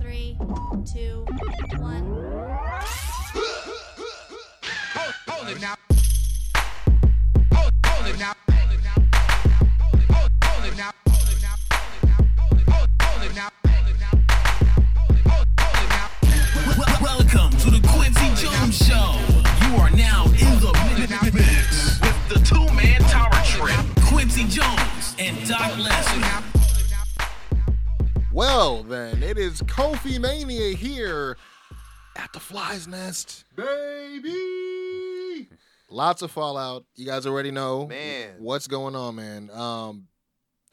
Three, two, one. Hold, hold it now. Hold, hold it now. Hold it now. Hold it, hold, hold it now. Hold it now. Hold it now. Hold it, hold, hold it now. Hold it now. Hold it, hold, hold it now. Wel- Welcome to the Quincy Jones Show. You are now in the mix with the two-man tower trip, Quincy Jones and Doc Lesnar. Well, then, it is Kofi Mania here at the Fly's Nest. baby. Lots of fallout. You guys already know Man. what's going on, man. Um,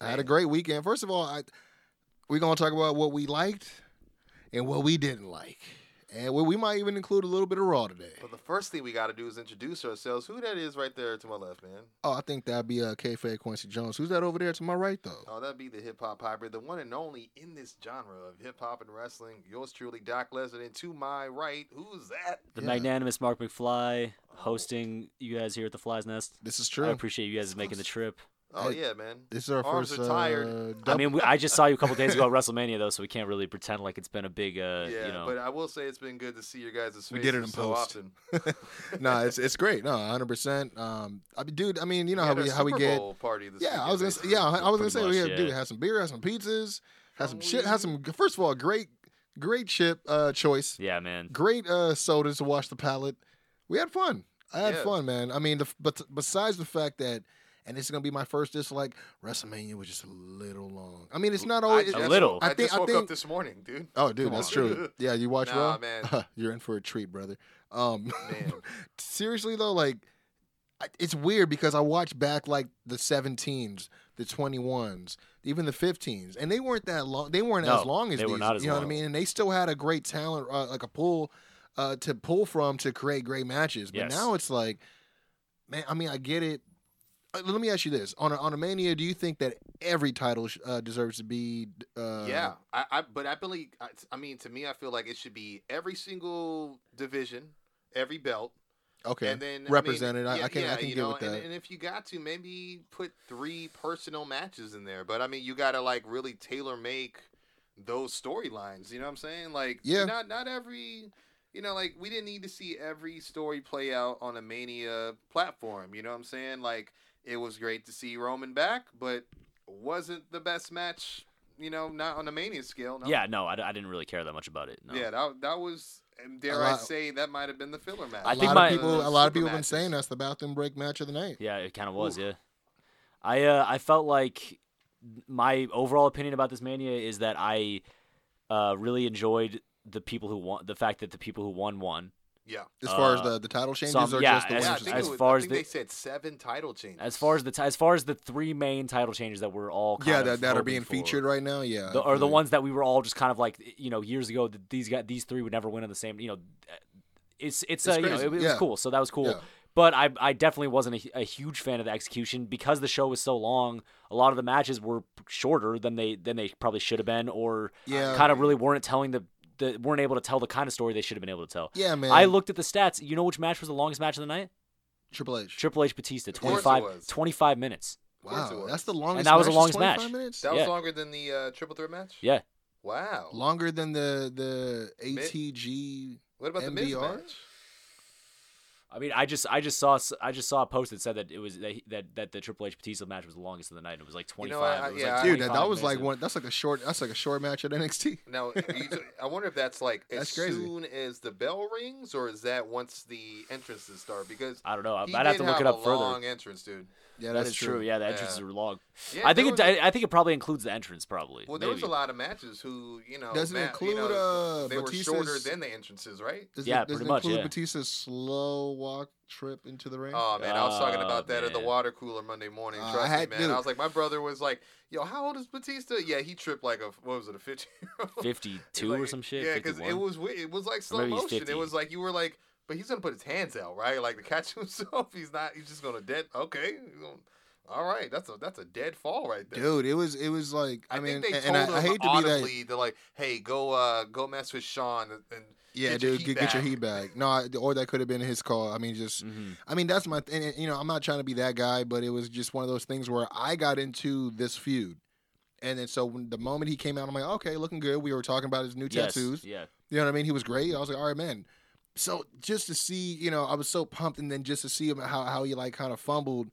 I had a Man. great weekend. First of all, I, we're going to talk about what we liked and what we didn't like. And we we might even include a little bit of Raw today. But the first thing we got to do is introduce ourselves. Who that is right there to my left, man? Oh, I think that'd be uh, K-Fed Quincy Jones. Who's that over there to my right, though? Oh, that'd be the hip hop hybrid, the one and only in this genre of hip hop and wrestling. Yours truly, Doc Lesnar. And to my right, who's that? the Yeah. magnanimous Mark McFly hosting you guys here at the Fly's Nest. This is I true. appreciate you guys making the trip. Oh Hey, yeah, man. This is our Arms first. are tired. Uh, I dub- mean, we, I just saw you a couple days ago at WrestleMania, though, so we can't really pretend like it's been a big, uh, yeah, you know. but I will say it's been good to see your guys' faces We did it in so post. often. no, it's it's great. No, 100%. Um, I mean, dude, I mean, you know how had we our how we Super get Bowl party this Yeah, I was weekend, gonna say, basically. yeah, I I was gonna Pretty say we much, had, dude, yeah. had some beer, had some pizzas, had some Some shit, had some. First of all, great, great chip uh, choice, yeah, man. great uh, sodas to wash the palate. We had fun. I had Yeah. fun, man. I mean, the, but besides the fact that, and this is gonna be my first dislike. WrestleMania was just a little long. I mean, it's not I always. just- A little. I, I think- just I woke up think- this morning, dude. oh, dude, Come that's on. true. Yeah, you watch Nah, Raw, man. You're in for a treat, brother. Um, Man, seriously though, like I- it's weird because I watched back like the 17s, the 21s, even the 15s, and they weren't that long. They weren't No, as long as they these. were not as you know what I long. mean? And they still had a great talent, uh, like a pool uh, to pull from to create great matches. But Yes. now it's like, man, I mean, I get it. Uh, Let me ask you this: on a, on a mania, do you think that every title sh- uh, deserves to be? Uh, yeah, I, I but I believe I, I mean to me I feel like it should be every single division, every belt, Okay. and then represented. I, I, mean, yeah, I can yeah, I can you get know, with that. And, and if you got to, maybe put three personal matches in there. But I mean, you got to like really tailor make those storylines. You know what I'm saying? Like, Yeah. not not every. You know, like we didn't need to see every story play out on a Mania platform. You know what I'm saying? Like it was great to see Roman back, but wasn't the best match. You know, not on a Mania scale. No. Yeah, no, I, d- I didn't really care that much about it. No. Yeah, that, that was, and dare I lot- say, that might have been the filler match. I a think lot my- of people, a lot of people have been Supermatches. saying that's the bathroom break match of the night. Yeah, it kind of was. Yeah, I uh, I felt like my overall opinion about this mania is that I uh, really enjoyed the people who won. The fact that the people who won won. Yeah. As far as Uh, the, the title changes some- or yeah, just the as- yeah, I winners? think, as it was, far I as think the- they said seven title changes. As far as the t- as far as the three main title changes that were all kind yeah, of that, that are hoping being for, featured right now. Yeah, the, or the yeah. ones that we were all just kind of like you know years ago that these guys these three would never win on the same you know it's it's, uh, you know crazy, it, was yeah. cool so that was cool Yeah. but I I definitely wasn't a, hu- a huge fan of the execution because the show was so long a lot of the matches were shorter than they than they probably should have been or Yeah. kind of really weren't telling the, the weren't able to tell the kind of story they should have been able to tell Yeah, man. I looked at the stats you know which match was the longest match of the night Triple H. Triple H Batista course it 25 was. 25 minutes course it Wow, was. that's the longest. that was the match, longest was 25 match. Minutes? that was yeah. longer than the uh, triple threat match. yeah Wow. Longer than the the ATG. what about the Miz MBR? match? I mean, I just I just saw I just saw a post that said that it was that that, that the Triple H Batista match was the longest of the night. and It was like You twenty know, five. I- was yeah, like I- Dude, that, 25 that was like minutes. one. That's like a short. That's like a short match at NXT. Now, you t- I wonder if that's like as That's crazy. soon as the bell rings, or is that once the entrances start? Because I don't know. I he might Uh, have did to look it have up a further. Long entrance, dude. Yeah, that that's is true. Yeah, the entrances Yeah. are long. Yeah, I there think was it, I, I think it probably includes the entrance. Probably. Well, there was a maybe. lot of matches who you know Does it ma- you know, include, uh, they were shorter Batista's- than the entrances, right? Does Yeah, it, does pretty it much, include yeah. Batista's slow walk trip into the ring? Oh man, I was talking Oh, about that at the man. water cooler Monday morning. Uh, I Trust had- me, man. dude. I was like, my brother was like, "Yo, how old is Batista?" Yeah, he tripped like a what was it, a fifteen year old? fifty It's two or like- some shit. Yeah, because it was wi- it was like slow maybe he's motion. 50. It was like you were like, but he's gonna put his hands out, right? Like to catch himself. He's not. He's just gonna dead. Okay, he's gonna- all right. That's a that's a dead fall right there. Dude, it was it was like I, mean, think they a- and told I, I him hate to be that. audibly to like, hey, go uh go mess with Sean and, and Yeah, Get your dude, heat get, get your back. heat back. No, I, or that could have been his call. I mean, just, Mm-hmm. I mean, that's my, th- and, and, you know, I'm not trying to be that guy, but it was just one of those things where I got into this feud, And then so when the moment he came out, I'm like, okay, looking good. We were talking about his new Yes, tattoos. Yeah. You know what I mean? He was great. I was like, all right, man. So just to see, you know, I was so pumped, and then just to see him how how he like kind of fumbled.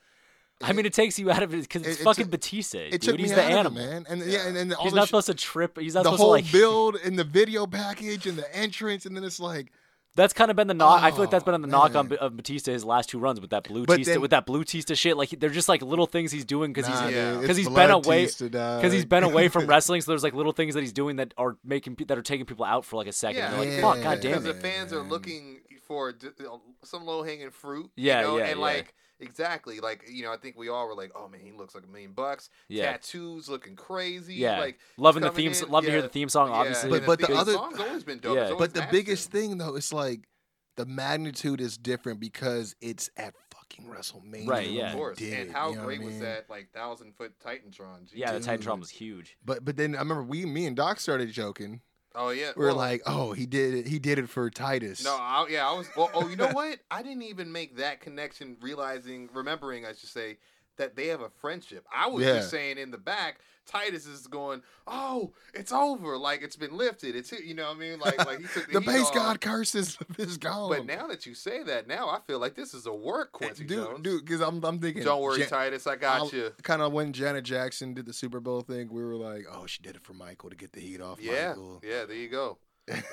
I mean, it takes you out of it because it's it- it fucking took- Batista. It dude. took He's me the out animal. of it, man. And yeah, and then all He's the not sh- supposed to trip. He's not the supposed whole to like. build and the video package and the entrance, and then it's like, That's kind of been the knock. I feel like that's been Oh, on the knock man. on B- of Batista his last two runs with that blue But Tista then- with that blue Tista shit. Like he- they're just like little things he's doing because nah, he's yeah. dude, because it's he's been blood away teased to die. because he's been away from wrestling. So there's like little things that he's doing that are making pe- that are taking people out for like a second. Yeah, and they're because- like, fuck, yeah, Because goddamn the it. fans are man. looking for d- you know, some low hanging fruit. Yeah, you know? yeah, and yeah. like exactly, like you know, I think we all were like, "Oh man, he looks like a million bucks." Yeah. tattoos looking crazy. Yeah, like loving the coming theme. in- Love to hear yeah, the theme song, yeah, obviously. But- and but the theme other- song's always been dope. Yeah. It's always But the matched biggest him. thing though is like the magnitude is different because it's at fucking WrestleMania. Right, when yeah. Of you course. did and it, how you know what I great was mean? that like thousand foot Titantron? Jesus. yeah, the Dude. Titantron was huge. But but then I remember we, me and Doc started joking. Oh yeah. We were well, like, oh, he did it. He did it for Titus. No, I, yeah, I was. Well, oh, you know what? I didn't even make that connection, realizing, remembering, I should say, that they have a friendship. I was Yeah. just saying in the back, Titus is going, "Oh, it's over. Like it's been lifted. It's you know what I mean. Like like he took the the, heat base off." god curse is, is gone. But now that you say that, now I feel like this is a work, Quincy dude, Jones. dude, because I'm I'm thinking. Don't worry, Jan- Titus. I got you. Kind of when Janet Jackson did the Super Bowl thing, we were like, "Oh, she did it for Michael to get the heat off Yeah, Michael." yeah. There you go.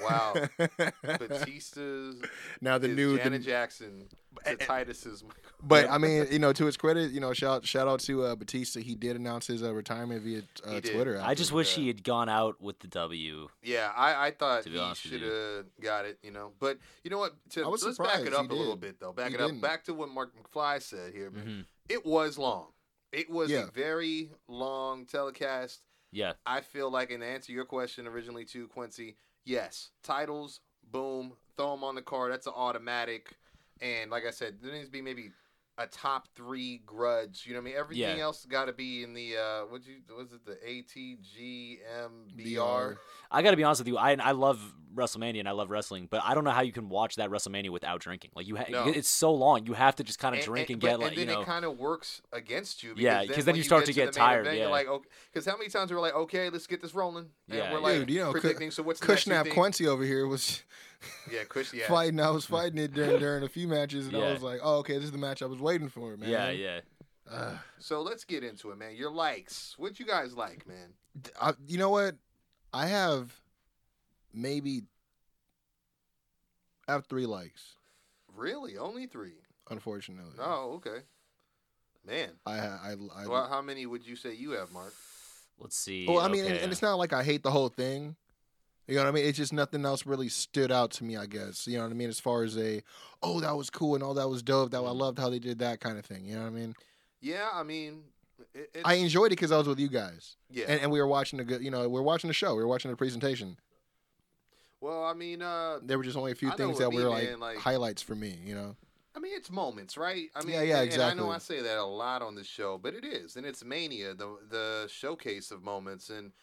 Wow, Batista's now the is new, the- Janet Jackson. The Titus's. but I mean, you know, to his credit, you know, shout shout out to uh, Batista. He did announce his uh, retirement via uh, He did. Twitter. I after just the wish fact. he had gone out with the W. Yeah, I, I thought To be he honest with should you. have got it, you know. But you know what? To, I was let's back it surprised up he a little did. bit, though. Back He it up. didn't. Back to what Mark McFly said here. man. Mm-hmm. Mhm. It was long. It was Yeah. a very long telecast. Yeah, I feel like, and to answer your question originally too, Quincy, yes, titles, boom, throw them on the card. That's an automatic. And like I said, there needs to be maybe a top three grudge. You know what I mean? Everything Yeah. else got to be in the uh, what you was it the ATGMBR? I got to be honest with you. I I love WrestleMania and I love wrestling, but I don't know how you can watch that WrestleMania without drinking. Like you, ha- No. it's so long. You have to just kind of And- drink and- and, but- get like and then you know. it kind of works against you. Yeah, 'cause then when you start to get the main tired, event, you're yeah. like, okay, because how many times we're like, okay, let's get this rolling, and Yeah, we're like Dude, you know, Ku- predicting. so what's the next Kushnap thing? Quincy over here was Yeah, Kush. Yeah, fighting. I was fighting it during during a few matches, and I Yeah. was like, "Oh, okay, this is the match I was waiting for, man." yeah, yeah. Uh, So let's get into it, man. Your likes. What you guys like, man? d- I, you know what? I have maybe I have three likes. Really, only three? Unfortunately, Oh, okay. Man, I ha- I I. well, how many would you say you have, Mark? Let's see. well, I mean, and, okay. and it's not like I hate the whole thing. You know what I mean? It's just nothing else really stood out to me. I guess you know what I mean. As far as a, oh, that was cool and all that was dope. That I Mm-hmm. loved how they did that kind of thing. You know what I mean? Yeah, I mean, it, it's, I enjoyed it because I was with you guys, yeah. and, and we were watching a good. You know, we were watching the show. We were watching the presentation. well, I mean, uh, There were just only a few I know things with that me, were man, like- highlights for me. You know? I mean, it's moments, right? I mean, Yeah, yeah, and- And I know exactly. I say that a lot on the show, but it is, and it's Mania, the the showcase of moments, and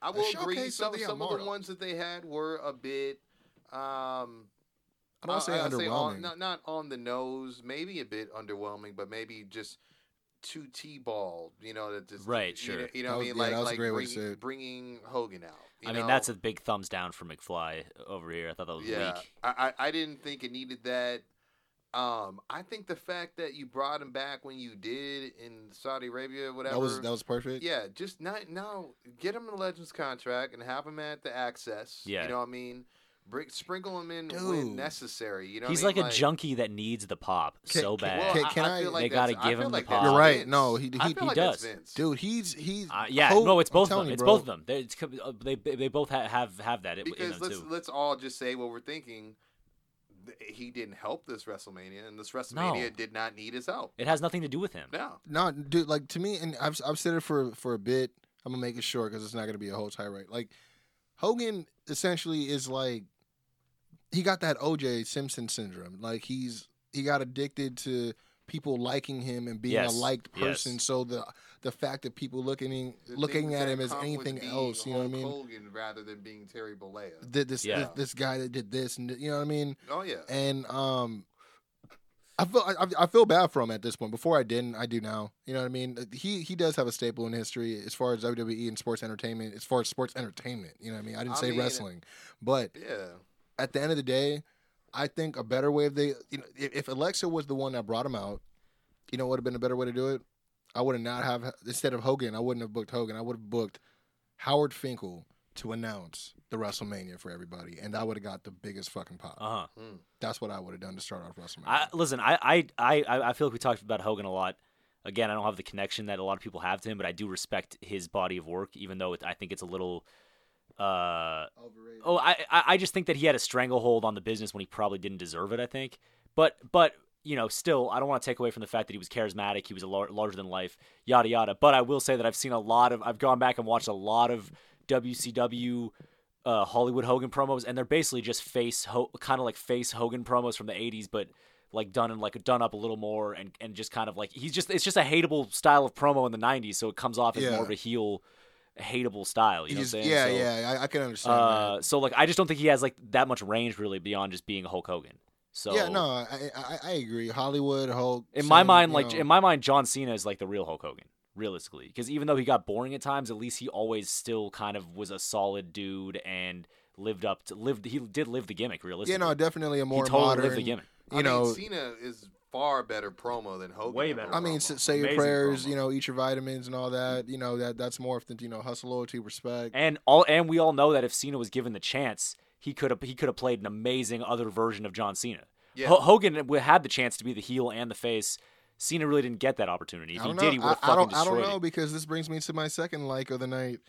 I will agree. showcase of Some, the some of the immortal. ones that they had were a bit, um, I don't uh, say I'd underwhelming. on, not not on the nose, maybe a bit underwhelming, but maybe just too t-balled. You know that just Right, you know- sure. You know, That was- what I mean, yeah, like that was a like great way to bringing, say it. bringing Hogan out. you I mean, know? that's a big thumbs down for McFly over here. I thought that was Yeah, weak. I, I I didn't think it needed that. Um, I think the fact that you brought him back when you did in Saudi Arabia, whatever. that was that was perfect. yeah, just not now. Get him the Legends contract and have him at the Access. Yeah. you know what I mean. Bring, sprinkle him in Dude. when necessary. You know, what He's I mean? like a junkie that needs the pop Can- so can- bad. Well, Can- I- can I, I- feel like They gotta that's- I give feel him like the pop. that's You're right. Vince. No, he- I he- feel he like that's does. Vince. Dude, he's he's Uh, yeah, Hope- no, it's I'm both of telling them. you, it's bro. both of them. They, it's, com- uh, they, they they both ha- have have that in because them let's too. let's all just say what we're thinking. Th- He didn't help this WrestleMania, and this WrestleMania did not need his help. It has nothing to do with him. No, No, dude, like to me, and I've I've said it for for a bit. I'm gonna make it short because it's not gonna be a whole tirade. Like Hogan essentially is like he got that OJ Simpson syndrome. Like he's he got addicted to people liking him and being Yes, a liked yes. person. So the the fact that people looking The looking things at that him as come with anything being else, you know what I Hulk mean? Hogan rather than being Terry Bollea. Th- This, Yeah. this this guy that did this, and th- you know what I mean? Oh yeah, and um I feel I, I- I feel bad for him at this point. Before I didn't, I do now. You know what I mean? Uh, He he does have a staple in history as far as WWE and sports entertainment. As far as sports entertainment, you know what I mean? I didn't I say mean- wrestling, but Yeah. at the end of the day, I think a better way of they you know if, if Alexa was the one that brought him out, you know what would have been a better way to do it. I would have not have instead of Hogan, I wouldn't have booked Hogan. I would have booked Howard Finkel to announce the WrestleMania for everybody, and I would have got the biggest fucking pop. Uh huh. That's what I would have done to start off WrestleMania. I listen. I, I I I I feel like we talked about Hogan a lot. Again, I don't have the connection that a lot of people have to him, but I do respect his body of work, even though it, I think it's a little. Uh, oh, I I I just think that he had a stranglehold on the business when he probably didn't deserve it. I think, but but you know, still, I don't want to take away from the fact that he was charismatic, he was a lar- larger than life, yada yada. But I will say that I've seen a lot of, I've gone back and watched a lot of WCW uh, Hollywood Hogan promos, and they're basically just face, ho- kind of like face Hogan promos from the '80s, but like done and like done up a little more, and and just kind of like he's just it's just a hateable style of promo in the '90s, so it comes off as Yeah. more of a heel, hateable style. You He know just- what I'm saying? yeah, So, yeah, I, I can understand Uh, so like I just don't think he has like that much range really beyond just being Hulk Hogan. So that. Yeah, no, I, I, I agree. Hollywood, Hulk. in my Sting, mind, you like know. in my mind, John Cena is like the real Hulk Hogan, realistically. Because even though he got boring at times, at least he always still kind of was a solid dude and lived up to lived. He did live the gimmick, yeah, realistically. no, definitely a he more totally modern. lived the gimmick. You I know, mean, Cena is far better promo than Hogan. Way ever better I mean, promo. s- say your Amazing prayers. promo. You know, eat your vitamins and all that. You know that that's more than you know hustle, loyalty, respect. And all and we all know that if Cena was given the chance, he could have he could have played an amazing other version of John Cena. Yeah. Ho- Hogan w- had the chance to be the heel and the face. Cena really didn't get that opportunity. If I he don't know. did, he would I, have I fucking don't. I destroyed don't know it. because this brings me to my second like of the night,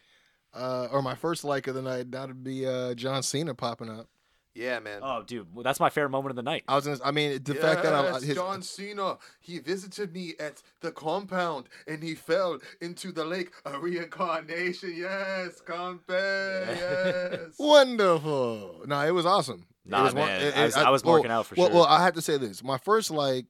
uh, or my first like of the night. That'd be uh, John Cena popping up. yeah, man. Oh, dude, well, that's my favorite moment of the night. I was. Gonna, I mean, the fact that I, Yes, his, John Cena, he visited me at the compound and he fell into the lake. A reincarnation, yes, compare, yes. Wonderful. No, it was awesome. It Nah, was won- man, it- I was- it- I was well- marking out for well, sure. Well, I have to say this. My first like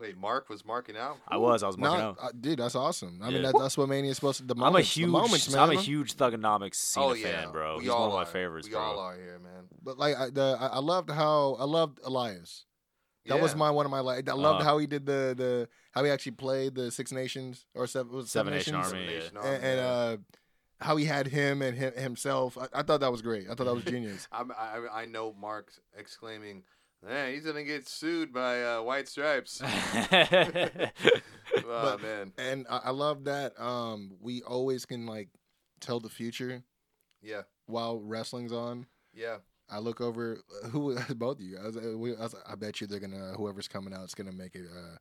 Wait, Mark was marking out. I was, I was marking No, out. I- dude, that's awesome. I mean, Yeah. that, that's what Mania is supposed to. The I'm a moments, the huge, moments, man. I'm a huge Thugonomics Cena oh yeah, fan, bro. We He's all one of my are. favorites, We bro. all are here, man. But like, I, the I I loved how I loved Elias. That was Yeah. my one of my like. I loved Uh, how he did the the how he actually played the Six Nations or seven was it Seven Seven, Nation Nations Army, yeah. Nation Army, and, and yeah. uh, how he had him and him, himself. I, I thought that was great. I thought that was genius. I'm, I, I know Mark exclaiming, "Man, he's gonna get sued by uh, White Stripes." oh But- man, and I, I love that um we always can like tell the future yeah, while wrestling's on. yeah. I look over uh, who both of you guys. uh, we- I, was like, I bet you they're gonna whoever's coming out is gonna make a uh,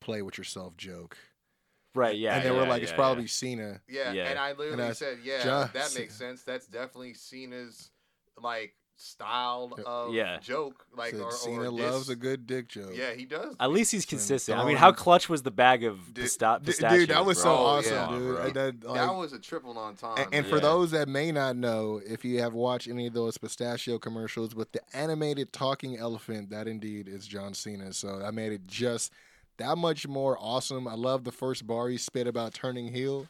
play with yourself joke. right, yeah. and they yeah, were like, yeah, it's yeah. probably Cena. Yeah, Yeah. and I literally I s- said, yeah, John that Cena. makes sense. That's definitely Cena's like style Yeah. of Yeah. joke. Like Said or, Cena or loves diss. a good dick joke. Yeah, he does. At least he's Slim consistent. I Dawn. mean, how clutch was the bag of Dude, pista- d- pistachios? dude, that was so bro? Oh, awesome, yeah, dude. bro. And, then, like, that was a triple entendre. and, and for Yeah. those that may not know, if you have watched any of those pistachio commercials with the animated talking elephant, that indeed is John Cena. So that made it just that much more awesome. I love the first bar he spit about turning heel.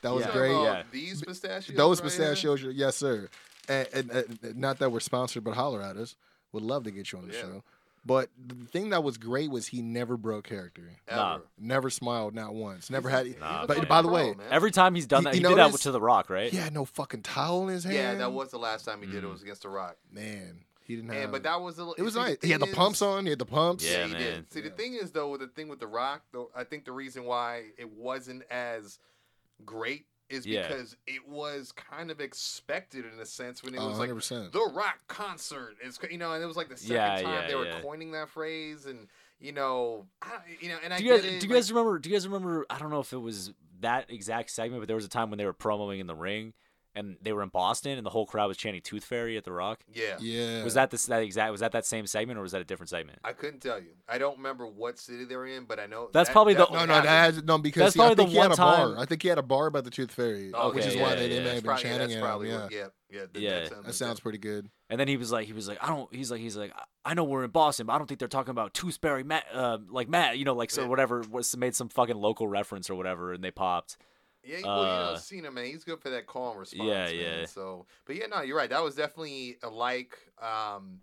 That was You Yeah. talking great. about Yeah. These pistachios. Those right here? pistachios, are- yes, sir. And, and, and not that we're sponsored, but holler at us. Would love to get you on the Yeah. show. But the thing that was great was he never broke character. Nah. Ever. Never smiled, not once. Never He's a- had. e he's a Nah, but fucking by the pro, way, man. Every time he's done You- that, you he did that notice- to The Rock, right? he had no fucking towel in his hand. yeah, that was the last time he did it was against the Rock. man. He didn't have. And but that was a little. Mm. it was see, nice. He had the thing pumps is- on. He had the pumps. Yeah, he man. did. See, Yeah. the thing is, though, with the thing with The Rock, though, I think the reason why it wasn't as great is Yeah. because it was kind of expected in a sense when it was Oh, hundred like percent. The Rock concert. It's you know, and it was like the second Yeah, time yeah, they were yeah. coining that phrase, and you know, I, you know, and I do you guys, get it, do you like- guys remember? Do you guys remember? I don't know if it was that exact segment, but there was a time when they were promoting in the ring, and they were in Boston, and the whole crowd was chanting "Tooth Fairy" at The Rock. yeah. Yeah. Was that this that exact? Was that that same segment, or was that a different segment? I couldn't tell you. I don't remember what city they were in, but I know That's that probably the- No, definitely no, that happened. has, no. Because That's he, I probably the think he had one a bar. time- I think he had a bar by the Tooth Fairy, Oh, which okay, is why yeah, they, they may yeah. That's have been probably, chanting that's at him. probably Yeah, what- yeah, yeah, that- Yeah. That, sounds, that sounds pretty good. And then he was like, he was like, I don't. He's like, he's like, "I- I know we're in Boston, but I don't think they're talking about Tooth Fairy, Matt, uh, like Matt, you know, like so Yeah. whatever was made some fucking local reference or whatever, and they popped. Yeah, well, you Uh, know, Cena, man, he's good for that calm response. yeah, man, yeah. So, but yeah, no, you're right. That was definitely a like. Um,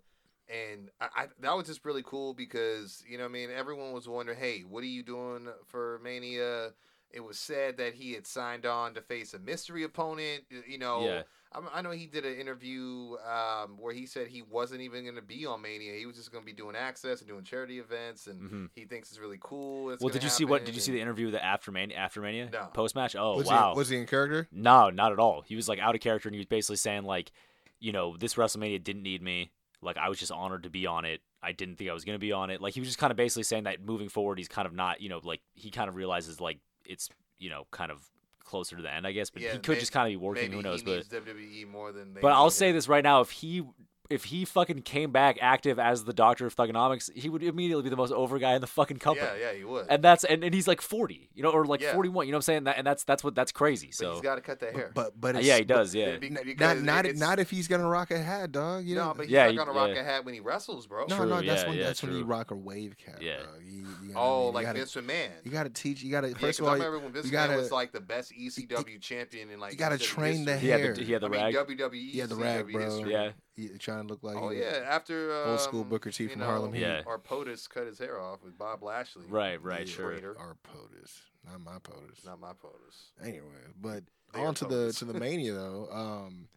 and I, I that was just really cool because you know what I mean everyone was wondering, hey, what are you doing for Mania? It was said that he had signed on to face a mystery opponent. y- You know, Yeah. I'm- I know he did an interview um, where he said he wasn't even going to be on Mania. He was just going to be doing access and doing charity events, and Mhm. he thinks it's really cool. It's well, gonna did you see what? happen, Did you see the and- interview with the after Mania? After Mania No. post match? Oh was wow. He, was he in character? No, not at all. He was like out of character, and he was basically saying like, you know, this WrestleMania didn't need me. Like I was just honored to be on it. I didn't think I was gonna be on it. Like he was just kind of basically saying that moving forward, he's kind of not, you know, like he kind of realizes like it's, you know, kind of closer to the end, I guess. But Yeah, he could may- just kind of be working. Maybe Who knows? he But needs WWE more than they but need I'll him. say this right now: if he if he fucking came back active as the Doctor of Thugonomics, he would immediately be the most over guy in the fucking company. Yeah, yeah, he would. And that's and, and he's like forty, you know, or like Yeah. forty one, you know what I'm saying? That, and that's that's what that's crazy. but So he's got to cut that hair. But but Uh, it's, yeah, he but- does. Yeah, Be- n- because Not not it's- not if he's gonna rock a hat, dog. You no, know. but he's Yeah, not he- gonna rock yeah. a hat when he wrestles, bro. no, True, no, that's yeah, when yeah, that's when you true. rock a wave cap. Yeah. dog. You- you know what I Oh, mean? You like gotta- Vince McMahon. You got to teach. You got to yeah, first because of I all, remember when Vince you McMahon gotta was like the best ECW champion in like you gotta ECW train the he history. had hair. the he had the I mean, E, rag. WWE. yeah, the ECW rag, bro. history. Yeah. you trying to look like Oh he- yeah, after um, Old school Booker T you from know, Harlem Heat. Yeah. or POTUS cut his hair off with Bob Lashley. Right, right, Yeah. sure. Traitor. Our POTUS, not my POTUS. Not my POTUS. Anyway, but They are on to the POTUS. to the mania though. Um,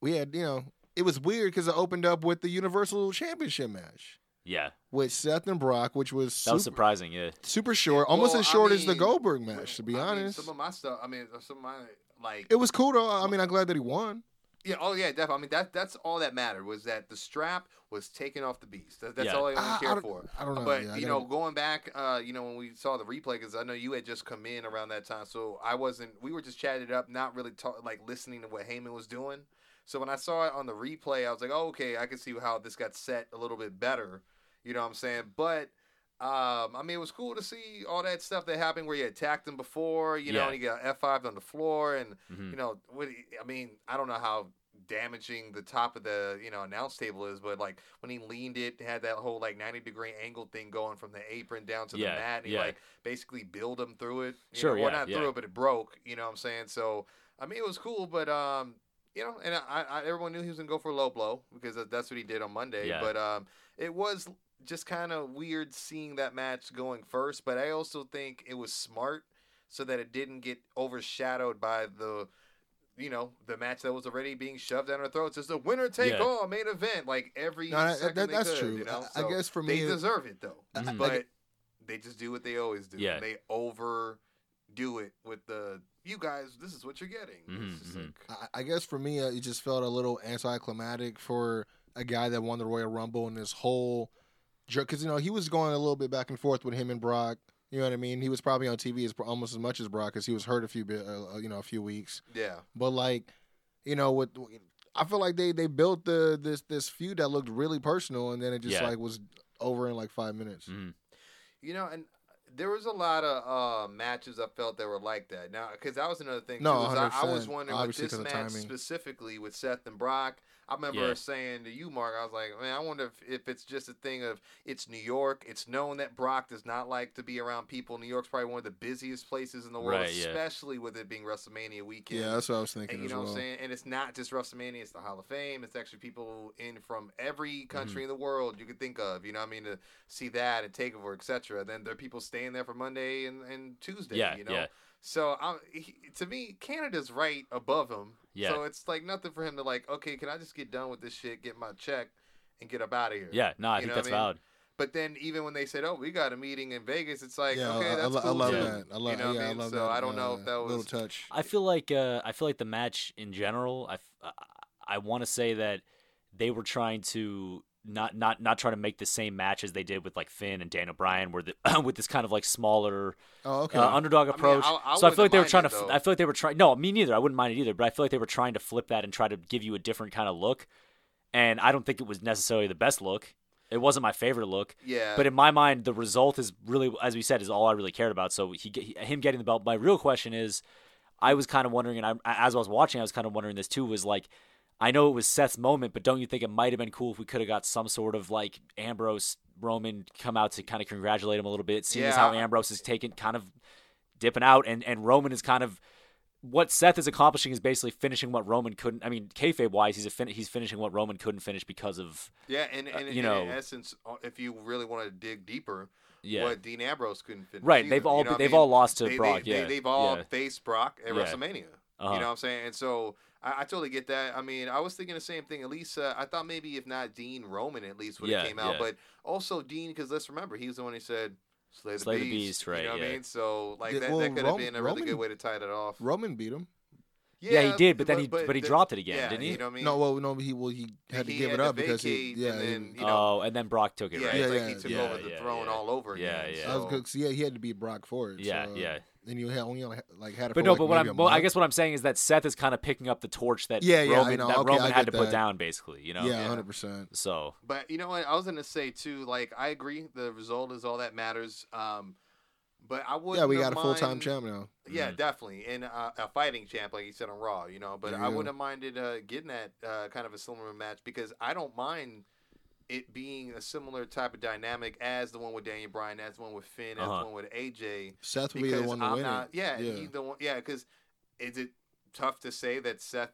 we had you know it was weird because it opened up with the Universal Championship match Yeah, with Seth and Brock, which was that super, was surprising. Yeah, super short, almost Well, as I short as the mean, Goldberg match. To be I mean, honest, some of my stuff. I mean, some of my like. it was cool though. I mean, I'm glad that he won. yeah. Oh yeah, definitely. I mean, that that's all that mattered was that the strap was taken off the beast. That, that's Yeah. all I, I only Ah, I care don't- for. I don't know. But yeah, I you gotta- know, going back, uh, you know, when we saw the replay, because I know you had just come in around that time, so I wasn't. We were just chatted up, not really talk, like listening to what Heyman was doing. So when I saw it on the replay, I was like, oh, okay, I can see how this got set a little bit better. You know what I'm saying? But um, I mean, it was cool to see all that stuff that happened where he attacked him before. You know, Yeah. and he got F5 on the floor, and hmm you know, what I mean, I don't know how damaging the top of the you know announce table is, but like when he leaned it, had that whole like ninety degree angle thing going from the apron down to Yeah, the mat, and yeah. he like basically billed him through it. you Sure, know, or yeah, not yeah. through it, but it broke. You know what I'm saying? So I mean, it was cool, but um, you know, and I, I everyone knew he was gonna go for a low blow because that- that's what he did on Monday. Yeah. But um, it was just kind of weird seeing that match going first, but I also think it was smart so that it didn't get overshadowed by the you know the match that was already being shoved down our throats is the winner take Yeah. all main event like every No, that- second that- they that's could, true. you know? I- I So guess for they me it- deserve it though I- Mm-hmm. I- but they just do what they always do Mm. Yeah. they overdo it with the you guys this is what you're getting Mhm, it's just mhm. like I- I guess for me, uh, it just felt a little anticlimactic for a guy that won the Royal Rumble and this whole jerk. Because you know he was going a little bit back and forth with him and Brock. You know what I mean? He was probably on TV as almost as much as Brock because he was hurt a few bit, uh, uh, you know, a few weeks. yeah But like, you know, with I feel like they they built the this this feud that looked really personal, and then it just Yeah. like was over in like five minutes. Mhm. you know and there was a lot of uh, matches I felt that were like that. Now, because that was another thing. No, too, is I, I 100%, was wondering with obviously this 'cause of match timing. specifically with Seth and Brock. I remember Yeah. saying to you, Mark, I was like, man, I wonder if, if it's just a thing of it's New York. It's known that Brock does not like to be around people. New York's probably one of the busiest places in the world, Right, yeah. especially with it being WrestleMania weekend. Yeah, that's what I was thinking And you as know well. what I'm saying? And it's not just WrestleMania, it's the Hall of Fame. It's actually people in from every Mm-hmm. country in the world you could think of, you know what I mean, to see that and takeover, etc. Then there are people staying there for Monday and, and Tuesday, Yeah, you know? yeah. So I, he, to me, Canada's right above him. Yeah. So it's like nothing for him to like, okay, can I just get done with this shit, get my check, and get up out of here? yeah. No, I You think know that's what I mean? valid. But then even when they said, "Oh, we got a meeting in Vegas," it's like, yeah, okay, I, I, that's lo- I cool love too. that. I love, you know what yeah, I mean? love so that. I don't know uh, if that was little touch. I feel like uh, I feel like the match in general. I f- I- I want to say that they were trying to not not not try to make the same match as they did with like Finn and Daniel Bryan, where the with this kind of like smaller Oh, okay. uh, underdog approach. I- I so I wouldn't feel like they were mind trying it, to. f- though. I feel like they were trying. No, me neither. I wouldn't mind it either. But I feel like they were trying to flip that and try to give you a different kind of look. And I don't think it was necessarily the best look. It wasn't my favorite look. yeah. But in my mind, the result is really, as we said, is all I really cared about. So he, he him getting the belt. My real question is, I was kind of wondering, and I, as I was watching, I was kind of wondering this too. Was like, I know it was Seth's moment, but don't you think it might have been cool if we could have got some sort of like Ambrose Roman come out to kind of congratulate him a little bit, seeing as Yeah. how Ambrose is taken kind of dipping out, and and Roman is kind of what Seth is accomplishing is basically finishing what Roman couldn't. I mean, kayfabe wise, he's a fin- he's finishing what Roman couldn't finish because of Yeah, and, Uh, and, you in- know- in essence, uh, if you really want to dig deeper, yeah. what Dean Ambrose couldn't finish. Right, either, they've all you know what I they've mean? all lost to they, Brock. They, yeah, they, have all yeah. faced Brock at Yeah. WrestleMania. Uh-huh. You know what I'm saying? And so I, I totally get that. I mean, I was thinking the same thing. At least uh, I thought maybe if not Dean Roman, at least when Yeah, it came out, yeah. but also Dean, because let's remember he was the one who said slay the Slay the beast. beast, right, You know what yeah. I mean? So like Yeah, that, well, that could have Rom- been a really good Roman- way to tie that off. Roman beat him. Yeah, he did, but then he- but he the- dropped it again, yeah, didn't he? You know what I mean? No, well, no, he well he had to He give had it to up because he vacate yeah and he- then, you know, oh, and then Brock took it yeah, right. it's Yeah, like he yeah, took yeah, over the yeah, throne yeah. all over Yeah, again. yeah. That was so- good. 'cause, yeah, he had to beat Brock for it. Yeah, so, yeah. And you had only only, like had it. But for, no, like, but what maybe I'm a well, I month. guess what I'm saying is that Seth is kind of picking up the torch that Yeah, yeah, I Roman know. that Okay, Roman I had to get put that. down, basically. You know. yeah, Yeah. hundred percent. So But you know what? I was gonna say too. Like I agree, the result is all that matters. Um, but I would. Yeah, we got a full time champ now. Yeah, definitely, and uh, a fighting champ, like you said on Raw. You know, but There you I go. wouldn't have minded uh, getting that uh, kind of a similar match because I don't mind it being a similar type of dynamic as the one with Daniel Bryan, as the one with Finn, as Uh-huh. the one with AJ. Seth will be Because the one to I'm win not. it. Yeah, Yeah. he's the one. Yeah, because is it tough to say that Seth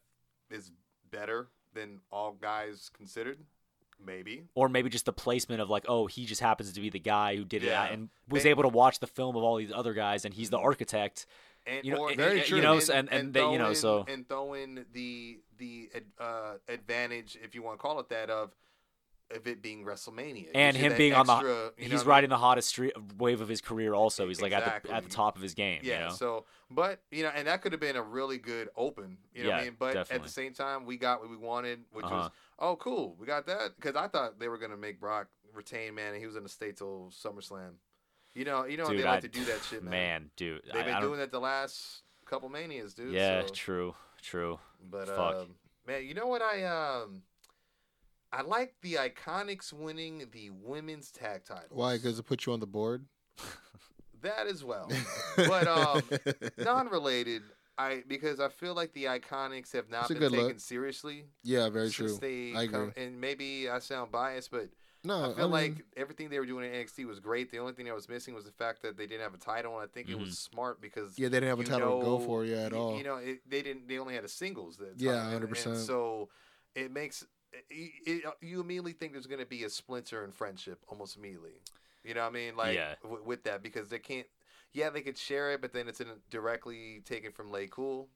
is better than all guys considered? Maybe. or maybe just the placement of like, oh, he just happens to be the guy who did Yeah. it and was May- able to watch the film of all these other guys, and he's the architect. eh, and You know, or- it- Very it- you know, so- and- and they- you know, throw in- so- and throw in the the ad- uh, advantage, if you want to call it that, of of it being WrestleMania It And gives you him that being on the- extra, you know he's what I mean? riding the hottest street wave of his career. Also, he's like at the at the Exactly. top of his game. Yeah. You know? So, but you know, and that could have been a really good open. You know what Yeah, I mean? But at definitely. the same time, we got what we wanted, which Uh-huh. was oh cool, we got that because I thought they were gonna make Brock retain, man, and he was in the state till SummerSlam. You know, you know dude, they I, like to do that shit, man. dude, I- They've been I don't- doing that the last couple manias, dude. yeah, so- true, true. But Fuck. um, man, you know what I um I like the Iconics winning the women's tag title. Why? Because it put you on the board. that as well. But, um, Non-related, I because I feel like the Iconics have not It's a been good taken look. seriously. yeah, very since true. They I come- agree. and maybe I sound biased, but No, I feel mean, like everything they were doing in NXT was great. The only thing that was missing was the fact that they didn't have a title, and I think it was smart because yeah, they didn't have a you title to go know- for yeah at y- all. You know, it, they didn't. They only had a singles. That Yeah, time, and- 100%. And so it makes it, it, you immediately think there's going to be a splinter in friendship almost immediately. You know what I mean? Like Yeah. w- with that because they can't. Yeah, they could share it, but then it's in, directly taken from Lay Cool.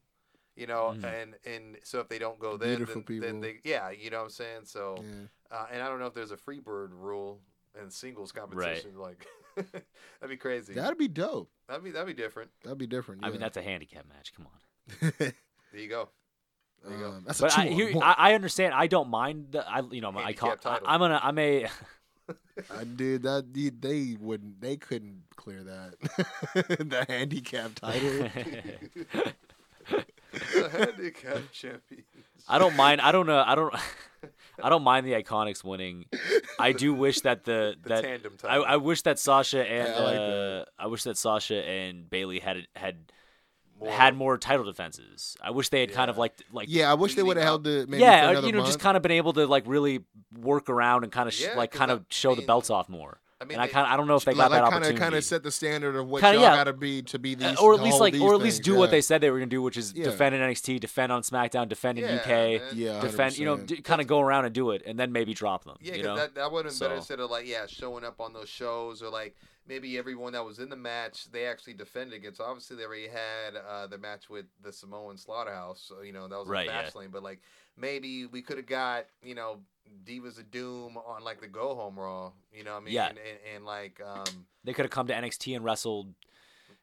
You know, Mhm. and and so if they don't go there, Beautiful then, then people. they yeah, you know what I'm saying. So yeah. uh, and I don't know if there's a free bird rule in singles competition. Like that'd be crazy. That'd be dope. that'd be that'd be different. That'd be different. I mean, yeah. that's a handicap match. Come on. There you go. There you go. Um, that's a But I, two on here, one. I, I understand. I don't mind the. I you know my Handicap icon. I, title. I'm gonna. I'm a. Uh, dude, that you- they wouldn't, they couldn't clear that. the handicap title. the handicap champions. I don't mind. I don't know. I don't. I don't mind the Iconics winning. I do wish that the, The that tandem I, title. I wish that Sasha and Yeah, I like uh, I wish that Sasha and Bailey had had had more title defenses. I wish they had kind of Yeah. like like yeah, I wish they leading would have up. held the maybe yeah for or, another you know just month. kind of been able to like really work around and kind of sh- Yeah, like 'cause kind I of show the mean- belts off more. I mean, and I they- kind I don't know if they got like, that kind opportunity. of set the standard of what Kinda, y'all yeah. gotta be to be Uh, these, or at to least hold like these or at least things, do what yeah. they said they were gonna do, which is Yeah. defend in NXT, defend on SmackDown, defend in Yeah, UK, man. Yeah, defend you know 100%. kind of go around and do it, and then maybe drop them. Yeah, you because know? that, that would have been So- better instead of like yeah showing up on those shows or like maybe everyone that was in the match they actually defended against. Obviously, they already had uh, the match with the Samoan Slaughterhouse, so you know that was Right, a yeah. fast lane. But like maybe we could have got you know Divas of Doom on like the Go Home Raw. You know what I mean? Yeah. And, and, and like um, They could have come to NXT and wrestled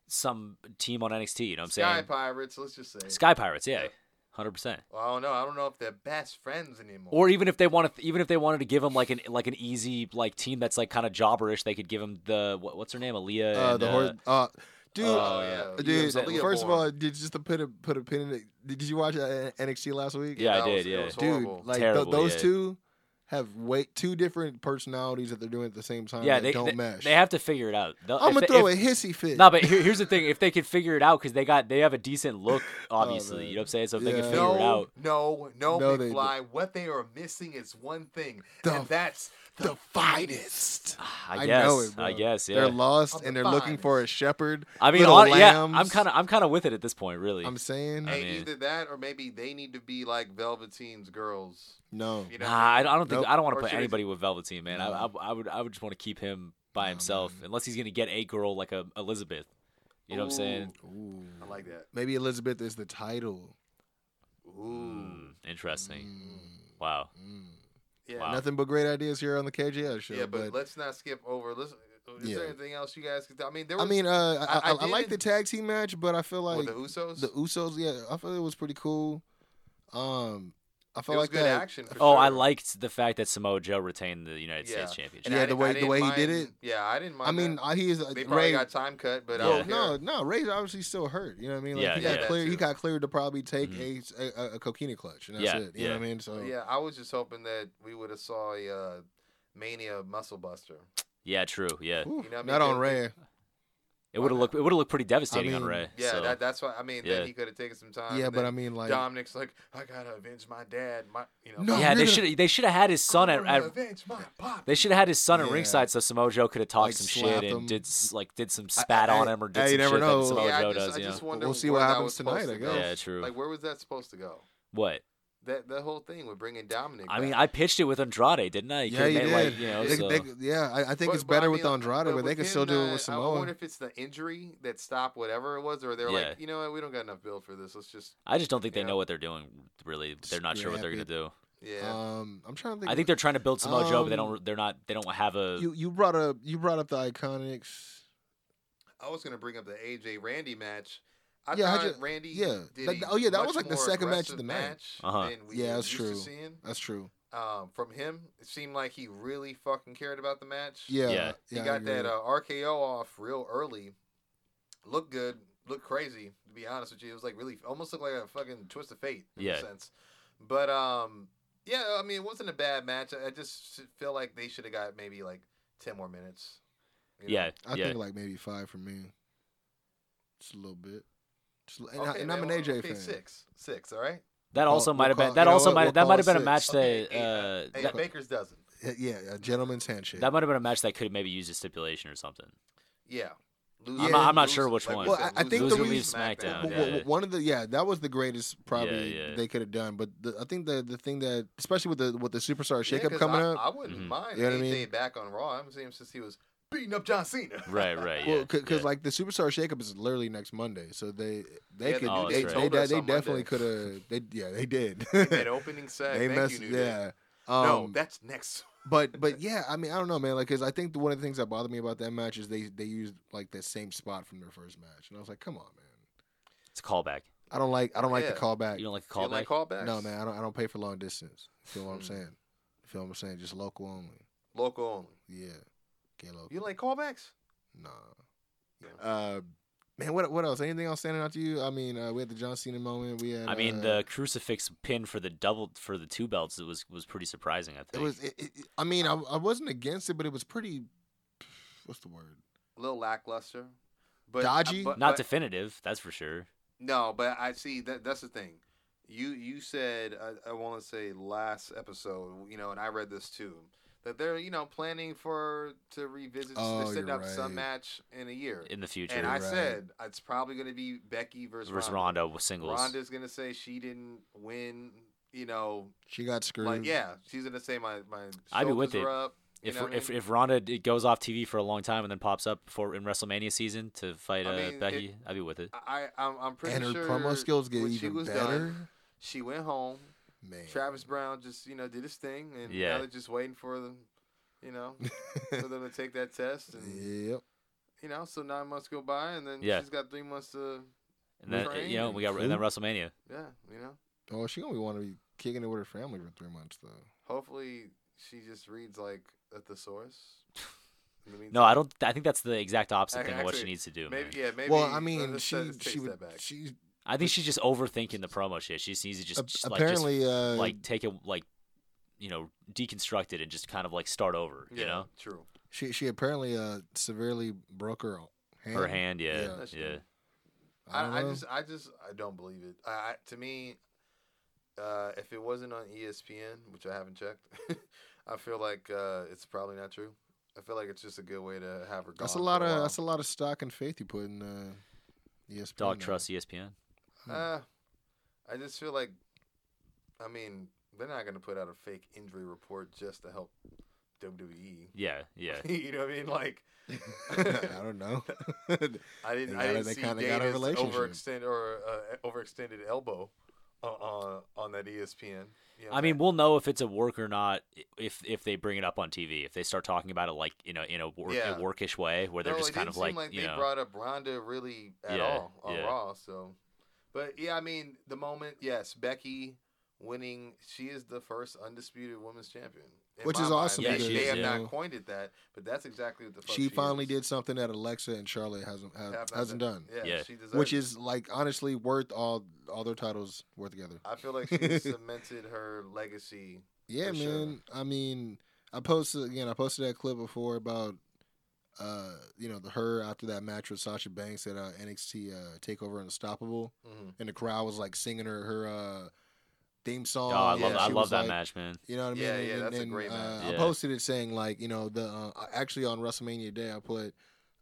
some team on NXT. You know what I'm Sky saying? Pirates. Let's just say. Sky Pirates, yeah, Yeah. hundred percent. well, I don't know. I don't know if they're best friends anymore. Or even if they want to, even if they wanted to give them like an like an easy like team that's like kind of jobberish, they could give them the what, what's her name, Aaliyah. Uh, and, the uh, horse. Uh, dude, Oh, yeah. dude. Aaliyah First of Bourne. all, did just to put a put a pin in it. Did you watch uh, NXT last week? yeah, I That did. was- it yeah, was dude. horrible. Like Terrible, th- those yeah. two have way two different personalities that they're doing at the same time. yeah, that they uh, don't they, mesh. they have to figure it out. They'll- I'm if gonna they- throw if- a hissy fit. No, but here, here's the thing: if they could figure it out, because they got they have a decent look, obviously. you know what I'm saying? So if they Oh, Yeah. can figure it No, out, no, no, No, they McFly. What they are missing is one thing, The- and that's the finest. I guess. I, know it. Bro. guess. Yeah. They're lost I'm the and they're looking for a finest. shepherd. I mean, little hon- yeah, I'm lambs. kind of I'm kind of with it at this point, really. I'm saying hey, mean- either that or maybe they need to be like Velveteen's girls. no. You know, Nah, I I don't think Nope. I don't want Or to put should I anybody with Velveteen, man. I, No. I, I would I would just want to keep him by No, himself, man. unless he's gonna get a girl like a Elizabeth. You know what I'm saying? Ooh. I like that. Maybe Elizabeth is the title. Ooh, Mm, interesting. Mm, Wow. mm. yeah, Wow. Nothing but great ideas here on the KGL show. yeah. But, but let's not skip over. Let's, is Yeah. there anything else you guys could? I mean, there I was mean, uh, I, I- I, I I like the didn't- tag team match, but I feel like with the Usos. the Usos, yeah, I feel it was pretty cool. Um, I it felt was like good that. action. For Oh, I sure. liked the fact that Samoa Joe retained the United States Yeah. Championship. And I Yeah, the didn't- way- the I didn't way he mind, did it. Yeah, I didn't mind. I mean, that. I, he is uh, they probably Ray. got time cut, but I well, don't no, care. no, Ray's obviously still hurt. You know what I mean? Like Yeah, he yeah. got Yeah, cleared. He too. got cleared to probably take Mhm. a, a a coquina clutch, and that's Yeah, it. You know yeah. what I mean? So Yeah, I was just hoping that we would have saw a uh, Mania muscle buster. Yeah, true. Yeah, whew, You know what I not mean? on Ray. it would have looked it would have looked pretty devastating on mean, Ray. Yeah, so. that, that's why. I mean, yeah. then he could have taken some time. Yeah, and but then I mean, like, Dominic's like, I gotta avenge my dad. My, you know, No, my- yeah, they you're should they should have had his son at, "I'm gonna at avenge my pop. they should have had his son at Yeah. ringside so Samoa Joe could have talked Like, some slap shit him. and did s- like did some spat I- on him or did hey, you some never shit know. that Samoa yeah, Joe I just, does. I you know just wonder We'll see where what that happens was tonight, supposed I to go. guess. Yeah, true. Like, where was that supposed to go? what? That that whole thing with bringing Dominic. I mean, back. I pitched it with Andrade, didn't I? yeah, could've you made, did. Like, you know, They- so- they- yeah, I, I think But- it's but I better mean, with Andrade, but, they with can still him, do it uh, with I Samoa. wonder if it's the injury that stopped whatever it was, or they're Yeah. like, you know what, we don't got enough build for this. Let's just, I just don't think they Yeah. know what they're doing. Really, they're not sure what they're gonna Scrap do. yeah. Um, I'm trying to think. I think they're trying to build Samoa Joe, but they Um, don't. They're not. They don't have a. you you brought up you brought up the iconics. I was gonna bring up the AJ Randy match. I Yeah, how'd thought you- Randy. yeah. did That- a oh, yeah, that was much like the more second match of aggressive the match. Uh-huh. than we Yeah, were that's used to true. seeing, That's true. um, from him, it seemed like he really fucking cared about the match. Yeah, Yeah. he I got agree. that uh, RKO off real early. Looked good. Looked crazy. To be honest with you, it was like really almost looked like a fucking twist of fate in Yeah. a sense. But um, yeah, I mean, it wasn't a bad match. I I just s- feel like they should have got maybe like ten more minutes. you know? yeah, I yeah. think like maybe five for me. Just a little bit. Just, a li- and I, Okay, and man, I'm an well, AJ okay, fan. Six, six. All right. that We'll also call- might have we'll been. call- That you know also what, might. we'll that call might it have been a six. match that. Okay, Uh, Hey, that, Baker's dozen. Yeah, yeah, a gentleman's handshake. that might have been a match that could have maybe used a stipulation or something. Yeah. Lose- I'm not- I'm not sure which like we one. Well, said, I- I lose- think lose the leaves reason- SmackDown, W- yeah. w- w- One of the yeah, that was the greatest probably yeah. they could have done. But the, I think the the thing that especially with the with the superstar Yeah, shakeup 'cause coming I, up. I wouldn't Mhm. mind You know what I AJ mean? back on Raw. I haven't seen him since he was beating up John Cena. Right, right. Yeah, Well, because yeah. like the superstar shakeup is literally next Monday, so they they Yeah, could Oh, they, they, that's right. de- told us they on Monday. definitely could have they yeah they did that opening set. they Thank messed you, New Day. yeah no, Um, that's next. but but yeah I mean I don't know man like because I think the, one of the things that bothered me about that match is they they used like the same spot from their first match and I was like come on man it's a callback. I don't like I don't like Yeah. the callback You don't like a You don't callback? like callbacks? no man I don't I don't pay for long distance feel what I'm Mm. saying feel what I'm saying just local only Local only. yeah get local You like callbacks? nah Yeah. uh. Man, what what else? Anything else standing out to you? I mean, uh, we had the John Cena moment. We had. I mean, uh, the crucifix pin for the double for the two belts it was was pretty surprising. I It think was. It, it, it- I mean, I, I wasn't against it, but it was pretty. What's the word? A little lackluster. But Dodgy? But, not but- definitive, that's for sure. No, but I see that. That's the thing. You you said I, I want to say last episode, you know, and I read this too that they're you know planning for to revisit. Oh, they're setting you're up some right. match in a year. In the future, And I right. said it's probably going to be Becky versus, versus Ronda. Rondo with singles. Ronda's going to say she didn't win. You know, She got screwed. like yeah, she's going to say my my. I'd be with shoulders it. are Up, you if know what I if mean? if Ronda d- goes off TV for a long time and then pops up before in WrestleMania season to fight uh, I mean, Becky, it- I'd be with it. I I'm, I'm pretty and her sure promo skills get when she even was better. done, she went home. Man, Travis Brown just you know did his thing, and Yeah. now they're just waiting for them, you know, for them to take that test, and Yep. you know, so nine months go by, and then Yeah. she's got three months to, And then uh, you know we got and then WrestleMania. yeah, you know, Oh, she gonna want to be kicking it with her family for three months though. hopefully she just reads like a thesaurus. In the No, I don't. I think that's the exact opposite Ac- thing of what she actually, needs to do. meantime, Maybe, man. yeah, maybe. well, I let's- mean, let's- she let's take she would that back. she I think she's just overthinking the promo shit. She just needs to just, ap- just, like just apparently uh like take it like you know deconstruct it and just kind of like start over. You know, True. She she apparently uh severely broke her hand. her hand. Yeah, That's yeah. true. I, I don't know. just, I just, I don't believe it. I, I, to me, uh, if it wasn't on ESPN, which I haven't checked, I feel like uh, it's probably not true. I feel like it's just a good way to have her. Gone that's for a lot while. of that's a lot of stock and faith you put in uh, ESPN. Dog now. trust E ESPN. Uh, I just feel like, I mean, they're not gonna put out a fake injury report just to help WWE. Yeah, yeah. you know what I mean? Like, I don't know. I didn't. They I gotta- didn't they see kinda got a Dana's relationship. overextend or uh, overextended elbow on on, on that E ESPN. You know I mean, that- we'll know if it's a work or not i- if if they bring it up on TV. If they start talking about it like you know in a, work, Yeah. a workish way, where they're No, just it kind didn't of like, seem like you they know, brought up Ronda really at Yeah, all on yeah. Raw. So, but yeah, I mean, the moment, yes, Becky winning, she is the first undisputed women's champion, in Which my is mind. awesome They, because, they have you know- not coined it that, but that's exactly what the fuck she finally is. did something that Alexa and Charlotte hasn't has, Have not hasn't done, Yeah, Yeah. she deserves which it. is like honestly worth all all their titles worth together. I feel like she cemented her legacy. Yeah, For man. sure. I mean, I posted again. I posted that clip before about uh, you know, the her after that match with Sasha Banks at uh, NXT uh, Takeover Unstoppable, hmm and the crowd was like singing her her uh, theme oh, song. I love yeah, I she love was, that like- match, man. You know what I mean? Yeah, And- yeah, and- that's a and, great match. Uh, I Yeah. posted it saying like, you know, the uh, actually on WrestleMania Day, I put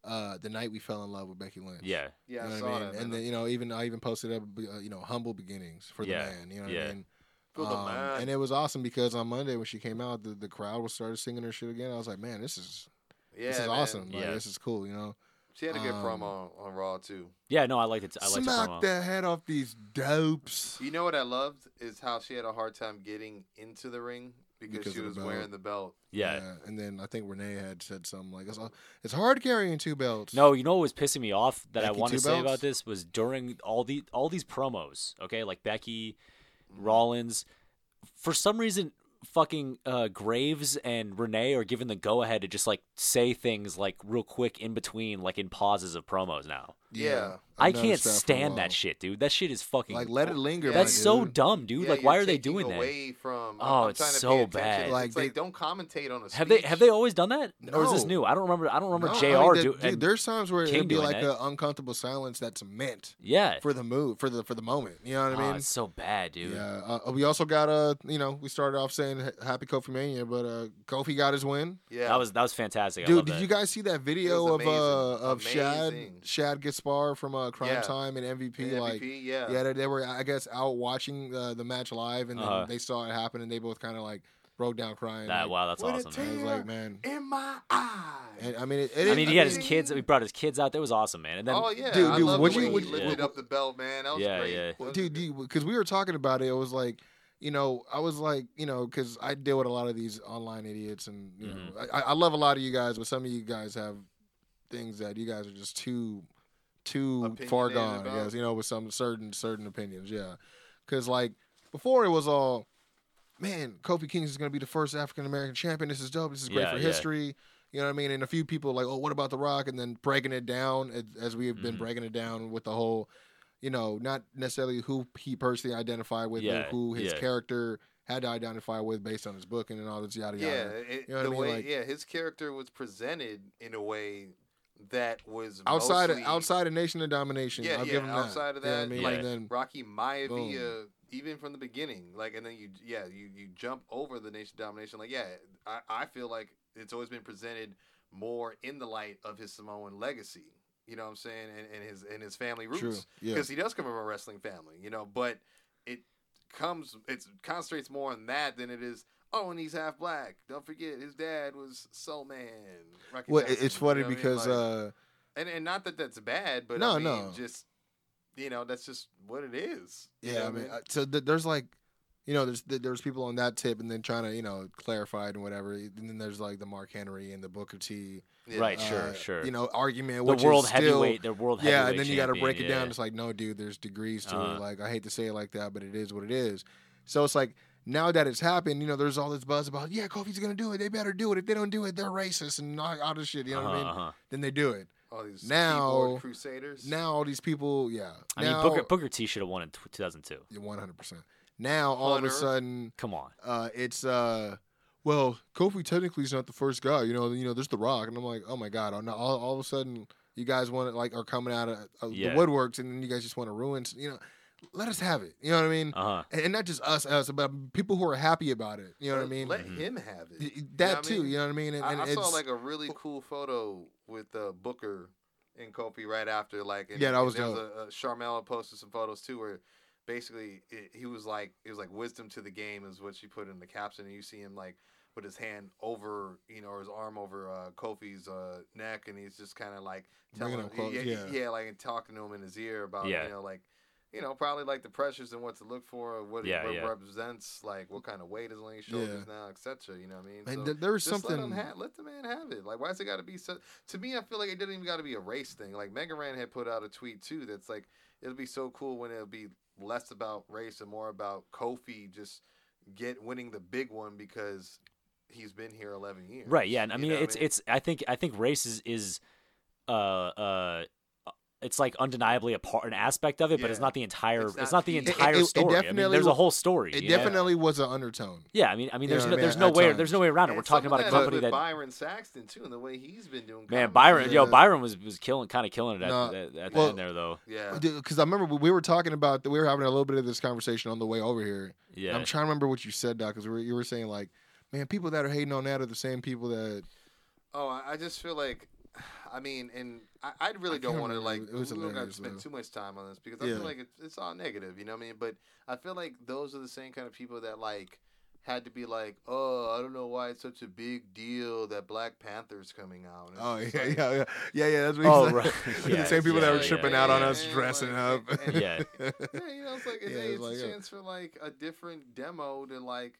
uh, the night we fell in love with Becky Lynch. Yeah, Yeah, You I know saw what I mean? that. and man. then you know, even I even posted up, uh, you know, humble beginnings for the Yeah, man. You know what yeah. I mean? For the man. um, And it was awesome because on Monday when she came out, the, the crowd was started singing her shit again. I was like, man, this is yeah, this is man. awesome. Like, Yeah. this is cool. You know, She had a good Um, promo on, on Raw too. yeah. No, I liked it. I liked the smack promo. the head off these dopes. You know what I loved is how she had a hard time getting into the ring because, Because she of the was belt. wearing the belt. Yeah. And then I think Renee had said something like, it's, uh, it's hard carrying two belts. No, you know what was pissing me off that I Becky want Two to say about Belts? this was during all the all these promos, okay, like Becky, Rollins, for some reason fucking uh, Graves and Renee are given the go ahead to just like say things like real quick in between, like in pauses of promos now. Yeah. I, I've can't noticed that for a stand while. that shit, dude. That shit is fucking Like, let it linger. Yeah, my That's so dude. dumb, dude. Yeah, like why you're are they taking doing that? away From, I'm- Oh, I'm it's trying to so pay attention. bad. It's Like, Like, they- don't commentate on a speech. Have they have they always done that? Or is this No. new? I don't remember I don't remember No, I JR mean, that- do- dude, and- there's times where King it'd be doing like that. an uncomfortable silence that's meant yeah. for the move, for the for the moment. You know what I Ah, mean? it's so bad, dude. Yeah. Uh, we also got uh, you know, we started off saying ha- happy Kofi Mania, but uh, Kofi got his win. Yeah. That was that was fantastic. I Dude, love did that. you guys see that video of amazing. uh of Amazing. Shad Shad Gaspar from uh Crime Yeah. Time and MVP, And MVP, like yeah. yeah, they, they were I guess out watching uh, the match live and then Uh-huh. they saw it happen and they both kind of like broke down crying. That, like, wow, that's With a awesome. man. I was like, man, In my eye. and, I mean, it, it I is- mean, I he had his mean- kids. He brought his kids out. That was awesome, man. And then, oh yeah, Dude, I dude, love would the you- way would- he lifted would- up the belt, man. That was Yeah, great. yeah. That was dude, good. because we were talking about it, it was like, you know, I was like, you know, because I deal with a lot of these online idiots, and you Mm-hmm. know, I, I love a lot of you guys, but some of you guys have things that you guys are just too, too far Opinionated gone, I about? guess, you know, with some certain certain opinions, yeah, because like before it was all, man, Kofi Kings is gonna be the first African American champion. This is dope. This is great Yeah, for yeah. history. You know what I mean? And a few people like, oh, what about The Rock? And then breaking it down as, as we have been Mm-hmm. Mhm. breaking it down with the whole you know, not necessarily who he personally identified with, Yeah, but who his yeah. character had to identify with based on his book and all this yada yeah, uh, yada. it, You know what I the mean? way Like- yeah his character was presented in a way that was Outside mostly, of outside of Nation of Domination, Yeah, I'll yeah. give him that. outside of You know that, what I mean? like And then- Rocky Maivia, Boom. even from the beginning, like, and then you, yeah, you you jump over the nation domination. Like, yeah, I, I feel like it's always been presented more in the light of his Samoan legacy. You know what I'm saying? And, and his and his family true, roots, yeah, because he does come from a wrestling family. You know, but it comes, it concentrates more on that than it is. Oh, and he's half black. Don't forget, his dad was Soul Man. Rocky Well, it- Johnson, it's funny you know what I mean? because Like- uh, and and not that that's bad, but No, I mean, no. just you know, that's just what it is. You yeah, I know what mean, I- so th- there's like, you know, there's th- there's people on that tip, and then trying to you know clarify it and whatever, and then there's like the Mark Henry and the Booker T, Yeah. Right, uh, sure, sure. you know, argument. the which world is still, heavyweight, the world heavyweight. yeah, and then you got to champion, break it down. yeah. It's like, no, dude, there's degrees to Uh-huh. it. Like, I hate to say it like that, but it is what it is. So it's like now that it's happened, you know, there's all this buzz about, yeah, Kofi's gonna do it. They better do it. If they don't do it, they're racist and all, all this shit. You know uh-huh, what I mean? uh-huh. Then they do it. All these Now- keyboard crusaders. Now all these people, yeah, I now mean, Booker, Booker T should have won in tw- 2002. one hundred percent. Now all of Hunter. a sudden, Come on. uh, it's uh, well, Kofi technically is not the first guy. You know, you know, there's The Rock, and I'm like, oh my god! All, all, all of a sudden, you guys want to like are coming out of, of Yeah. the woodworks, and then you guys just want to ruin. s- You know, let us have it. You know what I mean? Uh huh. and, and not just us, us, but people who are happy about it. You know what I mean? Let Mhm. him have it. Y- You know that what I too. mean? You know what I mean? And, I, and I saw it's- like a really cool photo with uh, Booker and Kofi right after. Like, and, Yeah, that and was there was a, a Charmela posted some photos too, where basically it, he was like, it was like wisdom to the game is what she put in the caption, and you see him like with his hand over, you know, or his arm over uh, Kofi's uh, neck, and he's just kind of like telling Bringing him, him close, yeah, yeah. yeah, like and talking to him in his ear about, Yeah. you know, like. You know, probably like the pressures and what to look for, or what Yeah, it re- yeah. represents, like what kind of weight is on his shoulders now, etc. You know what I mean? and So- th- there was just Let, something. him ha- let the man have it. Like, why's it got to be so? To me, I feel like it didn't even got to be a race thing. Like, Megan Rand had put out a tweet too that's like, it'll be so cool when it'll be less about race and more about Kofi just get winning the big one because he's been here 11 years. Right. Yeah. And I You mean, know what it's it's. I think I think race is is, uh uh. It's like undeniably a part, an aspect of it, but it's Yeah. not the entire. It's It's not, not the the- entire It- it- it story. I mean, definitely there's a w- whole story. It you know? definitely was an undertone. Yeah, I mean, I You mean, there's know no, what I there's mean? no At way, times. there's no way around it. We're And talking some of about a that company with that, Byron Saxton too, and the way he's been doing. man, comedy. Byron, yo, Yeah. Byron was was killing, kind of killing it at, No, at, at the well- end there though. Yeah. Because I remember we were talking about we were having a little bit of this conversation on the way over here. And Yeah, I'm trying to remember what you said, Doc, because you were saying like, man, people that are hating on that are the same people that Oh, I I just feel like, I mean, and I, I really I don't can't want to remember. like. It was we don't gotta hilarious, spend though. too much time on this because I Yeah. feel like it's, it's all negative. You know what I mean? But I feel like those are the same kind of people that like had to be like, oh, I don't know why it's such a big deal that Black Panther's coming out. And it's Oh yeah, just yeah, like- yeah, yeah, yeah. That's what Oh, he's right. Yeah, the same people that yeah, were yeah, tripping yeah, out on yeah. us dressing up. Like, and- yeah, Yeah, you know, it's like it's, Yeah, hey, it's it's like, a uh, chance for like a different demo to like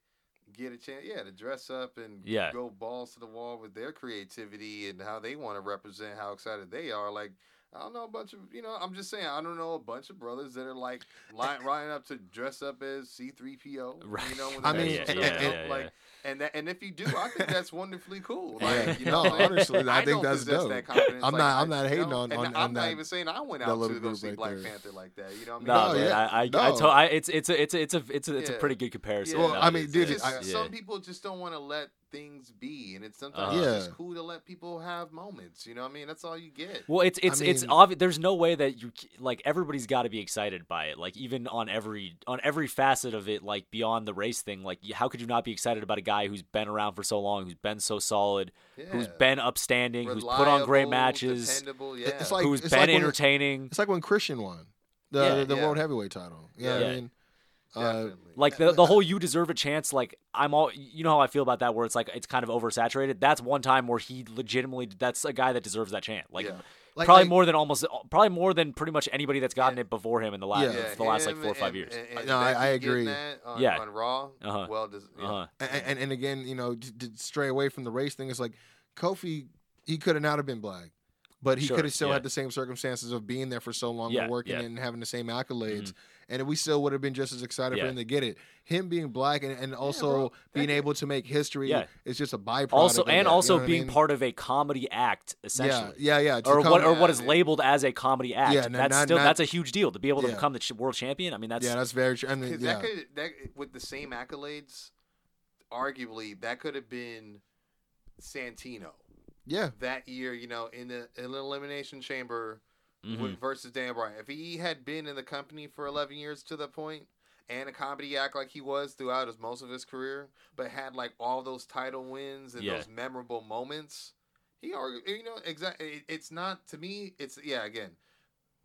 get a chance, yeah, to dress up and Yeah. go balls to the wall with their creativity and how they want to represent how excited they are. Like, I don't know a bunch of you know, I'm just saying, I don't know a bunch of brothers that are like line, lining up to dress up as C3PO. You Right. know, when I they're mean, supposed to yeah, come yeah, up, yeah, like, and that, and if you do, I think that's wonderfully cool. Yeah. Like, you know, No, what I'm saying? honestly, I think don't that's possess dope. that confidence, I'm like, not- I- I'm not you hating know, on- and on- I'm on not that- even saying I went that out little to go group see right Black there. Panther like that. You know what I mean? No, No, man, yeah. I, I, I No. to- I- it's it's a it's a it's a it's a, it's a Yeah. pretty good comparison. Well, though. I mean, It's- dude, It's it's- I- just- yeah. some people just don't want to let things be, and it's sometimes Uh-huh. it's Yeah. just cool to let people have moments. You know what I mean? That's all you get. Well, it's it's it's mean- obvious. There's no way that you c- like everybody's got to be excited by it. Like even on every on every facet of it, like beyond the race thing. Like y- how could you not be excited about a guy who's been around for so long, who's been so solid, Yeah. who's been upstanding, who's put on Reliable, great matches, Dependable, yeah. It's like who's it's been like when, entertaining. It's like when Christian won the Yeah, the, the yeah. world heavyweight title. You know what Yeah. I mean? Uh, Definitely. like the, the whole you deserve a chance like i'm all you know how i feel about that where it's like it's kind of oversaturated that's one time where he legitimately that's a guy that deserves that chance like Yeah. Like- probably like- more than almost probably more than pretty much anybody that's gotten it before him in the last Yeah. the last like him four or five and- years and- and No, I- Becky I getting agree. that On, Yeah. on Raw, Uh-huh. well, does, yeah. uh-huh and, and and again, you know, to, to stray away from the race thing is like Kofi, he could have not have been black, but he Sure, could have still yeah. had the same circumstances of being there for so long Yeah, and working yeah. Mm-hmm. and having the same accolades, and we still would have been just as excited Yeah. for him to get it. Him being black and, and also bro, that being guy- able to make history Yeah. is just a byproduct. also of that, and you know also what I being mean? part of a comedy act yeah, essentially yeah, yeah, to or come- what or yeah, what is dude. labeled as a comedy act Yeah, no, that's not- still not- that's a huge deal to be able to Yeah. become the ch- world champion i mean that's yeah, that's very true. I mean, Because yeah. that could that with the same accolades, arguably that could have been Santino yeah, that year. You know, in the in the elimination chamber, mhm. with, versus Dan Bryan. If he had been in the company for 11 years to that point and a comedy act like he was throughout his, most of his career, but had like all those title wins and Yeah. those memorable moments, he already, you know, exactly. It, it's not to me, it's yeah, again,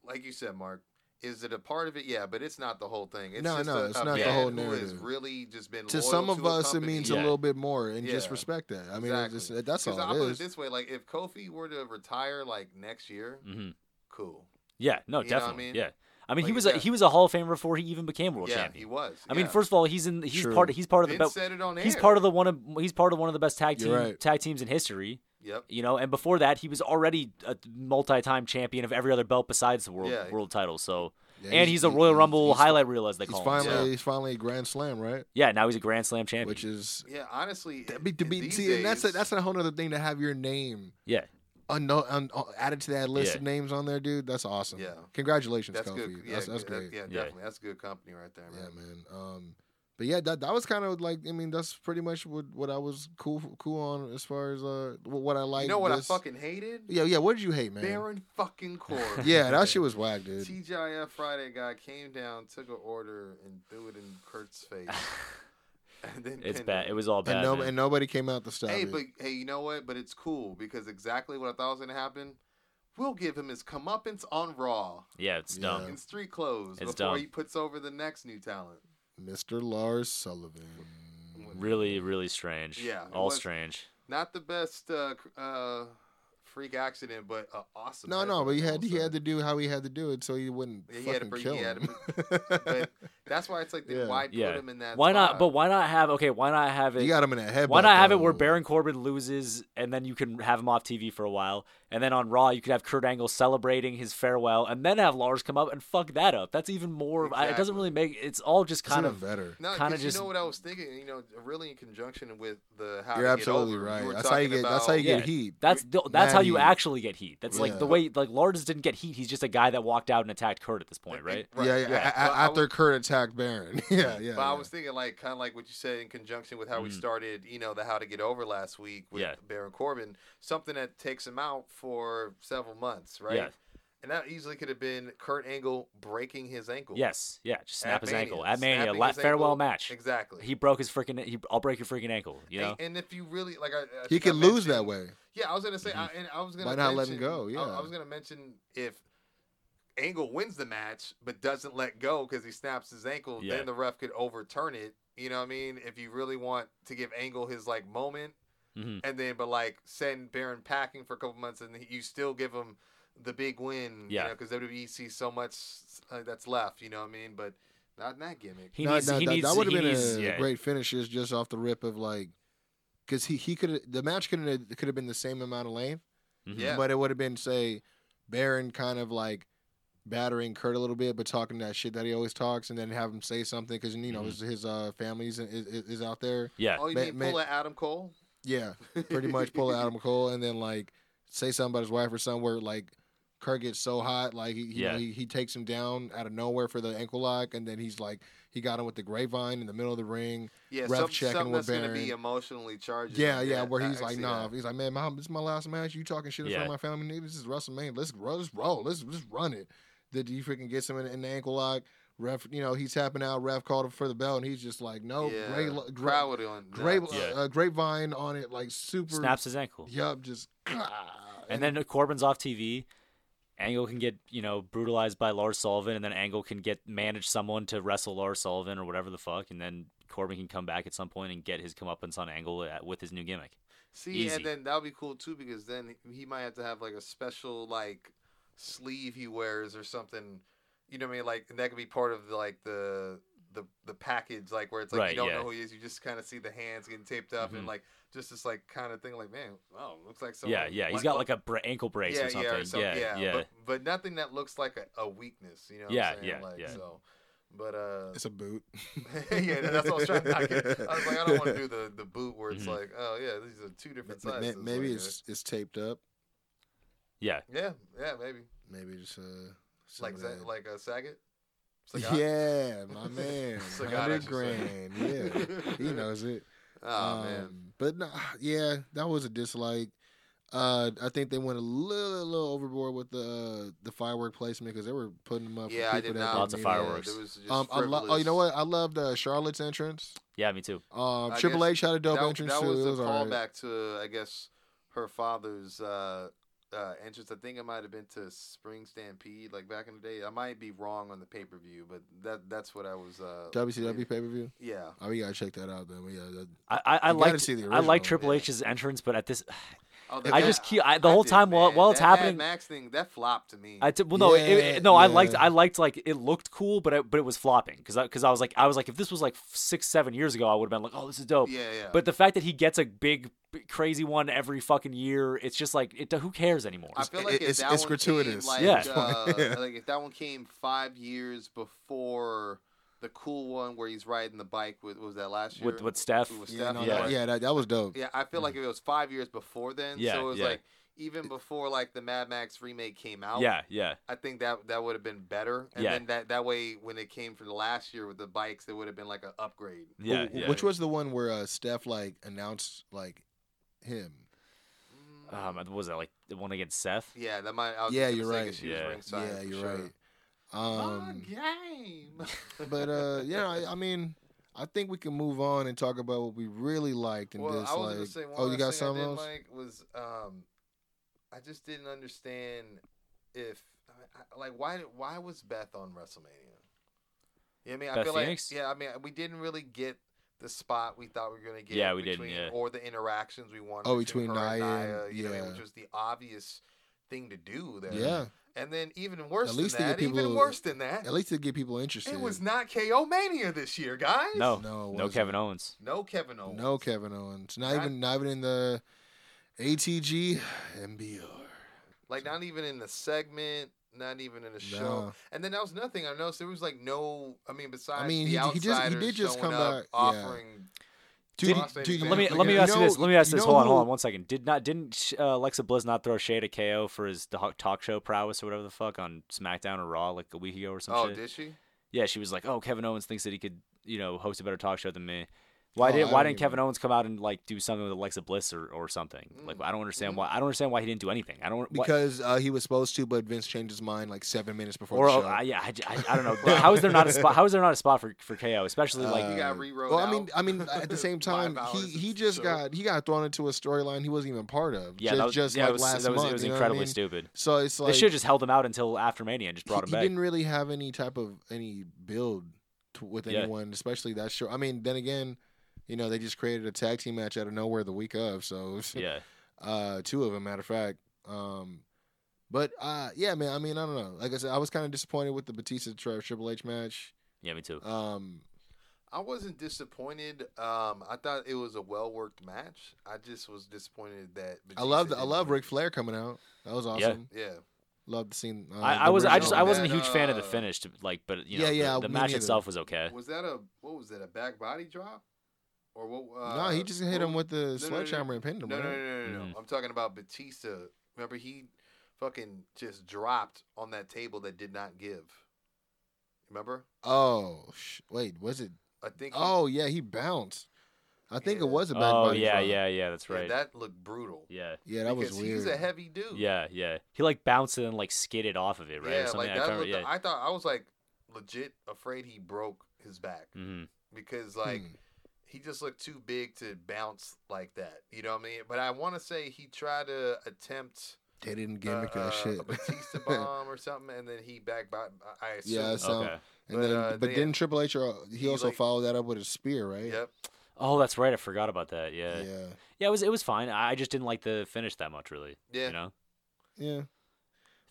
like you said, Mark. Is it a part of it? Yeah, but it's not the whole thing. It's No, just no, a, it's a not the man whole who has narrative. really just been to loyal some of to a us it company. means a Yeah. little bit more, and just Yeah. respect that. I mean, it Exactly. just, that's 'Cause all I'll it put it is. this way: like if Kofi were to retire like next year, Mhm. cool. yeah no You know what I definitely mean? yeah i mean he Like, was a yeah. he was a hall of famer before he even became world yeah, champion he was. I mean, yeah. first of all, he's in. He's True. part. He's part of the. Vince best. said it on he's air. part of the one of. He's part of one of the best tag team You're right. tag teams in history. Yep. You know, and before that, he was already a multi-time champion of every other belt besides the world Yeah. world title. So, Yeah, and he's, a Royal he's- Rumble he's- highlight reel, as they He's call finally him. Yeah. he's finally a Grand Slam, right? Yeah. now he's a Grand Slam champion. Which is Yeah, honestly, to be, to in be these see, and that's a, days- that's a whole other thing to have your name yeah, unknown un, uh, added to that list Yeah. of names on there, dude. That's awesome. Yeah. Congratulations, that's Kofi. good. Yeah, that's that's good- great. Yeah, Yeah. definitely, that's good company right there, Yeah, man. man. Um, But yeah, that that was kind of like I mean that's pretty much what, what I was cool cool on as far as uh wh- what I like. you know what this- I fucking hated? yeah yeah. What did you hate, man? Baron fucking Corbin. Yeah, that shit was whack, dude. TGIF Friday guy came down, took an order, and threw it in Kurt's face. and then It's pinned bad. him. It was all and bad. no, man. and nobody came out to stop Hey, it. but hey, you know what? But it's cool because exactly what I thought was gonna happen. We'll give him his comeuppance on Raw yeah, it's Yeah. dumb. in street clothes It's before dumb. he puts over the next new talent. Mr. Lars Sullivan. Really, really strange. Yeah, it all was- strange. Not the best uh, cr- uh, freak accident, but uh, awesome. No, no, but he had he had to. to do how he had to do it so he wouldn't Yeah, he had to fucking bring- kill he had to him. But that's why it's like, then Yeah. why put Yeah. him in that? Why not? spot? But why not have? Okay, why not have you it? got him in a head. Why not have it where Baron Corbin loses, and then you can have him off TV for a while, and then on Raw you could have Kurt Angle celebrating his farewell, and then have Lars come up and fuck that up. That's even more. I, it doesn't really make. It's all just kind of. better? No, kinda 'cause just- you know what I was thinking. You know, really in conjunction with the how You're to absolutely get over. right. You were That's how you talking get. That's how about- you Yeah, get heat. That's the, that's how Mad you heat. actually get heat. That's like the Yeah. way like Lars didn't get heat. He's just a guy that walked out and attacked Kurt at this point, right? Yeah, yeah. a- But a- I after was- Kurt attacked Baron. yeah, yeah. But I yeah. was thinking, like, kind of like what you said in conjunction with how we Mhm. started, you know, the how to get over last week with Yeah. Baron Corbin, something that takes him out for several months, right? Yeah. And that easily could have been Kurt Angle breaking his ankle. Yes, yeah. Just snap At his Mania. ankle at Mania. Snapping La- his farewell ankle. match. Exactly. He broke his freaking. He, I'll break your freaking ankle. You know. and, and if you really like, I, I he think I could lose that mentioned- way. Yeah, I was gonna say, I, and I was gonna Mm-hmm. Why not let him mention- go? I- I, Yeah. was gonna mention if Angle wins the match but doesn't let go because he snaps his ankle, Yeah. then the ref could overturn it. You know what I mean? If you really want to give Angle his like moment, Mm-hmm. Mhm. and then but like send Baron packing for a couple months, and you still give him the big win. Yeah. you because WWE E sees so much uh, that's left. You know what I mean? But not in that gimmick. He No, needs. that, he that, needs. that would have he been needs, a yeah. great finish, just just off the rip of like, because he he could the match could have could have been the same amount of length, Mhm. Yeah. Mm-hmm. but it would have been say, Baron kind of like battering Kurt a little bit, but talking that shit that he always talks, and then have him say something because you know Mhm. his his uh, family's is, is, is out there. Yeah. Oh, you Ma- mean ma- pull at Adam Cole? Yeah, pretty much pull out Adam Cole and then like say something about his wife or something where like Kurt gets so hot, like he he, Yeah. he he takes him down out of nowhere for the ankle lock, and then he's like he got him with the grapevine in the middle of the ring. Yeah, Ref some, checking something with that's gonna be Baron. emotionally charged. Yeah, yeah, where I- he's I like, see nah, that. he's like, man, my, this is my last match. You talking shit in front Yeah. of my family? nigga? This is WrestleMania. Let's roll, let's roll, let's just run it. Did he freaking gets him in, in the ankle lock? Ref, you know, he's tapping out. Ref called him for the bell, and he's just like, no, yeah. great, lo- gra- crowd on grape, nuts. Yeah. uh, uh, grapevine on it, like super. Snaps his ankle. Yup, just. ah, And then Corbin's off TV. Angle can get you know brutalized by Lars Sullivan, and then Angle can get manage someone to wrestle Lars Sullivan or whatever the fuck, and then Corbin can come back at some point and get his comeuppance on Angle at, with his new gimmick. See, Easy. and then that'll be cool too because then he might have to have like a special like sleeve he wears or something. You know what I mean? Like and that could be part of the, like the the the package, like where it's like Right, you don't yeah. know who he is. You just kind of see the hands getting taped up Mhm. and like just this like kind of thing. Like man, oh, looks like someone. yeah, yeah, he's like- got like a bra- ankle brace yeah, or something. yeah, or some- yeah, yeah. But, but nothing that looks like a, a weakness. You know? What Yeah, I'm saying? yeah, like, yeah. So, but uh, It's a boot. yeah, that's what I was trying to not get. I was like, I don't want to do the, the boot where it's Mhm. like, oh yeah, these are two different Ma- ma- sizes. maybe like, it's it's taped up. yeah. uh, yeah, yeah, maybe Maybe just uh. like some of Za- that- like a Saget. Sagat? yeah, my man, Sagat, I hundred should say. grand. Yeah, he knows it. Oh man, Um, But no, yeah, that was a dislike. Uh, I think they went a little, little overboard with the uh, the firework placement because they were putting them up. yeah, uh, for I people did that not. didn't Lots of need yeah, it. fireworks. there was just Um, I lo- oh, you know frivolous- what? I loved uh, Charlotte's entrance. Yeah, me too. Um, I Triple guess H had a dope that, entrance that too. was it a was all callback right. to I guess her father's uh, uh, entrance. I think it might have been to Spring Stampede, like back in the day. I might be wrong on the pay per view, but that that's what I was. Uh, WCW pay per view. Yeah, Oh, we gotta check that out then. But yeah, that, I I, I You gotta liked see the I like original, Triple yeah. H's entrance, but at this, Oh, I Mad- just keep- I- the whole did, time while- man. while it's That Mad happening- Max thing that flopped to me. I t- well no it, it- Yeah, no I liked yeah. I liked like it looked cool, but it, but it was flopping because because I, was like I was like if this was like six seven years ago I would have been like oh this is dope. yeah, yeah. But the fact that he gets a big b- crazy one every fucking year, it's just like it who cares anymore? I feel like if it's- that it's one gratuitous. Came, like, Yeah. uh, Yeah. like if that one came five years before the cool one where he's riding the bike with what was that last year with with Steph. With yeah, Steph? no, Yeah. That, yeah, that, that was dope. Yeah, I feel like if it was five years before then, Mm. Yeah, so it was yeah. like even before like the Mad Max remake came out. Yeah, yeah. I think that that would have been better. And Yeah. then that that way when it came from the last year with the bikes, it would have been like an upgrade. Yeah, Wh- yeah. Which was the one where uh, Steph like announced like him. um, what was that like the one against Seth? Yeah, that might. I was Yeah, gonna you're say, 'cause right. She Yeah. was ringside yeah, for you're sure. right. Um, game. but uh, yeah, I, I mean, I think we can move on and talk about what we really liked and well, this I was like. gonna say one oh, you got last thing I something didn't else? like was um, I just didn't understand if I- I- like why did- why was Beth on WrestleMania? You know what I mean, I Beth feel Phoenix? like yeah, I mean we didn't really get the spot we thought we were gonna get. Yeah, we didn't, between, yeah. Or the interactions we wanted. Oh, between her and Nia and- Nia, you know, what I mean, yeah. which was the obvious thing to do there. Yeah, And then even worse least to than get that, even people- worse than that, at least to get people interested. it was not KO Mania this year, guys. No, No, no, it wasn't. Kevin Owens. No Kevin Owens. no Kevin Owens, not Not- even not even in the ATG MBR. Like not even in the segment, not even in the show. No. And then that was nothing. I noticed there was like no. I mean, besides mean, the he- he just- he outsiders did just showing come up back- yeah. offering. Dude, Did- dude, dude, you Let me know- let me you ask you this. know- Let me ask you this. know Hold on, who- hold on one second. Did not didn't sh- uh, Alexa Bliss not throw shade at KO for his do- talk show prowess or whatever the fuck on SmackDown or Raw like a week ago or some Oh, shit? did she? yeah, she was like, "Oh, Kevin Owens thinks that he could, you know, host a better talk show than me." Oh, Why I didn't Why don't didn't Kevin Owens come out and like do something with Alexa Bliss or, or something? Like, I don't understand why. I don't understand why he didn't do anything. I don't why- because uh, he was supposed to, but Vince changed his mind like seven minutes before or the show. uh, yeah, I, I, I don't know. how is there not a spot? How is there not a spot for, for KO, Uh, especially like he got rewrote. well, I mean, out. I mean, at the same Five time, hours he, into he the just show. got he got thrown into a storyline he wasn't even part of. yeah, just, that was, just yeah, like it was, last that was, month. it was you know what I incredibly mean? stupid. So it's like they should have just held him out until after Mania and just brought he, him he back. didn't really have any type of any build to, with Yeah. anyone, especially that show. I mean, then again, you know, they just created a tag team match out of nowhere the week of, so Yeah, uh, two of them, matter of fact. Um, but uh, yeah, man, I mean, I don't know. Like I said, I was kind of disappointed with the Batista Tri- Triple H match. yeah, me too. Um, I wasn't disappointed. Um, I thought it was a well worked match. I just was disappointed that. I love the, Batista I love didn't- Ric Flair coming out. That was awesome. Yeah. Yeah, Loved seeing. Uh, I, the I was I version just of I that. wasn't a huge fan of the uh, finish, to, like, but you know, Yeah, yeah, the, the me match neither. itself was okay. was that a what was that a back body drop, or what? Uh, no, he just hit what him was- with the no, sledgehammer and pinned him. No, no, right? no, no, no, no. Mm. I'm talking about Batista. Remember, he fucking just dropped on that table that did not give. Remember? Oh, sh- wait, was it? I think. he- Oh yeah, he bounced. I think it Yeah. was a back Oh body yeah, drop. yeah, yeah. That's yeah, right. that looked brutal. Yeah, yeah. That was because weird. He's a heavy dude. yeah, yeah. He like bounced and then like skidded off of it, right? Yeah, or something. like I that. can't looked, remember- yeah. I thought I was like legit afraid he broke his back hmm because like Mm. Hmm. he just looked too big to bounce like that. You know what I mean? But I want to say he tried to attempt They didn't uh, gimmick uh, that a shit. Batista bomb or something, and then he back. By, I assume. Yeah, so- okay. and but, then, uh, but they- then Triple H, uh, he, he, also like- followed that up with a spear, right? Yep. Oh, that's right. I forgot about that. Yeah. Yeah. yeah. it was it was fine. I I just didn't like the finish that much, really. Yeah. You know, Yeah.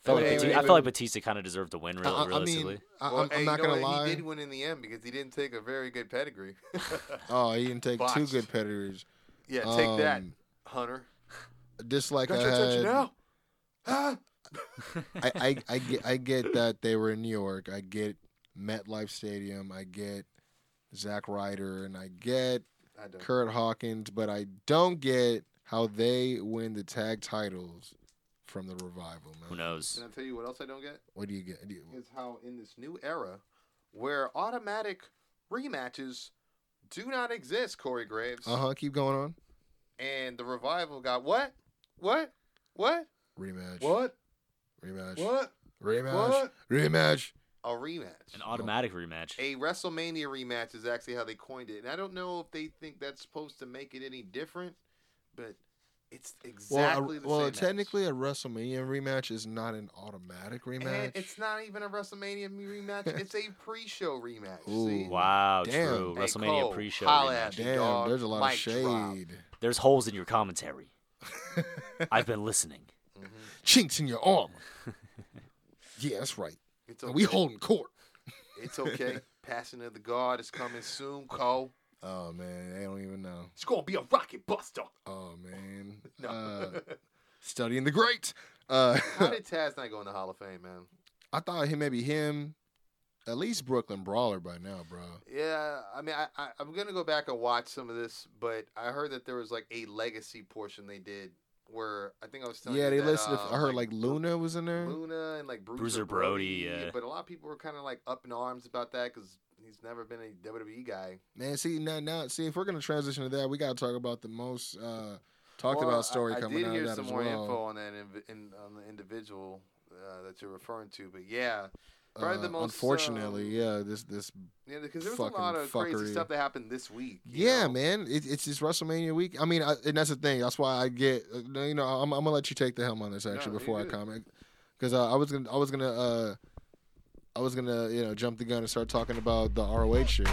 felt like Anyway, Batista, I anyway, felt like Batista kind of deserved to win, I- really, I, I realistically. mean, I, Well, I'm, hey, I'm you not know gonna what? lie. He did win in the end because he didn't take a very good pedigree. Oh, he didn't take two Botched. good pedigrees. yeah, take that, Um, Hunter. Just like I, Got your attention had, now. Ah! I, I, I get, I get that they were in New York. I get MetLife Stadium. I get Zach Ryder, and I get I don't. Kurt Hawkins, but I don't get how they win the tag titles from the revival. Who Man. knows? Can I tell you what else I don't get? What do you get? Do you- Is how in this new era, where automatic rematches do not exist, Corey Graves, Uh huh. Keep going on. and the revival got what? What? What? Rematch. What? Rematch. What? Rematch. What? Rematch. A rematch. An automatic rematch. a WrestleMania rematch is actually how they coined it, and I don't know if they think that's supposed to make it any different, but it's Well, exactly a, the well, same. match. technically, a WrestleMania rematch is not an automatic rematch. and it's not even a WrestleMania rematch; it's a pre-show rematch. Ooh. see? Wow, Damn. true. Hey, WrestleMania Cole, pre-show. holla rematch. at me, Damn, dog. there's a lot of Mic drop. shade. There's holes in your commentary. I've been listening. Chinks in your armor. yeah, that's right. It's okay. And we holding court. It's okay. Passing of the guard is coming soon, Cole. Oh man, they don't even know. It's gonna be a rocket buster. Oh man, No. uh, studying the great. Uh, How did Taz not go in the Hall of Fame, man? I thought he maybe him, at least Brooklyn Brawler by now, bro. Yeah, I mean, I, I I'm gonna go back and watch some of this, but I heard that there was like a legacy portion they did where I think I was telling Yeah, you they that, listed. um, I heard like Luna was in there. Luna and like Bruiser, Bruiser Brody, Brody. yeah. But a lot of people were kind of like up in arms about that because he's never been a WWE guy. Man, see now, now, see if we're gonna transition to that, we gotta talk about the most uh, talked Well, I- about story I, coming did out hear of that some as more well. info on that inv- in, on the individual uh, that you're referring to, but yeah, probably Uh, the most unfortunately, um, yeah, this this yeah, because there was fucking a lot of fuckery. crazy stuff that happened this week. you Yeah, know? man, it, it's it's WrestleMania week. I mean, I, and that's the thing. That's why I get uh, you know I'm, I'm gonna let you take the helm on this actually you before I do it. comment because uh, I was gonna I was gonna uh, I was gonna you know jump the gun and start talking about the ROH shit.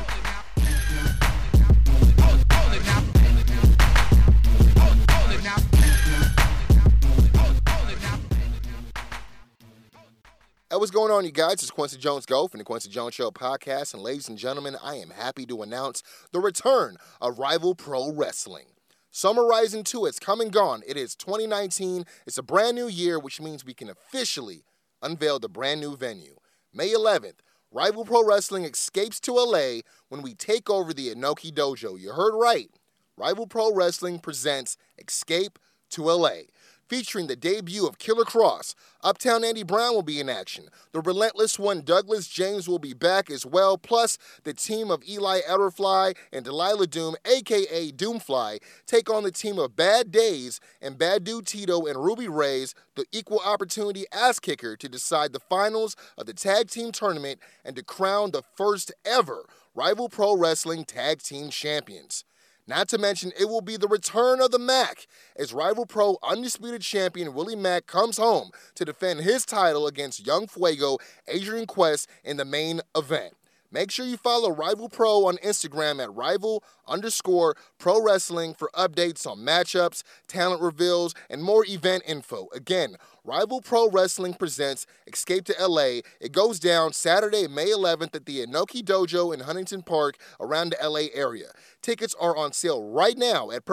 Hey, what's going on, you guys? It's Quincy Jones Go from the Quincy Jones Show podcast, and ladies and gentlemen, I am happy to announce the return of Rival Pro Wrestling. Summer Rising 2 it's come and gone. It is 2019. It's a brand new year, which means we can officially unveil the brand new venue. May 11th, Rival Pro Wrestling escapes to LA when we take over the Inoki Dojo. You heard right. Rival Pro Wrestling presents Escape to LA, featuring the debut of Killer Cross. Uptown Andy Brown will be in action. The relentless one Douglas James will be back as well, plus the team of Eli Elderfly and Delilah Doom, aka Doomfly, take on the team of Bad Days and Bad Dude Tito and Ruby Rays, the equal opportunity ass kicker to decide the finals of the tag team tournament and to crown the first ever Rival Pro Wrestling Tag Team Champions. Not to mention, it will be the return of the Mac as Rival Pro Undisputed Champion Willie Mack comes home to defend his title against Young Fuego, Adrian Quest in the main event. Make sure you follow Rival Pro on Instagram at rival underscore pro wrestling for updates on matchups, talent reveals, and more event info. Again, Rival Pro Wrestling presents Escape to LA. It goes down Saturday, May 11th at the Inoki Dojo in Huntington Park around the LA area. Tickets are on sale right now at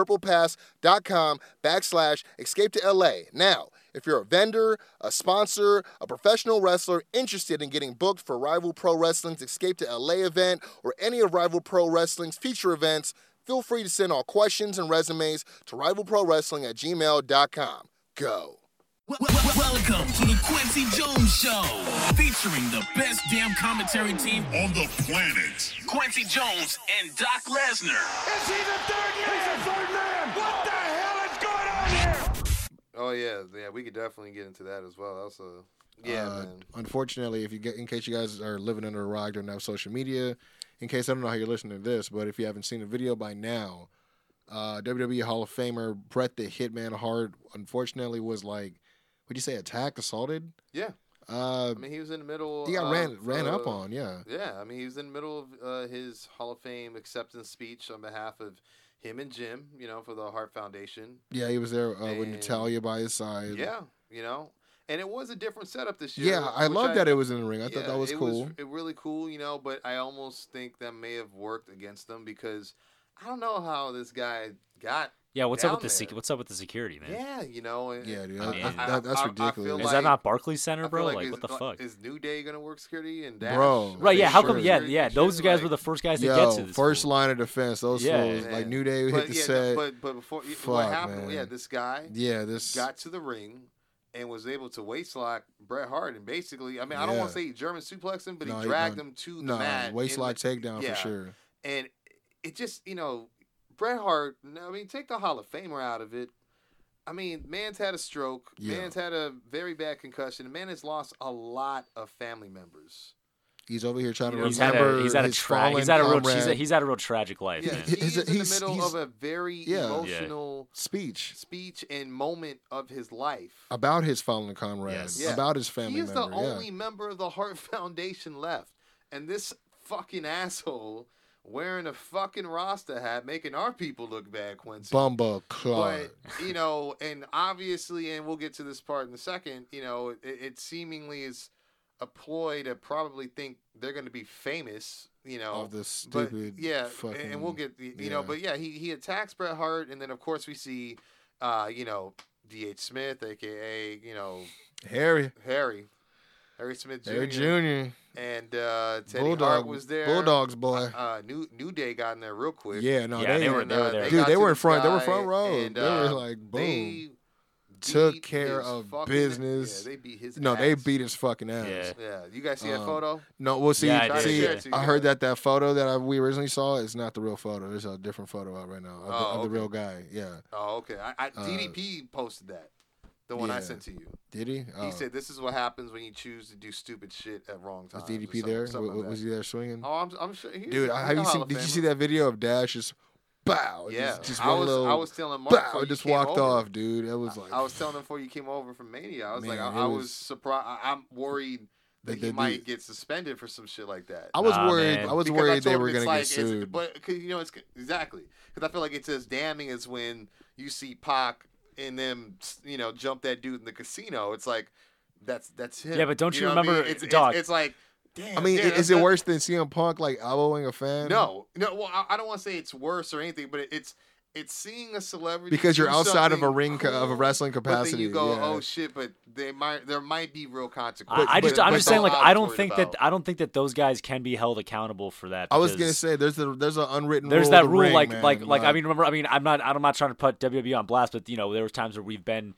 purplepass.com backslash escape to LA. Now, if you're a vendor, a sponsor, a professional wrestler interested in getting booked for Rival Pro Wrestling's Escape to LA event or any of Rival Pro Wrestling's future events, feel free to send all questions and resumes to rivalprowrestling at gmail.com. Go. Wel- wel- Welcome to the Quincy Jones Show, featuring the best damn commentary team on the planet. Quincy Jones and Doc Lesnar. Is he the third man? He's the third man. What the hell is going on here? Oh yeah, yeah, we could definitely get into that as well. That was a yeah, Uh, man. Unfortunately, if you get, in case you guys are living under a rock, don't have social media. In case I don't know how you're listening to this, but if you haven't seen the video by now, uh, WWE Hall of Famer Bret the Hitman Hart unfortunately was like, would you say attacked, assaulted? Yeah, Uh, I mean he was in the middle. he got of, ran ran up uh, on, yeah. Yeah, I mean, he was in the middle of uh, his Hall of Fame acceptance speech on behalf of him and Jim, you know, for the Hart Foundation. Yeah, he was there uh, with and- Natalia by his side. Yeah, you know, and it was a different setup this year. yeah. I which love that it was in the ring. I thought yeah, that was it cool. It really cool, you know, but I almost think that may have worked against them because I don't know how this guy got. Yeah, what's up down with the sec- there. what's up with the security, man? Yeah, you know. and- yeah, dude, I- that- mean, I- that- that's I- I feel ridiculous. Is like- that not I Barclays Center, feel bro? Like, is- what the fuck? Is New Day gonna work security and Dash? Bro. right? Yeah. How Sure. come? Yeah, yeah. Those guys were the first guys to get to Yo, this. first fool. line of defense. Those Yeah. fools, like Man. New Day hit But the yeah, no, set. but but before y- what Fuck, happened? Yeah, man. this guy yeah, this got to the ring and was able to waist lock Bret Hart and basically, I mean, I don't Yeah. want to say he German suplexed him, but No, he he dragged done- him to the no mat. waist in lock the- takedown yeah. for sure. and it just you know Bret Hart. I mean, take the Hall of Famer out of it. I mean, man's had a stroke. Yeah. Man's had a very bad concussion. The man has lost a lot of family members. He's over here trying to He's had remember. a he's had a his tra- fallen he's had a real comrade he's, a, he's had a real tragic life, Yeah, man. he He's- is in the he's- middle he's- of a very Yeah. Yeah. emotional speech speech and moment of his life. about his fallen comrades, Yes. Yeah. about his family he is member. the only member of the Hart Foundation left, and this fucking asshole wearing a fucking Rasta hat making our people look bad, yeah. Quincy. Bumba Claw. but you know, and obviously, and we'll get to this part in a second. You know, it, it seemingly is a ploy to probably think they're going to be famous. You know, Of the but stupid. yeah, fucking, and- and we'll get the, you yeah. know, but yeah, he he attacks Bret Hart, and then of course we see, uh, you know, D. H. Smith, aka you know Harry. Harry, Harry Smith Jr. Harry Jr. and uh, Teddy Bulldog Hart was there. Bulldogs boy. Uh, New New Day got in there real quick. yeah, no, Yeah, they, they were- And, uh, there. they Dude, got they to were in this front- they were guy, front row. and, They were uh, like, boom. They took beat care his of fucking- business. Yeah, they beat his. no, they ass. beat his fucking ass. Yeah. Yeah, you guys see that Um, photo? No, we'll see. Yeah, I did. see, Yeah, it's- I heard that that photo that I, we originally saw is not the real photo. There's a different photo out right now of, the, Oh, of the okay. real guy. Yeah, Oh, okay. I, I, Uh, DDP posted that, the one I yeah. sent to you. did he? He Oh. said, "This is what happens when you choose to do stupid shit at wrong was times." or DDP something- there? something W- like was that. he there swinging? Oh, I'm, I'm sure. He, Dude, I have you seen? Did you see that video of Dash just bow? Yeah, just, just I one was. little I was telling Mark. bow. before you Just came walked over. off, dude. That was like I was telling him before you came over from Mania. I was like, Man, I, I it was, was- surprised. I, I'm worried They- that they he do- might get suspended for some shit like that. I was Nah, worried. man. I was Because I worried they told were him it's gonna like, get it's- sued. But 'cause, you know, it's exactly because I feel like it's as damning as when you see Pac and them, you know, jump that dude in the casino. It's like that's that's him. Yeah, but don't you know what I mean? remember- It's, it's- dog. It's, like, damn. I mean, yeah, i- is that's- it that- worse than CM Punk like elbowing a fan? No, no. Well, I, I don't want to say it's worse or anything, but it, it's it's seeing a celebrity because you're do outside of a something ring co- of a cool, wrestling capacity. But then you go, yeah. oh shit! But they might there might be real consequences. I, I just But- I'm but just that's saying like all was I don't worried think about. that I don't think that those guys can be held accountable for that. I was because- gonna say there's the there's an unwritten there's rule that of the rule ring, like man. like like I mean remember I mean I'm not I'm not trying to put WWE on blast but you know there was times where we've been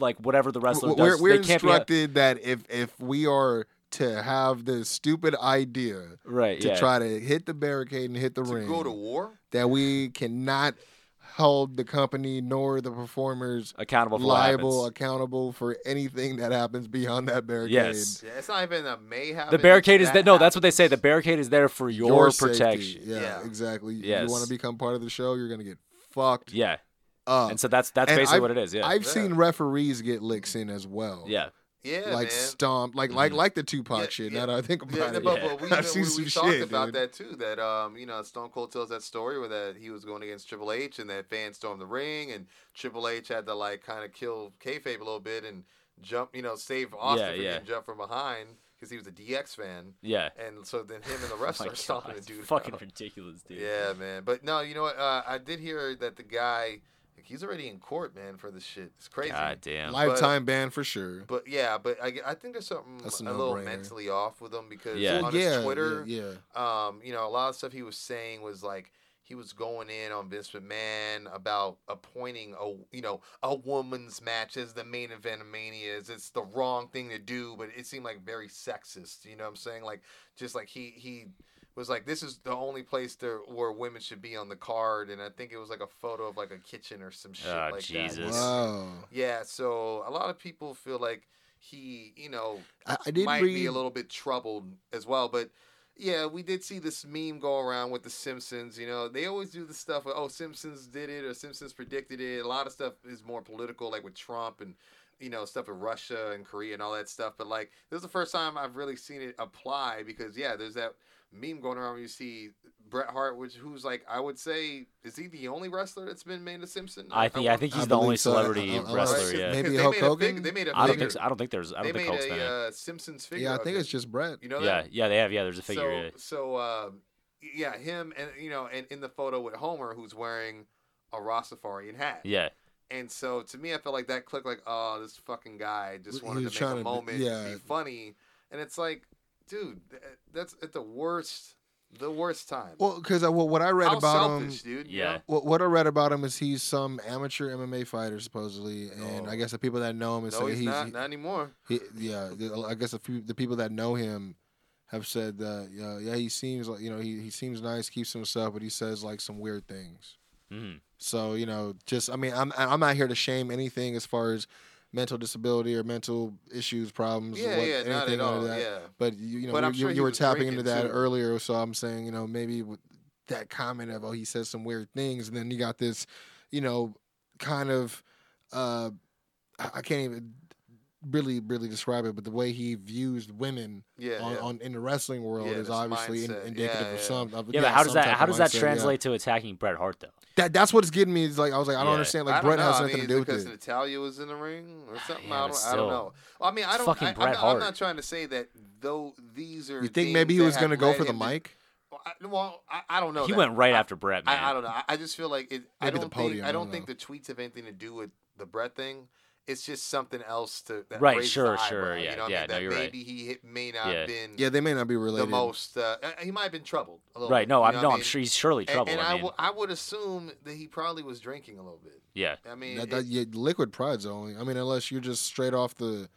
like whatever the wrestler w- does we're, we're they can't be instructed that if if we are to have this stupid idea right to yeah try to hit the barricade and hit the to ring, go to war. that we cannot hold the company nor the performers accountable for what liable, happens. accountable for anything that happens beyond that barricade. yes Yeah, it's not even a may happen. the it's barricade is that that no that's what they happens. say the barricade is there for your, safety. protection Yeah, Yeah. exactly. You Yes. want to become part of the show, you're gonna get fucked yeah up. and so that's that's And basically I've- what it is yeah I've Yeah. seen referees get licks in as well. yeah Yeah, like man. stomped, like like Mhm. like the Tupac Yeah, shit. yeah. Now that I think about Yeah, no, it, but, but we, I've seen we, some we talked shit, about dude. that too. That um, you know, Stone Cold tells that story where that he was going against Triple H and that fans stormed the ring and Triple H had to like kind of kill kayfabe a little bit and jump, you know, save Austin Yeah, from yeah. getting jumped from behind because he was a DX fan. yeah And so then him and the Oh my wrestler God, stomping the it's dude. fucking out. ridiculous dude Yeah, man. But no, you know what? Uh, I did hear that the guy, like, he's already in court, man, for this shit. It's crazy. god damn Lifetime ban for sure. But yeah, but I, I think there's something That's a a, little no-brainer. mentally off with him because Yeah. on yeah, his Twitter, yeah, yeah. um, you know, a lot of stuff he was saying was like he was going in on Vince McMahon about appointing a you know a woman's match as the main event of Manias. It's the wrong thing to do, but it seemed like very sexist. You know what I'm saying? Like just like he he was like this is the only place there where women should be on the card, and I think it was like a photo of like a kitchen or some shit Oh, like that. Jesus. you know? Wow. Yeah, so a lot of people feel like he, you know, I, I did might read. be a little bit troubled as well. But yeah, we did see this meme go around with the Simpsons. You know, they always do the stuff. With, oh, Simpsons did it, or Simpsons predicted it. A lot of stuff is more political, like with Trump and you know stuff with Russia and Korea and all that stuff. But like, this is the first time I've really seen it apply because yeah, there's that meme going around where you see Bret Hart, which who's like, I would say, is he the only wrestler that's been made a Simpson? I think I think I he's the believe only so. celebrity I- I- I- wrestler Right. yeah Maybe Because they Hulk made a fig- Hogan? they made a I don't figure. think so. I don't think there's I they don't think made Hulk's a been in. uh, Simpsons figure. yeah, I of think it. it's just Brett. You know that? yeah yeah they have yeah there's a figure yeah. So, so uh, yeah, him and you know, and in the photo with Homer, who's wearing a Rastafarian hat. yeah And so to me, I felt like that clicked. Like, oh, this fucking guy just He wanted was to trying make to a be- moment, yeah. be funny, and it's like, dude, th- that's at the worst, the worst time. Well, because well, what I read How about um, him, selfish, dude. you Yeah. know? what, what I read about him is he's some amateur MMA fighter supposedly, and No. I guess the people that know him is Oh. No, say he's, he's not. he- Not anymore. He, yeah, the- I guess a few the people that know him have said that uh, yeah he seems like you know he, he seems nice keeps to himself but he says like some weird things. Mhm. So you know just I mean I'm I'm not here to shame anything as far as mental disability or mental issues problems Yeah, what- yeah, not anything at under all. that. Yeah. But you, you know But you- I'm you, sure you he were was tapping into drinking, that too. earlier so I'm saying you know maybe with that comment of oh he says some weird things and then you got this you know kind of uh I I can't even really really describe it, but the way he views women Yeah. on, Uh, yeah. on in the wrestling world Yeah, is this obviously in, mindset. indicative Yeah, of yeah. some. Of, yeah, but how some does that type how of does that mindset, yeah. translate to attacking Bret Hart though? That that's what's getting me. Is like I was like I don't Yeah. understand. I Like don't Brett know. has I nothing mean, to do with because it. Ah, Natalia was in the ring or something. Yeah, I, but don't, I don't still. know. I mean, I It's don't. fucking I, I'm, Bret not, I'm Hart. not trying to say that though. These are. You think maybe he was going gonna to go for the mic? Well, I, well, I, I don't know. he that. went right I- after Bret, man. I, I don't know. I, I just feel like it. I Maybe the don't podium, think. I I don't don't think know. the tweets have anything to do with the Brett thing. it's just something else to that Right, raised sure, the sure, eyebrow, you yeah, know what yeah, I mean? no, That you're right. maybe he hit- may not Yeah. have been Yeah, they may not be the related. most. Uh, uh, he might have been troubled. A little Right. bit, No, you I'm know no, what I I'm mean? sure he's surely And- trouble. And, I I mean, would- I would assume that he probably was drinking a little bit. yeah, I mean, That, it- that, yeah, liquid pride's the only. I mean, unless you're just straight off the,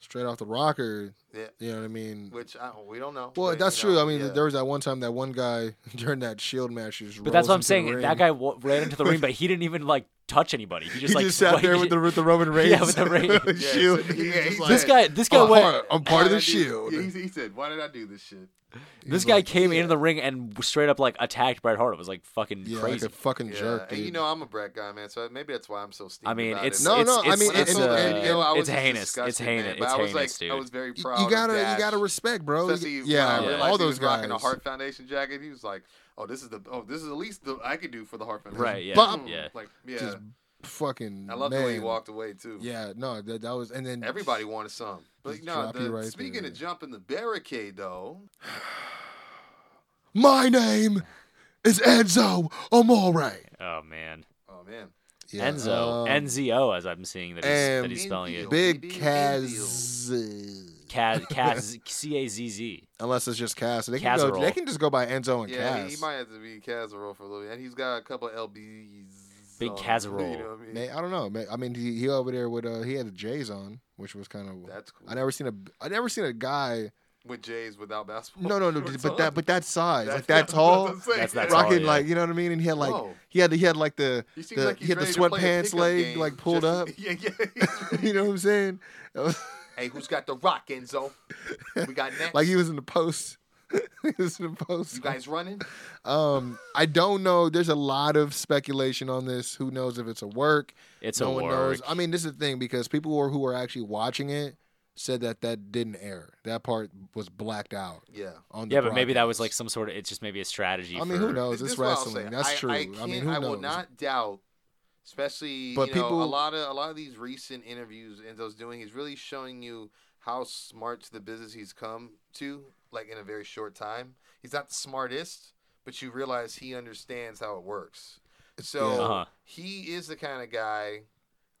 straight off the rocker. Yeah. You know what I mean? which I, we don't know. Well, but, that's you know, true. I mean, yeah. there was that one time that one guy during that Shield match he just. but rolls that's what I'm into the saying. ring. That guy w- ran into the ring, but he didn't even like touch anybody. He just He like just sat there with the with the Roman Reigns. Yeah, with the Reigns. Yeah, Shield. so- He's yeah, just he's like, This guy, this guy I'm went. part- I'm part of the Why did I do- Shield. yeah, he, he said, "Why did I do this shit?" This He's guy like, came into the ring and straight up like attacked Bret Hart. It was like fucking yeah, crazy. like a fucking Yeah, jerk. and Dude. you know I'm a Brett guy, man, so maybe that's why I'm so steamed I mean, about it's it. No, it's, no, I It's, mean, When I it's, it's- saw uh, that video, I was it's just heinous. It's disgusted, man, heinous. but It's I was heinous, like, dude. I was very You- proud. you gotta, of Dash. you gotta respect, bro. You- Especially when I yeah, realized all he those was guys. rocking a Heart Foundation jacket. He was like, "Oh, this is the oh, this is at least the I could do for the Heart Foundation." Right, yeah, Bum. yeah. Like, yeah. Just fucking. I love man. the way he walked away too. Yeah, no, that, that was, and then Everybody wanted some. But Just no, drop the, you right speaking there. of jumping the barricade though, My name is Enzo Amore. oh man, oh man, Yeah, Enzo, um, Nzo, as I'm seeing that he's, that and he's spelling it. Nzo. Big Baby Kaz. Kaz, Kaz, C A Z Z. Unless it's just Kaz, so they can go, Casserole. they can just go by Enzo and yeah, Kaz. he, he might have to be Casserole for a little bit, and he's got a couple LBs. Big on him, Casserole. You know what I mean? May- I don't know. May- I mean, he, he over there with uh, he had the J's on, which was kind of. That's cool. I never seen a I never seen a guy. With Jays without basketball. No, no, no. shorts But on. that but that size, like Oh, That's that what I tall, was about to say. That's that tall. rocking yeah. like you know what I mean. And he had like Whoa. he had he had like the, He seems the like he had the ready to play a sweatpants pickup leg game like pulled just- up. Yeah, yeah. you know what I'm saying? hey, who's got the rock, Enzo? We got next. like he was in the post. he was in the post. you guys running? Um, I don't know. There's a lot of speculation on this. Who knows if it's a work? It's no a one work. knows. I mean, this is the thing because people who are, who are actually watching it said that that didn't air. That part was blacked out Yeah. on the. yeah, but maybe that was like broadcast. some sort of. It's just maybe a strategy. I mean, for, who knows? It's This is what I'll Oh, wrestling. say. That's I- true. I, I, can't, mean, who I knows? will not doubt, especially But you know, a people- lot of a lot of these recent interviews Enzo's doing. He's really showing you how smart the business he's come to, like in a very short time. He's not the smartest, but you realize he understands how it works. So yeah. Uh-huh. he is the kind of guy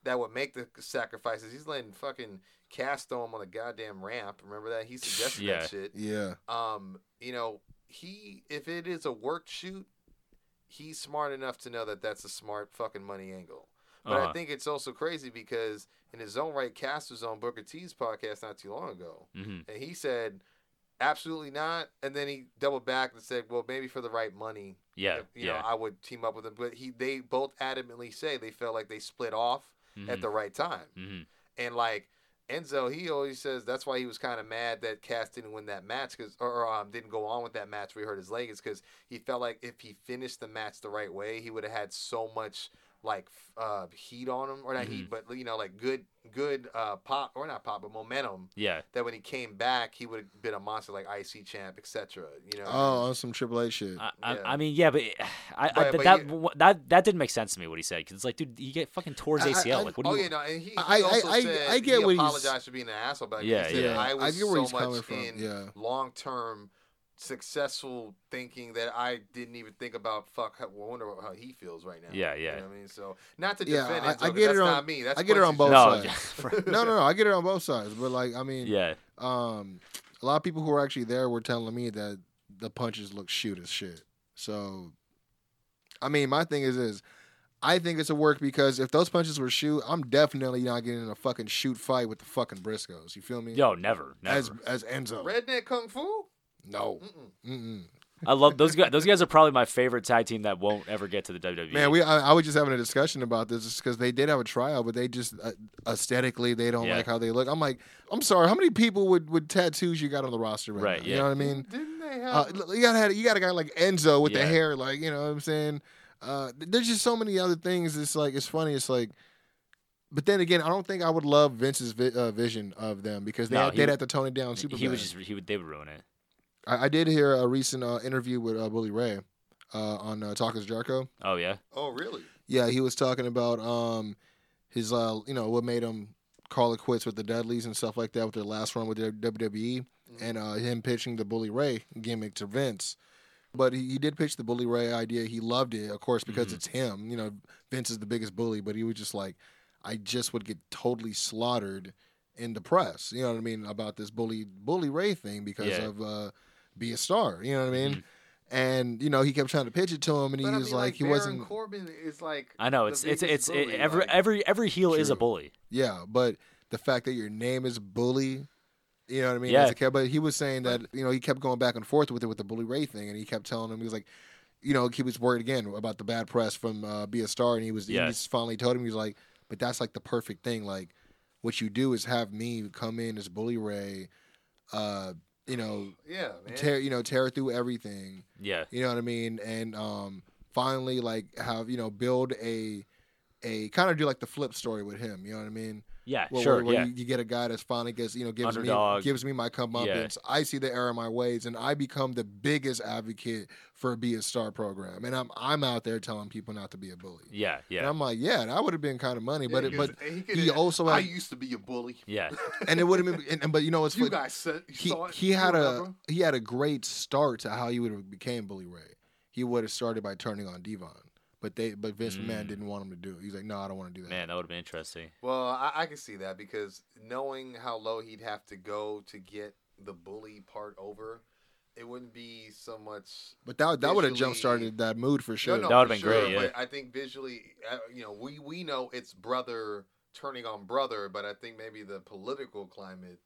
that would make the sacrifices. He's letting fucking Cass throw him on a goddamn ramp. Remember that? He suggested Yeah. that shit Yeah, um, you know, he if it is a work shoot, he's smart enough to know that that's a smart fucking money angle. But Uh-huh. I think it's also crazy because in his own right, Cass was on Booker T's podcast not too long ago, hmm and he said, "Absolutely not." And then he doubled back and said, "Well, maybe for the right money, Yeah, if- you yeah. know, I would team up with him." But he they both adamantly say they felt like they split off Mm-hmm. Mm. at the right time. hmm And like Enzo, he always says that's why he was kind of mad that Cass didn't win that match because or, or, um, didn't go on with that match. We hurt his leg is because he felt like if he finished the match the right way, he would have had so much like f- uh, heat on him or not heat, Mm-hmm. but you know like good good uh, pop or not pop but momentum Yeah. that when he came back he would have been a monster like IC champ etc. You know. oh, on some Triple H shit. I, I, Yeah. I mean, yeah, but it- I, I, But- but that, you- w that that didn't make sense to me what he said because it's like, dude, you get fucking tore his I- I- ACL. I- like, what do Oh you? yeah, no, and he, he I- I- also I- said I get he what he's- apologized for being an asshole, but Yeah, he said, yeah. I I was get where so he's much coming from, in yeah. long term successful thinking that I didn't even think about fuck. I wonder how he feels right now. Yeah, You yeah. know what I mean, so not to Yeah, defend I- it, I Joker, get that's it on- not me. That's I get it on Quincy's both job. no, sides. yeah, no, no, no. I get it on both sides, but like, I mean, yeah, um, a lot of people who were actually there were telling me that the punches look shoot as shit. So, I mean, my thing is, is I think it's a work because if those punches were shoot, I'm definitely not getting in a fucking shoot fight with the fucking Briscoes. You feel me? yo, never, never. as as Enzo. Redneck Kung Fu. No. Mm-mm. Mm-mm. I love those guys. Those guys are probably my favorite tag team that won't ever get to the E. WWE. Man, we I, I was just having a discussion about this because they did have a tryout, but they just uh, aesthetically they don't Yeah. like how they look. I'm like, I'm sorry, how many people with with tattoos you got on the roster right, Right, now? yeah. You know what I mean? Didn't they have? Uh, l- you gotta have, you got a guy like Enzo with Yeah. the hair, like you know what I'm saying. Uh, th- there's just so many other things. It's like it's funny. It's like, but then again, I don't think I would love Vince's vi- uh, vision of them because they No, had, he- they'd have to tone it down. Super. he was just he would they would ruin it. I, I did hear a recent uh, interview with uh, Willie Ray uh, on uh, Talkers Jarko. Oh yeah, oh really? Yeah, he was talking about um his uh you know what made him call it quits with the Dudleys and stuff like that with their last run with their WWE and uh him pitching the Bully Ray gimmick to Vince. But he, he did pitch the Bully Ray idea. He loved it, of course, because it's him. You know, Vince is the biggest bully, but he was just like I just would get totally slaughtered in the press. You know what I mean about this bully bully Ray thing because Yeah. of uh, be a star. You know what I mean. And you know he kept trying to pitch it to him, and he But I was mean, like, he Baron wasn't. Corbin is like. I know the it's it's it's biggest it, bully, every like- every every heel is a True. bully. Yeah, but the fact that your name is Bully, you know what I mean? Yeah. As a kid, but he was saying that you know he kept going back and forth with it with the Bully Ray thing, and he kept telling him he was like, you know, he was worried again about the bad press from uh, Be a Star, and he was Yeah. he just finally told him he was like, but that's like the perfect thing. Like, what you do is have me come in as Bully Ray, uh, you know, yeah, man. tear you know tear through everything. Yeah, You know what I mean? And um, finally, like have you know build a a kind of do like the flip story with him. You know what I mean? yeah, Well, sure, where, where yeah, you, you get a guy that's finally gets you know gives Underdog. me gives me my comeuppance. I see the error of my ways, and I become the biggest advocate for a be a star program. And I'm I'm out there telling people not to be a bully. yeah, And yeah, I'm like, yeah, that would have been kind of money, but it, Yeah, but he, could- he also I had, used to be a bully. yeah, and it would have been, and, and- but you know what's You funny? guys said he saw it, he you had a remember? he had a great start to how he would have became Bully Ray. He would have started by turning on Devon, but they but Vince McMahon Mm. didn't want him to do it. He's like, no, I don't want to do that. man, that would have been interesting. Well, I, I can see that because knowing how low he'd have to go to get the bully part over, it wouldn't be so much. But that that would have Visually- jump started that mood for sure. No, no, That would've for been sure, great, yeah. But I think visually, uh, you know, we we know it's brother turning on brother, but I think maybe the political climate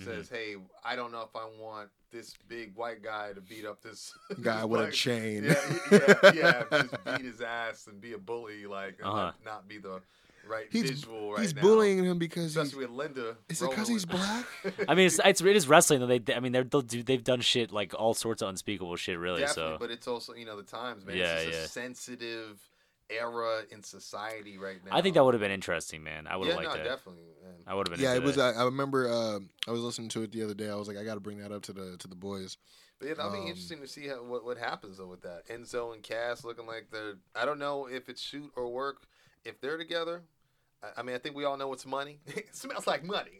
Mm-hmm. says, "Hey, I don't know if I want this big white guy to beat up this Guy this with a black- chain. Yeah, yeah, yeah, just beat his ass and be a bully, like and Uh-huh. not be the right He's- visual right he's now. bullying him because he's, Especially with Linda. is it because rolling he's with- black? I mean, it's, it's it is wrestling though. They I mean they're, they'll do they've done shit like all sorts of unspeakable shit really. Definitely, so but it's also you know the times, man. Yeah, it's just yeah. a sensitive era in society right now. I think that would have been interesting, man. I would yeah, have no, liked that. definitely. Man. I would have been. yeah, it into was. that. I, I remember. Uh, I was listening to it the other day. I was like, I got to bring that up to the to the boys. But yeah, that'll be Um, interesting to see how, what what happens though with that Enzo and Cass looking like they're. I don't know if it's shoot or work. If they're together, I, I mean, I think we all know it's money. it smells like money.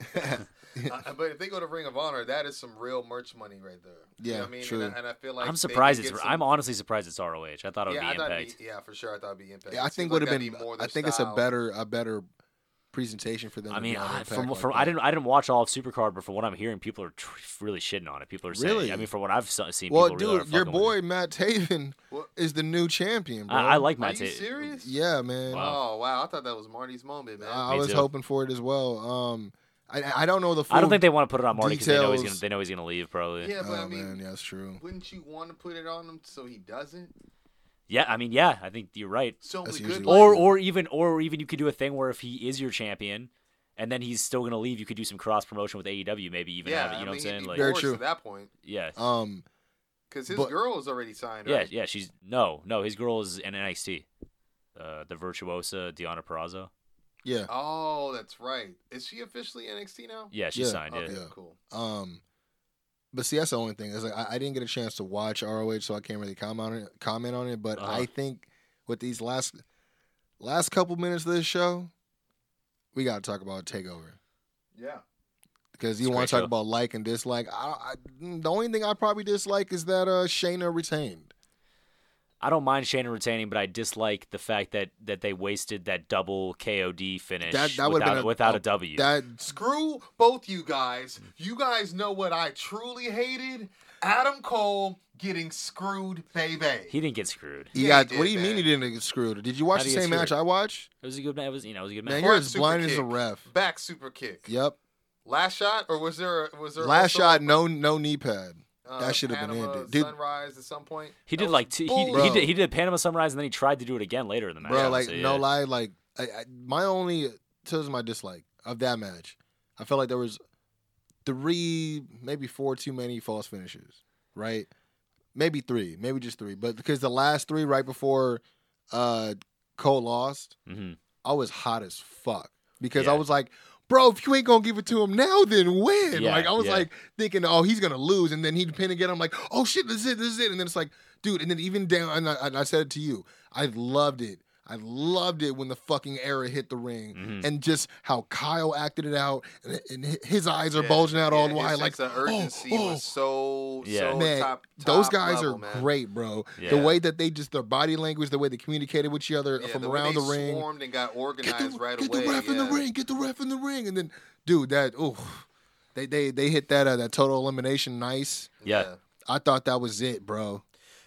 Uh, but if they go to Ring of Honor, that is some real merch money right there. You know Yeah, what I mean, true. And I, and I feel like I'm they surprised could it's. get I'm some- honestly surprised it's ROH. I thought it would yeah, I be thought Oh, Impact. it'd be, yeah, for sure. I thought it'd be impact. Yeah, I It seems think would have that'd been. be more I their think it's a style. better a better presentation for them. I to mean, be on I, Impact from like from that. I didn't I didn't watch all of Supercard, but from what I'm hearing, people are tr- really shitting on it. People are saying, Really? I mean, from what I've se- seen, Well, people really are dude, your fucking with it. boy Matt Taven What? is the new champion, bro. I, I like Are Matt you Taven. serious? Yeah, man. Wow. Oh wow, I thought that was Marty's moment, man. I, I Me was too. hoping for it as well. Um, I- I I don't know the. Full I don't think they want to put it on Marty because they know he's gonna details. they know he's gonna leave probably. Yeah. yeah, Oh but I mean, man, yeah, that's true. wouldn't you want to put it on him so he doesn't? I mean, yeah, I think you're right. So That's many usually good. what- Or Or or even or even you could do a thing where if he is your champion, and then he's still gonna leave, you could do some cross promotion with AEW, maybe even yeah, have it. You know I mean, what I'm saying? he'd Like, be Very forced true. At that point, yeah, Um, because his But- girl is already signed. yeah, right? yeah. She's no, no. His girl is in NXT, uh, the virtuosa Deanna Perrazzo. yeah. Oh, that's right. Is she officially NXT now? Yeah, she's Yeah. signed. Yeah. Okay, Yeah. cool. Um, but see, that's the only thing is like I, I didn't get a chance to watch ROH, so I can't really comment on it. Comment on it, but Uh-huh. I think with these last last couple minutes of this show, we got to talk about Takeover Yeah. because It's you a want great to talk show. about like and dislike. I, I, the only thing I probably dislike is that uh Shayna retained. I don't mind Shannon retaining, but I dislike the fact that that they wasted that double KOD finish That- that would've without, been a- without a- a W. That's Screw both you guys. You guys know what I truly hated: Adam Cole getting screwed, baby. he didn't get screwed. you Yeah, he got. did, what do you man. mean you didn't get screwed? Did you watch How'd the he get same match screwed? I watched? It was a good. ma- It was you know it was a good match. Man, you're Front as super blind as a kick. ref. Back super kick. Yep. Last shot, or was there? A, was there Last also shot, no, no knee pad. uh, that should have been Panama ended. Dude, Sunrise at some point. He That did was like two, he, he Bro. did he did Panama Sunrise and then he tried to do it again later in the match. bro. so, like yeah. no lie, like I, I, my only tells my dislike of that match. I felt like there was three, maybe four too many false finishes, right? Maybe three, maybe just three, but because the last three right before uh Cole lost, Mhm. I was hot as fuck because I Yeah. was like. Bro, if you ain't gonna give it to him now, then when? Yeah, like I was yeah. like thinking, oh, he's gonna lose, and then he'd pin again. I'm like, oh shit, this is it, this is it, and then it's like, dude, and then even down, and I, and I said it to you, I loved it. I loved it when the fucking era hit the ring Mm-hmm. Mhm. and just how Kyle acted it out and, and hi- his eyes are Yeah, bulging out yeah, all his wide. Like, sense of urgency oh, oh. was so Yeah. so man, top, those top guys level, are man. great, bro. The Yeah. way that they just their body language, the way they communicated with each other Yeah, from the way around they the ring. swarmed and got Get organized the, right get away. the ref in the yeah. ring. Get the ref in the ring. And then, dude, that oh, they they they hit that uh, that total elimination. Nice. Yeah. I thought that was it, bro.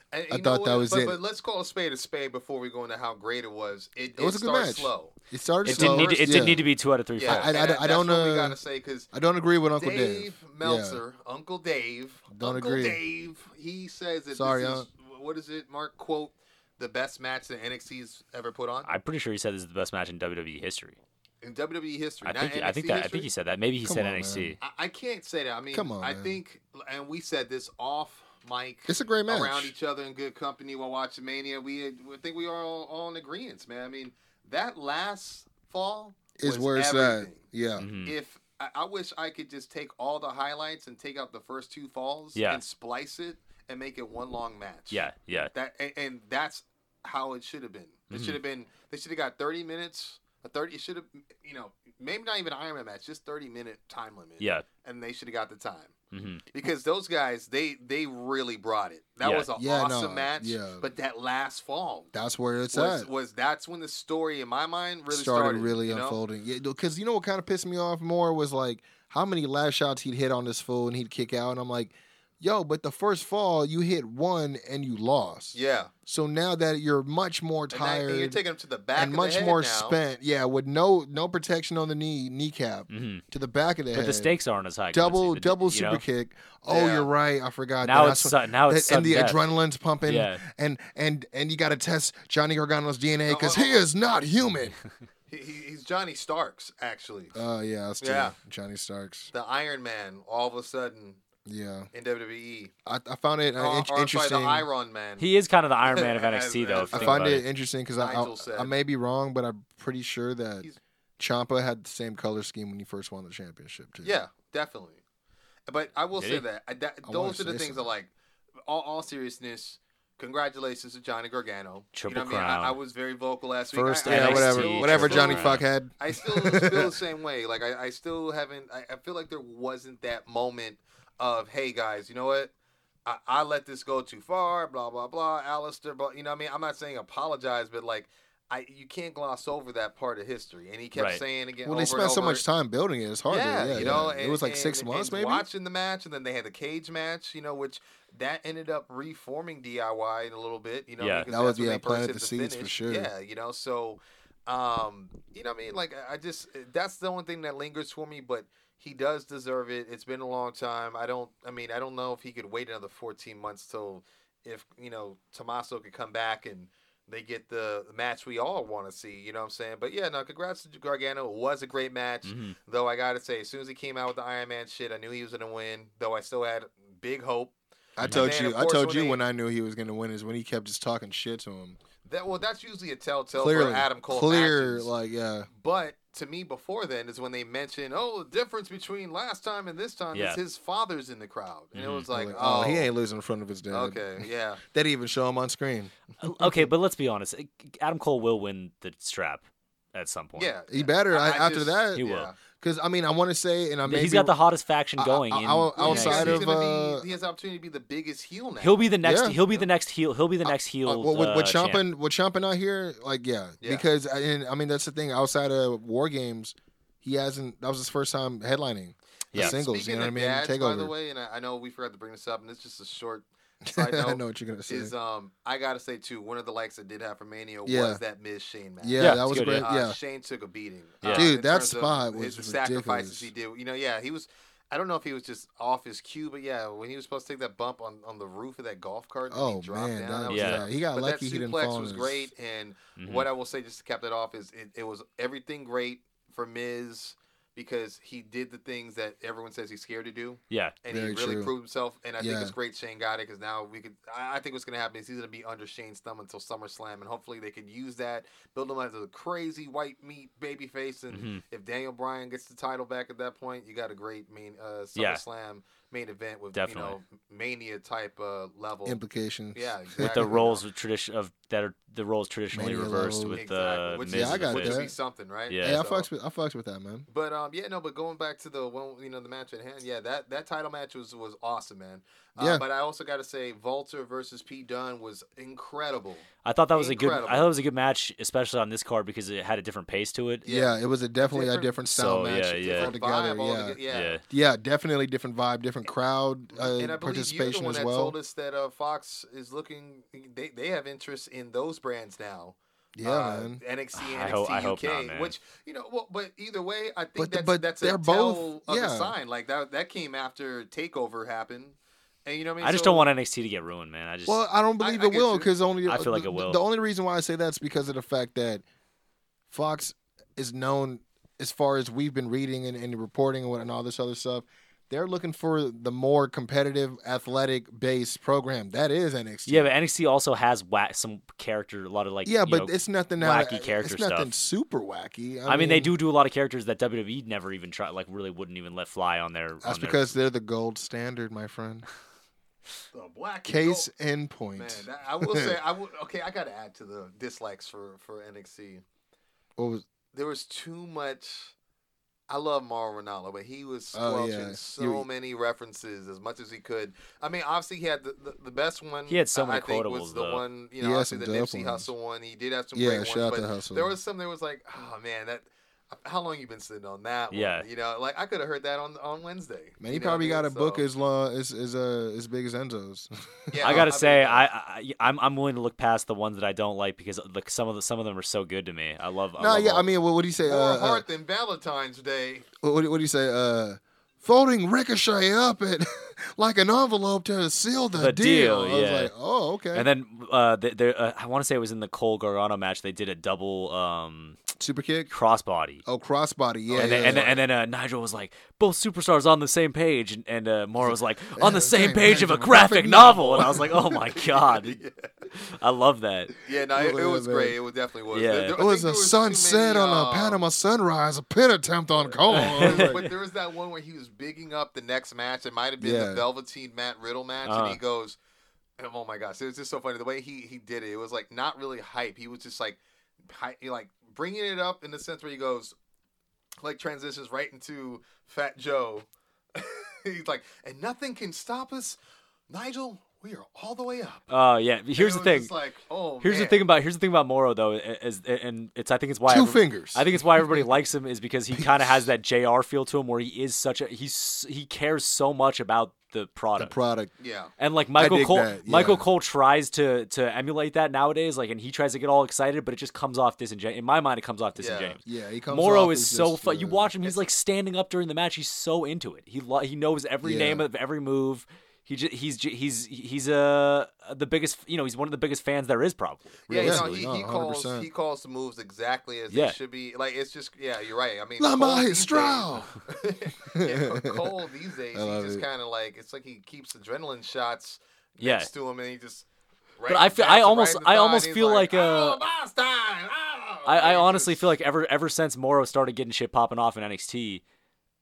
And I you know thought that what? was but, it. But let's call a spade a spade before we go into how great it was. It, It was a good starts match. slow. It started. It slow. didn't need. To, it yeah. didn't need to be two out of three. Yeah, falls. I- I- and I that- don't, that's what we uh, gotta say because I don't agree with Uncle Dave. Dave Yeah. Meltzer, Uncle Dave, Don't Uncle agree. Dave. He says that Sorry, this uh, is what is it? Mark quote the best match that NXT's ever put on I'm pretty sure he said this is the best match in WWE history. in WWE history. I not think. I think NXT that. I history. think he said that. Maybe he Come said on, NXT. man. I, I can't say that. I mean, Come on, I man. think, and we said this off mic. It's a great match. around each other in good company while watching Mania. We, had, I think we are all, all in agreement, man. I mean, that last fall Is was where it's at. everything. Yeah. Mhm. If I, I wish I could just take all the highlights and take out the first two falls Yeah. and splice it and make it one long match. Yeah. Yeah. That and, and that's how it should have been. It Mhm. should have been. They should have got thirty minutes. A thirty. It should have. You know, maybe not even an Iron Man match. Just thirty minute time limit. Yeah. And they should have got the time hmm because those guys they they really brought it. That Yeah. was an Yeah, awesome no, match. yeah. But that last fall That's where it's was, at. was that's when the story in my mind really started, started, really you know? unfolding. Yeah, because you know what kind of pissed me off more was like how many last shots he'd hit on this fool and he'd kick out, and I'm like, yo, but the first fall you hit one and you lost. Yeah. So now that you're much more And, that- tired and you're taking them to the back and of much the head more now. spent, yeah, with no no protection on the knee kneecap hmm to the back of the But head. the stakes aren't as high. double Quincy, the- double you super know? kick. Oh, Yeah. you're right. I forgot. Now that. I it's saw- su- now it's and the sudden death. adrenaline's pumping. Yeah. And and and you got to test Johnny Gargano's DNA because Uh, uh, he is not human. He, he- he's Johnny Starks actually, Oh yeah, that's true. Yeah. Johnny Starks. the Iron Man. All of a sudden Yeah, in WWE, I, I found it uh, or, in- or, sorry, interesting. the Iron Man. He is kind of the Iron Man of NXT, though. If you I think find about it, it. interesting because I, Nigel I said. I may be wrong, but I'm pretty sure that He's- Champa had the same color scheme when he first won the championship too. Yeah, definitely. But I will Did say he? that, I, that I wanna those are the say things I something. like. All, all seriously,ness Congratulations to Johnny Gargano. Triple what I, mean? crown. I, I was very vocal last week. First, I, I- yeah, I whatever, still- whatever still- Johnny Fuck Fuck had. I still feel the same way. Like I, I still haven't. I, I feel like there wasn't that moment of, hey guys, you know what? I, I let this go too far. Blah blah blah. Alistair, but you know, what I mean, I'm not saying apologize, but like, I you can't gloss over that part of history. And he kept Right. saying again. Well, over they and spent so over, much time building it. It's hard. yeah, to, yeah you know, yeah. And, it was like six and- months, and maybe. Watching the match, and then they had the cage match, you know, which that ended up reforming DIY in a little bit, you know. Yeah. because That was- that's when yeah, they first planted hit the seeds for finish. sure. Yeah, you know, so, um, you know, what I mean, like, I- I just that's the only thing that lingers for me, but. He does deserve it. It's been a long time. I don't. I mean, I don't know if he could wait another 14 months till, if you know, Tommaso could come back and they get the match we all want to see. You know what I'm saying? But yeah, no. Congrats to Gargano. It was a great match. Mhm. Though I gotta say, as soon as he came out with the Iron Man shit, I knew he was gonna win. Though I still had big hope. I told then, you. of I course, told when you they- when I knew he was going to win is when he kept just talking shit to him. That well, that's usually a telltale Clearly, for Adam Cole. clear, matches. like yeah. but to me, before then is when they mentioned, oh, the difference between last time and this time Yeah. is his father's in the crowd, and it Mhm. was like, oh, he ain't losing in front of his dad. Okay, yeah, They didn't even show him on screen. Okay, but let's be honest. Adam Cole will win the strap at some point. yeah. He better I- I, I after just- that, He will. Yeah. because I mean, I want to say, and I may he's be- got the hottest faction I- I- going. I- in I'll- NXT. outside he's of, gonna be- uh, he has the opportunity to be the biggest heel now. He'll be the next. Yeah. He'll be the next heel. He'll be the next heel. Uh, well, with, with uh, Ciampa, champ. and- with Ciampa not here, like yeah, Yeah. because and I mean that's the thing. Outside of War Games, he hasn't. That was his first time headlining. the Yeah. singles. Speaking you know what I of mean? dads, Takeover. by the way, and I, I know we forgot to bring this up, and it's just a short side note. I know what you're gonna say. is um I gotta say too, one of the likes I did have for Mania Yeah. was that Miz Shane match. yeah, Yeah, that it's was good, great. Uh, Yeah, Shane took a beating. Yeah. uh, Dude, in that terms of spot was his ridiculous. sacrifices he did. You know, yeah, he was. I don't know if he was just off his cue, but yeah, when he was supposed to take that bump on, on the roof of that golf cart, that Oh, he dropped man, down, that- that was yeah. tough. He got but lucky That he didn't suplex fall on was his- great, and Mhm. what I will say just to cap that off is it, it was everything great for Miz because he did the things that everyone says he's scared to do Yeah. and Very he really true. proved himself. And I think Yeah. it's great Shane got it because now we could. I I think what's going to happen is he's going to be under Shane's thumb until SummerSlam, and hopefully they can use that build him as a crazy white meat baby face. And Mhm. if Daniel Bryan gets the title back at that point, you got a great main uh, Yeah. SummerSlam main event with Definitely. you know Mania type uh, level. implications. yeah, With the exactly. roles of tradition of that are the roles traditionally Mania reversed level. with exactly. uh, which Miz is, Yeah, I and got which Finn. would that. be something, right? Yeah. Hey, I So- fucks with I fucks with that man. But um, yeah, no. But going back to the one, you know, the match at hand. Yeah, that that title match was was awesome, man. Uh, Yeah. But I also got to say, Volta versus Pete Dunne was incredible. I thought that was a good. Incredible. I thought it was a good match, especially on this card because it had a different pace to it. Yeah, Uh, it was a definitely Different- a different style So, match yeah, yeah. Different altogether. vibe yeah. altoge- yeah. Yeah. yeah, definitely different vibe, different crowd uh, and I believe you're the participation one as that well. told us that uh, Fox is looking. They they have interest in those brands now. yeah, uh, man. NXT, NXT I hope- UK, I hope not, man. which you know. Well, but either way, I think But the- that's but that's they're a both- tell of a yeah. sign. Like that that came after Takeover happened, and you know what I mean. I just So- don't want NXT to get ruined, man. I just. Well, I don't I- believe I it get will you. because only I feel like it the- will. The only reason why I say that's because of the fact that Fox is known as far as we've been reading and, and reporting and, what, and all this other stuff. They're looking for the more competitive, athletic-based program. That is NXT. yeah, but NXT also has whack some character, a lot of like. yeah, you but know, it's nothing that wacky character It's nothing stuff. super wacky. I, mean, they do do a lot of characters that WWE never even try, like really wouldn't even let fly on their. That's on their- because they're the gold standard, my friend. The black Case in Man, point. that, I will say I will. Okay, I got to add to the dislikes for for NXT. What was? There was too much. I love Mauro Ronaldo, but he was Oh, squelching yeah. so You- many references as much as he could. I mean, obviously he had the, the, the best one. He had so I- many I think quotables, was the though. one He you know, had obviously some the dope Nipsey ones. Hustle one. He did have some Yeah, great ones, shout out but to Hustle. there was some that was like, oh man, that how long you been sitting on that? one?" Yeah. you know, like I could have heard that on on Wednesday. Man, he you know what I probably mean? got a book So, as long as as uh, as big as Enzo's. yeah, I gotta mean, say, I, I I'm I'm willing to look past the ones that I don't like because like some of the, some of them are so good to me. I love. I no, love yeah, all- I mean, what would you say? more Uh, uh, heart than Valentine's Day. what do you say? Uh, folding ricochet up it like an envelope to seal the, The deal, I was yeah. like, oh, okay. And then uh, they, they, uh, I want to say it was in the Cole Gargano match. They did a double um, super kick. crossbody. Oh, crossbody. Yeah, and, then, yeah, and, then, yeah. and then uh, Nigel was like, both superstars on the same page. And, and uh, Mara was like, on the same page of a graphic novel. And I was like, oh my God. I love that. Yeah, no, it, it Yeah, was man. great. It was definitely was. Yeah. There- there- I it was think a there too sunset many, on a um, Panama sunrise, a pit attempt on coal. I was there- like, but there was that one where he was bigging up the next match. It might have been Yeah. the Velveteen Matt Riddle match, and Uh-huh. he goes, and "Oh my gosh!" It was just so funny the way he he did it. It was like not really hype. He was just like, hy like bringing it up in the sense where he goes, like transitions right into Fat Joe. He's like, and nothing can stop us, Nigel. We are all the way up. Oh, yeah. And Here's it was the thing. just like, oh, Here's the man. thing about here's the thing about Moro though, is, and it's I think it's why Two every- fingers. I think it's why everybody likes him is because he kind of has that Jr. feel to him, where he is such a he's he cares so much about the the product. product. Yeah. And like Michael dig Cole, that, Michael yeah. Cole tries to to emulate that nowadays. Like, and he tries to get all excited, but it just comes off disingenuous. In my mind, it comes off disingenuous. Yeah, he comes. Moro off is as so just, fun. You uh, watch him; he's like standing up during the match. He's so into it. He lo- he knows every Yeah. name of every move. He j- he's j- he's he's uh the biggest. You know, he's one of the biggest fans there is probably. Yeah, you know, Realistically, he, no, he calls 100%. he calls the moves exactly as Yeah. they should be. Like it's just yeah, you're right. I mean, La Cole these Maestral. days- yeah, Cole these days, I love he just it. kind of like it's like he keeps adrenaline shots Yeah. next to him, and he just. But I feel- I almost- I almost feel like, uh, a. boss time. Oh," I, I and honestly just- feel like ever ever since Morrow started getting shit popping off in NXT,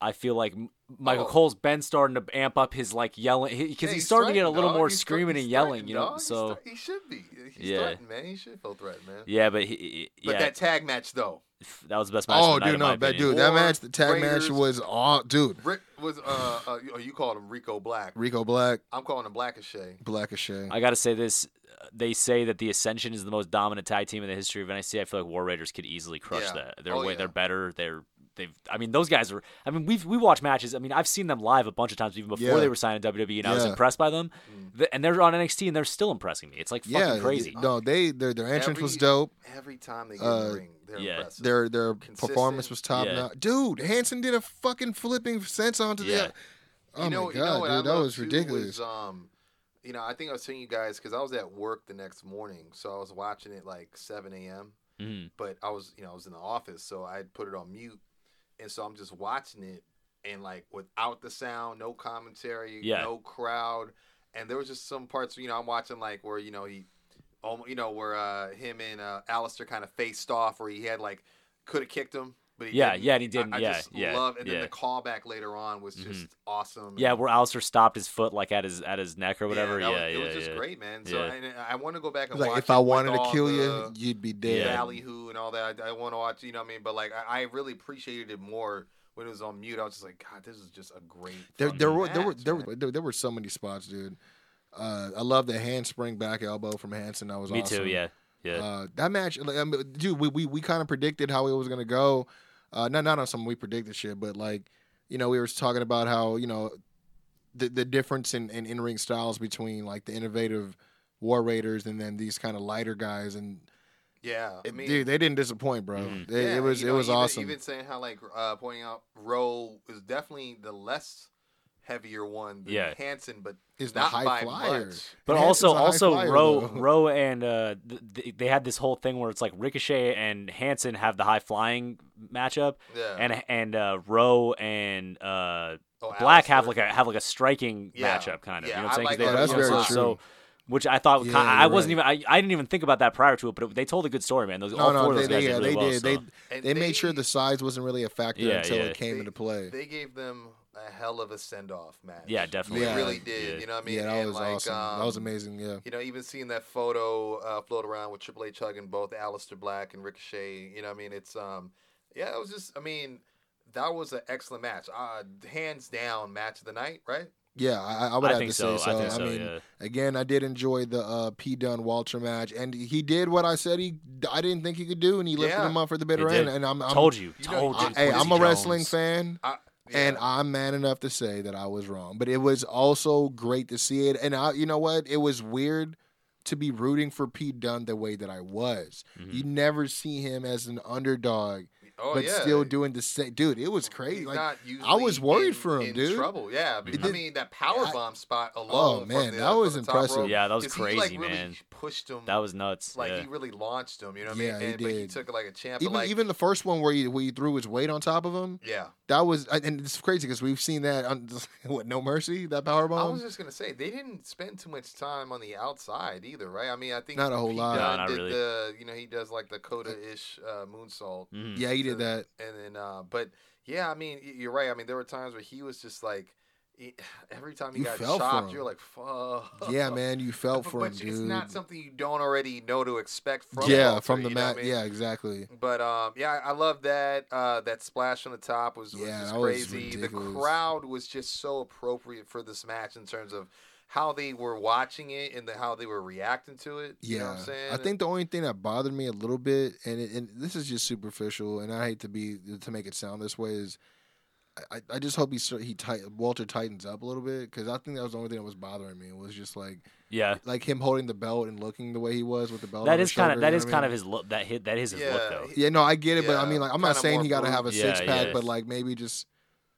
I feel like M- Michael Oh. Cole's been starting to amp up his like yelling because Yeah, he's starting to get a threatened, little dog. more He's threat- screaming he's and yelling, threatened, you know. dog. He's so threat- he should be. He's Yeah. threatened, man. He should feel threatened, man. yeah, but he- he, But yeah, that tag match though, that was the best match. Oh, of the night, dude, in my no, that opinion. dude, that Or match, the tag match Raiders. was all, dude. Rick was uh, uh you- oh, you called him Rico Black. Rico Black, I'm calling him Black as Shay. Black as Shay. I gotta say this. uh, They say that the Ascension is the most dominant tag team in the history of NXT. I feel like War Raiders could easily crush Yeah. that. They're Oh, way, yeah. they're better. They're they've. I mean, those guys are. I mean, we've we watch matches. I mean, I've seen them live a bunch of times even before Yeah. they were signed to WWE, E, and I was Yeah. impressed by them. Th- and they're on NXT, and they're still impressing me. It's like fucking yeah, crazy. No, they their their entrance was Every- dope. Every time they get in Uh, the ring, they're yeah. impressive. Their their performance Consistent. was top Yeah. notch. Dude, Hanson did a fucking flipping sense onto Yeah. the. Oh you know, my god, you know what I dude, that love, was too, ridiculous. was, um, you know, I think I was telling you guys because I was at work the next morning, so I was watching it like 7 a.m. Mhm. But I was, you know, I was in the office, so I had put it on mute, and so I'm just watching it, and like without the sound, no commentary, Yeah. no crowd, and there was just some parts, you know, I'm watching like where you know he, almost, you know, where uh, him and uh, Alistair kind of faced off, where he had like could have kicked him. But he Yeah, didn't. yeah, and he I- didn't. I, Yeah, just yeah, Love, and then yeah. Mm-hmm. the callback later on was just awesome. Yeah, and- where Alistair stopped his foot like at his at his neck or whatever. that Yeah, was- yeah, it was yeah. just great, man. So Yeah. and I, want to go back and like watch. if I it with wanted to all kill the, you, you'd be dead. Yeah. ballyhoo and all that. I, I want to watch. You know what I mean? But like, I, I really appreciated it more when it was on mute. I was just like, God, this is just a great. There, fucking there were there were match, there man. were there, there were so many spots, dude. Uh, I love the handspring back elbow from Hanson. That was Me awesome. too. Yeah, yeah. Uh, that match, like, I mean, dude, we, we, we kind of predicted how it was gonna go. Uh, not not on some we predicted shit, but like, you know, we were talking about how you know the the difference in in, in ring styles between like the innovative War Raiders and then these kind of lighter guys, and Yeah, I mean, dude, they didn't disappoint, bro. Mhm. They- yeah, it was you it know, was even, awesome. Even saying how like uh, pointing out Rowe is definitely the less heavier one than Yeah. Hanson, but Is the not high by flyer. much. But And Hanson's also, a high also flyer, Rowe, though. Rowe, and uh, th- th- they had this whole thing where it's like Ricochet and Hanson have the high flying matchup, Yeah. and and uh, Rowe and uh, Oh, Black have Alistair. like a have like a striking Yeah. matchup kind of. Yeah, you know I what like I'm saying? 'Cause they that have Oh, That's the very upside, true. So, which I thought Yeah, ki- I you're wasn't even I, I didn't even think about that prior to it, but it, they told a good story, man. Those all No, four no, they, of those guys they, yeah, did really they well. did. so. They And they made sure they- the size wasn't really a factor Yeah, until yeah. it came They- into play. They gave them a hell of a send off match. Yeah, definitely. They Yeah. really did. Yeah. You know what I mean? yeah, that And, was like, awesome. that was um, amazing. Yeah. You know, even seeing that photo uh, float around with Triple H hugging both Aleister Black and Ricochet. You know, what I mean, it's um, yeah, it was just. I mean, that was an excellent match. Uh, hands down, match of the night, right? Yeah, I, I would I have think to say so, I so. I, think so, mean, yeah. again, I did enjoy the uh, P Dunn Walter match, and he did what I said he I didn't think he could do, and he lifted Yeah. him up for the They bitter did. end. And I'm, I'm told you, you know, told I, you. Dude, um, hey, Quincy I'm a wrestling Jones. fan, I, and yeah. I'm man enough to say that I was wrong. But it was also great to see it, and I, you know what? It was weird to be rooting for P Dunn the way that I was. You never see him as an underdog, oh, but yeah. still doing the same. Dude, it was crazy. He's like not I was usually worried in- for him, in dude. Trouble, yeah. But, I did- mean, that power bomb spot alone. from Oh, man, the- that from was the top impressive. rope, Yeah, that was 'cause he, like, crazy, really man. Pushed him. That was nuts. like yeah. he really launched him. You know what I mean? Yeah, he and, But he did. took it like a champ. even but, like, even the first one where he, where he threw his weight on top of him. yeah. That was, and- and it's crazy because we've seen that on what No Mercy, that power I was bomb. just gonna say they didn't spend too much time on the outside either, right? I mean, I think Not a whole Pete lot. Dunne No, not did really. The, you know, he does like the Coda-ish uh, moonsault, Mhm. Yeah, he did to- that. and then, uh, but yeah, I mean, y- you're right. I mean, there were times where he was just like, he- every time he You got fell for chopped, him. you're like, fuck. Yeah, man, you felt But- for but him, dude. It's not something you don't already know to expect from. yeah, Walter, from the you know what I mat. mean? Yeah, exactly. But um, yeah, I I love that. Uh, that splash on the top was, was Yeah, just that was crazy. the ridiculous. crowd was just so appropriate for this match in terms of how they were watching it and the, how they were reacting to it. Yeah, you know what I'm saying. I think the only thing that bothered me a little bit, and it, and this is just superficial, and I hate to be to make it sound this way, is I, I just hope he sort- he tight, Walter tightens up a little bit because I think that was the only thing that was bothering me was just like yeah. like him holding the belt and looking the way he was with the belt. That on is kind of that is kind kind of his look. That hit that is his Yeah, look though. he- Yeah, no, I get it, but I Yeah, mean, like, I'm not kinda saying more he got to have a brute. Yeah, six pack, yeah. but like maybe just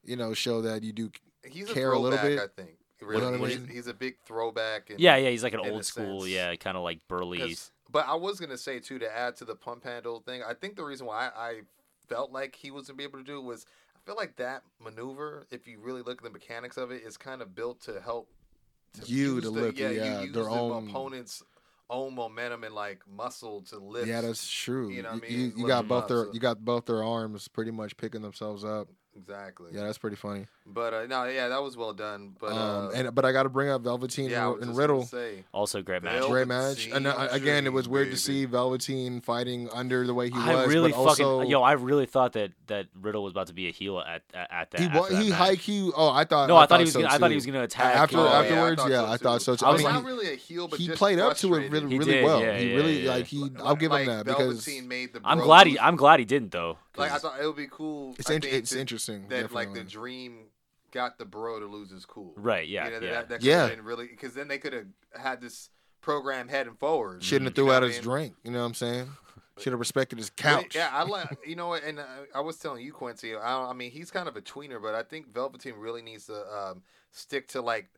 you know show that you do. he's a care a little throwback. bit. I think really, know what I he's, mean? he's a big throwback. And, Yeah, yeah, he's like an in a old school, sense. yeah, kind of like burly. 'Cause- But I was gonna say too to add to the pump handle thing. I think the reason why I, I felt like he wasn't be able to do it was I feel like that maneuver, if you really look at the mechanics of it, is kind of built to help You use to lift, you yeah, use their the own- opponent's own momentum and like muscle to lift. Yeah, that's true. You You, know what I you, mean? you Lift got them both up, their so- you got both their arms pretty much picking themselves up. exactly. Yeah, that's pretty funny. But uh, no, yeah, that was well done. But um, uh, and but I got to bring up Velveteen yeah, and- I was and, just gonna Riddle. say, Also, great match. Bill- Great match. And, uh, Velveteen again, it was weird Dream, to see Velveteen fighting under the way he I was. really but fucking also, yo, I really thought that that Riddle was about to be a heel at at, at that. he after wa- that he match. high Q. Oh, I thought. No, I thought he was. so gonna, I thought he was too. going to attack. After- uh, Oh, after- yeah, afterwards, yeah, I thought so, too. I I was was like- not really a heel, but He just played up to it frustrated. really, He really did, well. yeah, he yeah, really yeah. like he. I'll give like, him that because Velveteen made the I'm bro glad he. move. I'm glad he didn't though. Like I 'cause- thought it would be cool. It's I int- think it's that- interesting, that like the definitely. dream got the bro to lose his cool. Right, yeah, You know, that- yeah. That, that Yeah. yeah. Been really, because then they could have had this program heading forward. shouldn't have You threw know out what I his mean? drink. You know what I'm saying? Should have respected his But it- couch. Yeah, I like you know, what, and uh, I was telling you, Quincy. I, don't- I mean, he's kind of a tweener, but I think Velveteen really needs to um, stick to like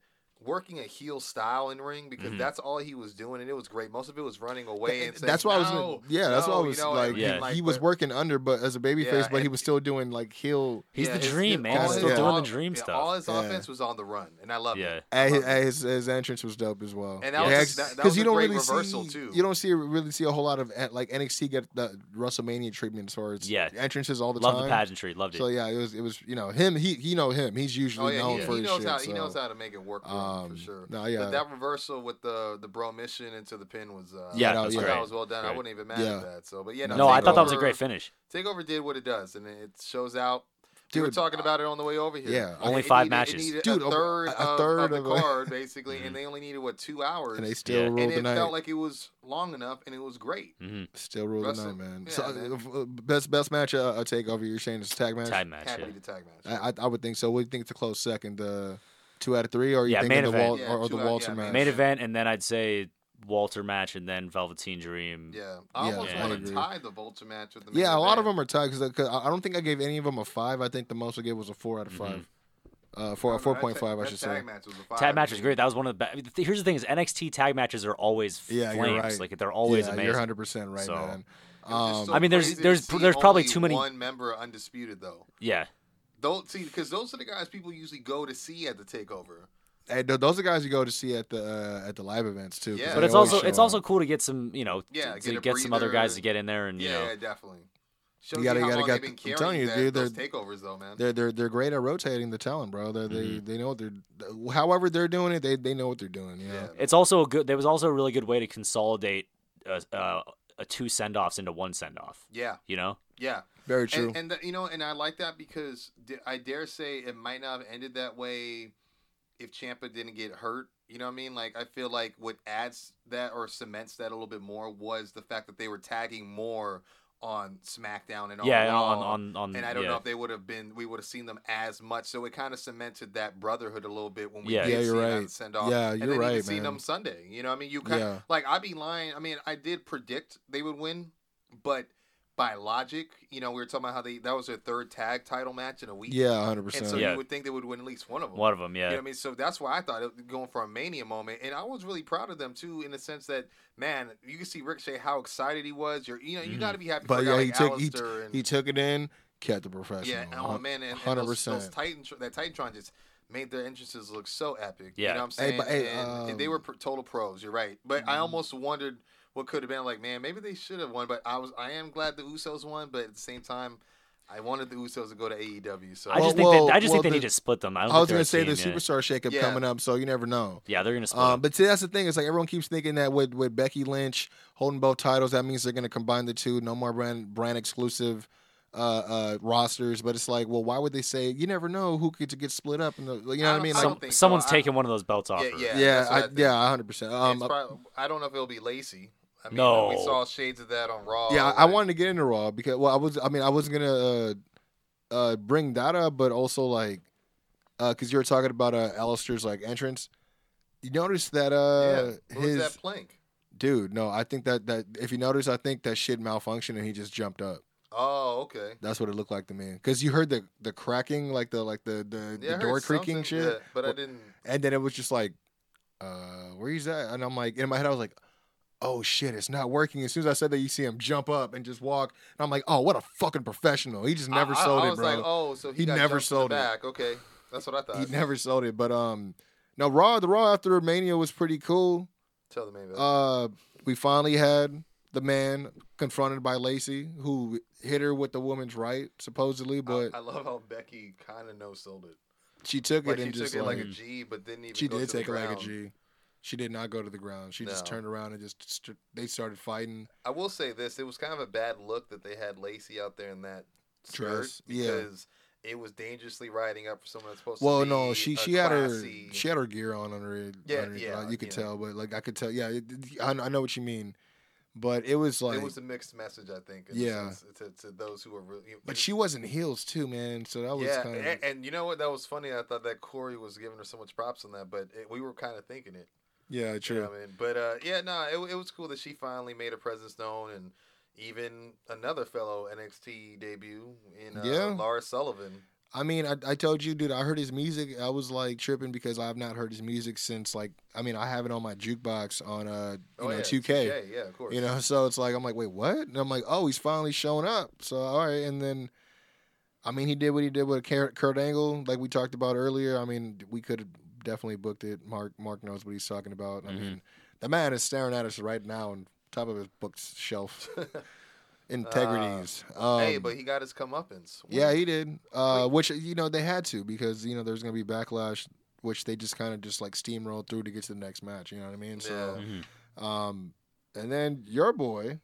working a heel style in ring because Mhm. that's all he was doing, and it was great. Most of it was running away. and saying, that's why I was "No, gonna, yeah. That's no," why I you was know, like, and Yeah. he, like, he was but- working under, but as a babyface, Yeah, but he and- was still doing like heel He's yeah, the his- dream, man. all He's his- still doing all- the dream yeah, stuff. All his Yeah. offense was on the run, and I love it. Yeah. at his, love it. at his, his entrance was dope as well. And that was a- that- that was a great reversal, see too. you don't see really see a whole lot of eh, like NXT get the WrestleMania treatment as far as Yeah. entrances all the Love time. the pageantry. Loved it. So yeah, it was it was you know him he you know him he's Oh usually yeah, known he, for he his knows shit. how so. he knows how to make it work for, him, um, for sure. no, yeah. But that reversal with the the bro mission into the pin was uh, Yeah, that I was thought great. that was well done. I Great. wouldn't even mad Yeah. at that. So, but yeah, No, no, no, I thought that was a Takeover- great finish. Takeover did what it does, and it shows out. we were Dude, talking about it on the way over here. yeah, Like, Only it five needed- it matches. Mm-hmm. needed Dude, a a- third, a of, third of the of a- card basically, and they only needed what two hours, and they still Yeah. ruled And the it night. felt like it was long enough, and it was great. hmm still ruled the Russell. night, man. Yeah, so uh, man. f- uh, best best match uh, a takeover. You're saying it's a tag match. Tag match. Happy yeah. to tag match. I, I I would think so. What do you think it's a close second? Uh, two out of three, or you Yeah, think main the event. Wal- Yeah, or, or the two out- Walter yeah, match? Main event, and then I'd say Walter match, and then Velveteen Dream. yeah, I Yeah, almost I want to agree. tie the vulture match with the. Yeah, main a lot of event. them are tied because I I don't think I gave any of them a five. I think the most I gave was a four out Mm-hmm. of 5 Uh, four No, no, four that point ta- five, I that should say. tag Match was a five. Tag match was great. That was one of the best. Here's the thing: is NXT tag matches are always Yeah, you're flames. right. Like they're always yeah, amazing. You're hundred percent right, So- man. It was just Um, so I mean, there's- crazy to there's- see there's probably only too many- One member of undisputed though. Yeah, Those see because those are the guys people usually go to see at the takeover. hey, th- those are guys you go to see at the uh, at the live events too. 'cause Yeah. they but it's always also show it's up. also cool to get some you know t- Yeah, to get a get, some other guys to breather. get in there and you yeah, know yeah, definitely. Shows gotta- how you gotta long get- they've been I'm carrying telling you, that, dude, those they're- takeovers though, man. they're they're they're great at rotating the talent, bro. They're, they Mm-hmm. they know what they're however they're doing it. They they know what they're doing. You know? Yeah. it's also a good. There was also a really good way to consolidate a, uh a two send offs into one send off. Yeah, You know, yeah. very true. And, and the, you know, and I like that because d- I dare say it might not have ended that way if Champa didn't get hurt. You know what I mean? Like I feel like what adds that or cements that a little bit more was the fact that they were tagging more on SmackDown and on yeah, Raw. on on on. and I don't yeah. know if they would have been, we would have seen them as much. So it kind of cemented that brotherhood a little bit when we Yeah. did Yeah, you're see right. that send off. Yeah, and you're then you right, could see man. them Sunday. You know, what I mean, you kind Yeah. like I'd be lying. I mean, I did predict they would win, but by logic, you know, we were talking about how they that was their third tag title match in a week. yeah, hundred and percent. so Yeah. you would think they would win at least one of them. One of them, yeah. You know what I mean? So that's why I thought it going for a mania moment, and I was really proud of them too, in the sense that man, you can see Ricochet how excited he was. You're, you know, you Mhm. got to be happy for Mm-hmm. But a guy yeah, he like took he, Alistander and he took it in, kept it professional. Uh, yeah, oh man, and, and hundred those, those percent. Titan that Titantron just made their entrances look so epic. you Yeah. know what I'm Hey, saying. but, hey, and, and they um, Mm-hmm. were pro- total pros. You're right, but I almost wondered what could have been. Like, man, maybe they should have won. But I was, I am glad the Usos won. But at the same time, I wanted the Usos to go to AEW. So I just Well, think well, that, I just well, think they the- need to split them. I, don't I was think gonna they're say a the team, yeah. superstar shakeup Yeah. coming up, so you never know. Yeah, they're gonna split. Um, 'em. but see, that's the thing. It's like everyone keeps thinking that with, with Becky Lynch holding both titles, that means they're going to combine the two. No more brand brand exclusive uh, uh, rosters. But it's like, well, why would they say? You never know who could get split up. And the, you know what I I don't- mean? I Like, don't think so. Someone's I- taking one of those belts off. Yeah, her. yeah. yeah, that's what I, I think. yeah, hundred percent. Um, it's prob- I don't know if it'll be Lacey. I mean, No. we saw shades of that on Raw. yeah, I I like- wanted to get into Raw because well, I was. I mean, I wasn't gonna uh, uh, bring that up, but also like because you were talking about uh, Alistair's like entrance. You noticed that uh yeah, what his was that plank? Dude, no, I think that that if you notice, I think that shit malfunctioned and he just jumped up. Oh, okay. That's what it looked like to me. Cause you heard the the cracking, like the like the the, Yeah, the I heard door creaking something, shit, yeah, but I didn't. and then it was just like, uh, where he's at, and I'm like, in my head, I was like, oh shit, it's not working. As soon as I said that, you see him jump up and just walk, and I'm like, oh, what a fucking professional. He just never I, I- sold I it, was bro. Like, oh, so he, He got never jumped in the sold it. back. Okay, that's what I thought. He never sold it, but um, no, Raw the Raw after Mania was pretty cool. Tell the main event. uh, we finally had the man confronted by Lacey, who hit her with the woman's right, supposedly, but I, I love how Becky kind of no sold it. she took Like it she and took just it like like, a G, but didn't even. she go did to the take it like a ground. G. She did not go to the ground. She just No. turned around and just st- they started fighting. I will say this: it was kind of a bad look that they had Lacey out there in that skirt Dress, yeah. because it was dangerously riding up for someone that's supposed Well, to. be no, she a she had her classy- she had her gear on under it. Yeah, under it, yeah, like, you could yeah. tell, but like I could tell, yeah, it, it- I, I know what you mean, but it was like, it was a mixed message, I think. in a Yeah. sense, to, to those who were really. but she wasn't heels too, man. So that was yeah, kind of and, and you know what? That was funny. I thought that Corey was giving her so much props on that, but it, we were kind of thinking it. yeah, You true. know what I mean? But uh, yeah, no, it, it was cool that she finally made her presence known, and even another fellow NXT debut in uh, Yeah. Lars Sullivan. I mean, I, I told you, dude, I heard his music. I was like tripping because I've not heard his music since like I mean, I have it on my jukebox on uh you Oh, know yeah, 2K. Yeah, of course. You know, so it's like I'm like, wait, what? And I'm like, oh, he's finally showing up. So all right, and then I mean, he did what he did with Kurt Kurt Angle, like we talked about earlier. I mean, we could have definitely booked it. Mark Mark knows what he's talking about. Mm-hmm. I mean, the man is staring at us right now on top of his book's shelf. Integrities. um, Uh, hey, but he got his comeuppance. yeah, he did. Uh, which you know they had to because you know there's gonna be backlash, which they just kind of just like steamrolled through to get to the next match. You know what I mean? So, um, and then your boy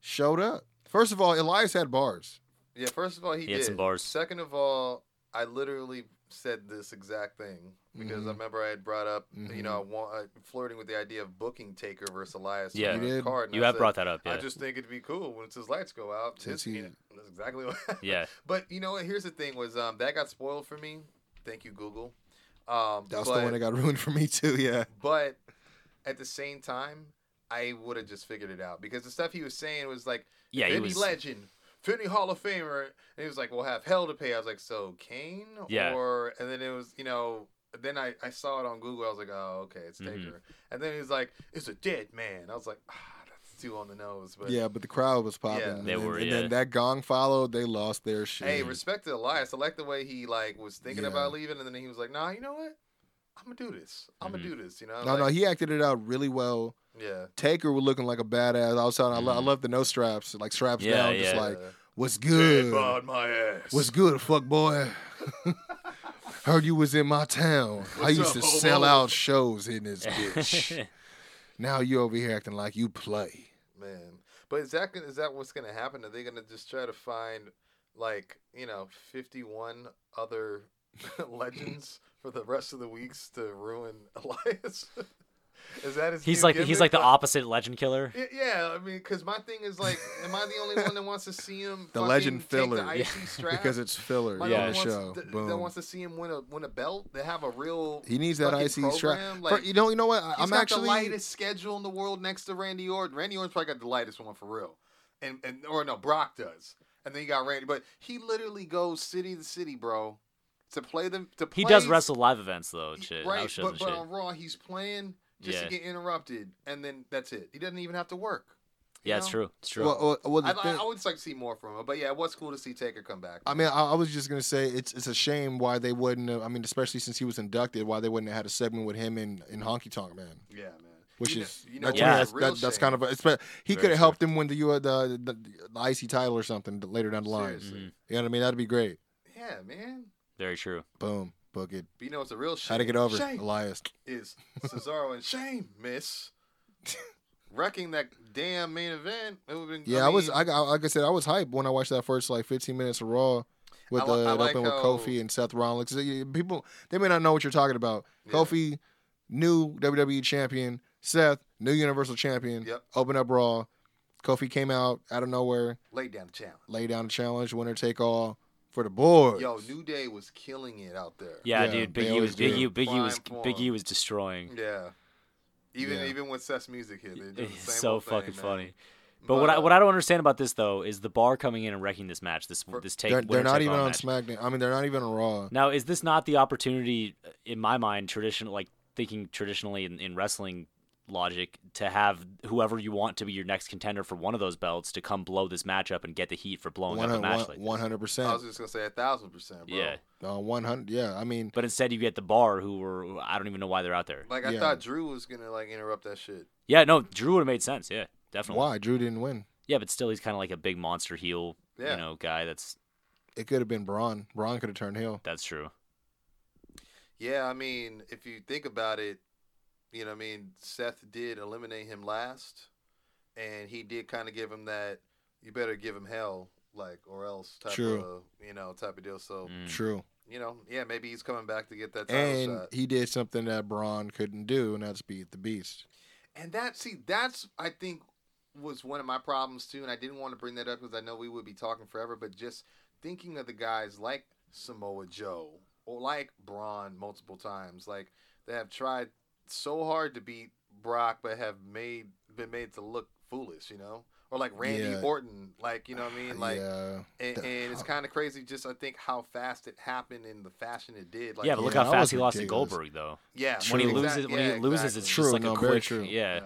showed up. First of all, Elias had bars. Yeah, first of all, he, He had did. some bars. Second of all, I literally said this exact thing because Mm-hmm. I remember I had brought up, you know, I want, uh, flirting with the idea of booking Taker versus Elias. Yeah. on You the did. Card, and You I have said, brought that up, I yeah. just think it'd be cool once his lights go out. Since His, he- you know, that's exactly what. Yeah. But you know what? Here's the thing: was um, that got spoiled for me? Thank you, Google. Um, That was but, the one that got ruined for me too. Yeah. but at the same time, I would have just figured it out because the stuff he was saying was like, Yeah, he Vinny was- legend, Vinny Hall of Famer, and he was like, "We'll have hell to pay." I was like, "So Kane?" Yeah. Or and then it was, you know, then I I saw it on Google. I was like, "Oh, okay, it's Mm-hmm. Taker." And then he was like, "It's a dead man." I was like, "Ah, that's too on the nose." But yeah, but the crowd was popping. Yeah. and They then, were, and yeah. then that gong followed. They lost their shit. Hey, respect to Elias. I like the way he like was thinking Yeah. about leaving, and then he was like, "Nah, you know what? I'm gonna do this. I'm gonna do this." You know? Mm-hmm. no, no, Like, he acted it out really well. yeah. Taker was looking like a badass outside. I, lo- I love the no straps, like straps Yeah, down, just yeah. like what's good. Bud my ass. What's good, fuck boy? Heard you was in my town. I used to up, homo? sell out shows in this bitch. now you over here acting like you play. Man, but is that gonna- is that what's gonna happen? Are they gonna just try to find like you know fifty one other legends for the rest of the weeks to ruin Elias? is that his? He's new like he's gimmick? like the opposite legend killer. Y- Yeah, I mean, because my thing is like, am I the only one that wants to see him? The legend fucking filler. take the IC strap? Because it's filler Am I the Yeah. on only the ones show. th- Boom. That wants to see him win a win a belt. They have a real. he needs that fucking icy program, strap. Like, you know, you know what? I- He's I'm got actually the lightest schedule in the world next to Randy Orton. Randy Orton's probably got the lightest one for real, and and or no, Brock does, and then you got Randy. But he literally goes city to city, bro, to play them. To play, He does wrestle live events though, and shit. right? house shows But, and but um, shit. on Raw, he's playing just Yeah. to get interrupted, and then that's it. He doesn't even have to work. you yeah, it's know? true. It's true. Well, well, well, the I, thing- I, I would just like to see more from him, but yeah, it was cool to see Taker come back. I mean, I, I was just gonna say it's it's a shame why they wouldn't. Have, I mean, especially since he was inducted, why they wouldn't have had a segment with him in, in Honky Tonk Man. yeah, man. which You know- is you know that- to what's me, a that's, real that, that's shame? kind of a, it's, but he Very could have helped him win the, U- the, the the IC title or something later down the line. Mm-hmm. Seriously. You know what I mean? That'd be great. yeah, man. Very true. Boom, book it. But you know, it's a real shame. How to get over it, Shame. Elias? is Cesaro and Shane miss wrecking that damn main event. It would've been, Yeah, I, was. mean, I got- like I said, I was hyped when I watched that first like 15 minutes of Raw with I uh, li- I it like opened with how- Kofi and Seth Rollins. 'Cause, uh, People they may not know what you're talking about. Kofi, new WWE champion. Seth, new Universal champion. Yep. Open up Raw. Kofi came out out of nowhere, laid down the challenge. lay down a challenge, winner take all for the boys. Yo, New Day was killing it out there. Yeah, Yeah, dude. they Big E always was Big do. E. Big E was Prime Big E form. was destroying. Yeah. Even Yeah. even when Seth's music hit, they did the same It's so old thing, fucking man. funny. But, what But, I uh, what I don't understand about this though is the bar coming in and wrecking this match. This this take. they're, winner they're not take even all on match. SmackDown. I mean, they're not even on Raw. Now, is this not the opportunity, uh, in my mind, traditional, like thinking traditionally in, in wrestling logic, to have whoever you want to be your next contender for one of those belts to come blow this match up and get the heat for blowing up a match like One this? hundred I was percent. Uh, just gonna say a thousand percent, bro. Yeah, One hundred. Yeah, I mean, but instead you get the bar, who were I don't even know why they're out there. Like I Yeah. thought Drew was gonna like interrupt that shit. Yeah, no, Drew would have made sense. Yeah, definitely. why Drew didn't win? Yeah, but still, he's kind of like a big monster heel, Yeah. you know, guy. That's It could have been Braun. Braun could have turned heel. that's true. Yeah, I mean, if you think about it, you know, what I mean, Seth did eliminate him last, and he did kind of give him that "you better give him hell," like or else type True. of you know type of deal. Mm. So Hmm. True. you know, yeah, maybe he's coming back to get that title And shot. he did something that Braun couldn't do, and that's beat the Beast. And that, see, that's I think was one of my problems too, and I didn't want to bring that up because I know we would be talking forever. But just thinking of the guys like Samoa Joe or like Braun multiple times, like they have tried so hard to beat Brock, but have made been made to look foolish, you know, or like Randy Yeah. Orton. Like you know what I mean? Like yeah. and, The- and it's kind of crazy. Just I think how fast it happened and the fashion it did. Like yeah, but look Yeah, how that fast was he lost to ridiculous. Goldberg, though. yeah, When he exact- loses, when yeah, he loses, exactly. it's True, just like no, a very quick. true. Yeah,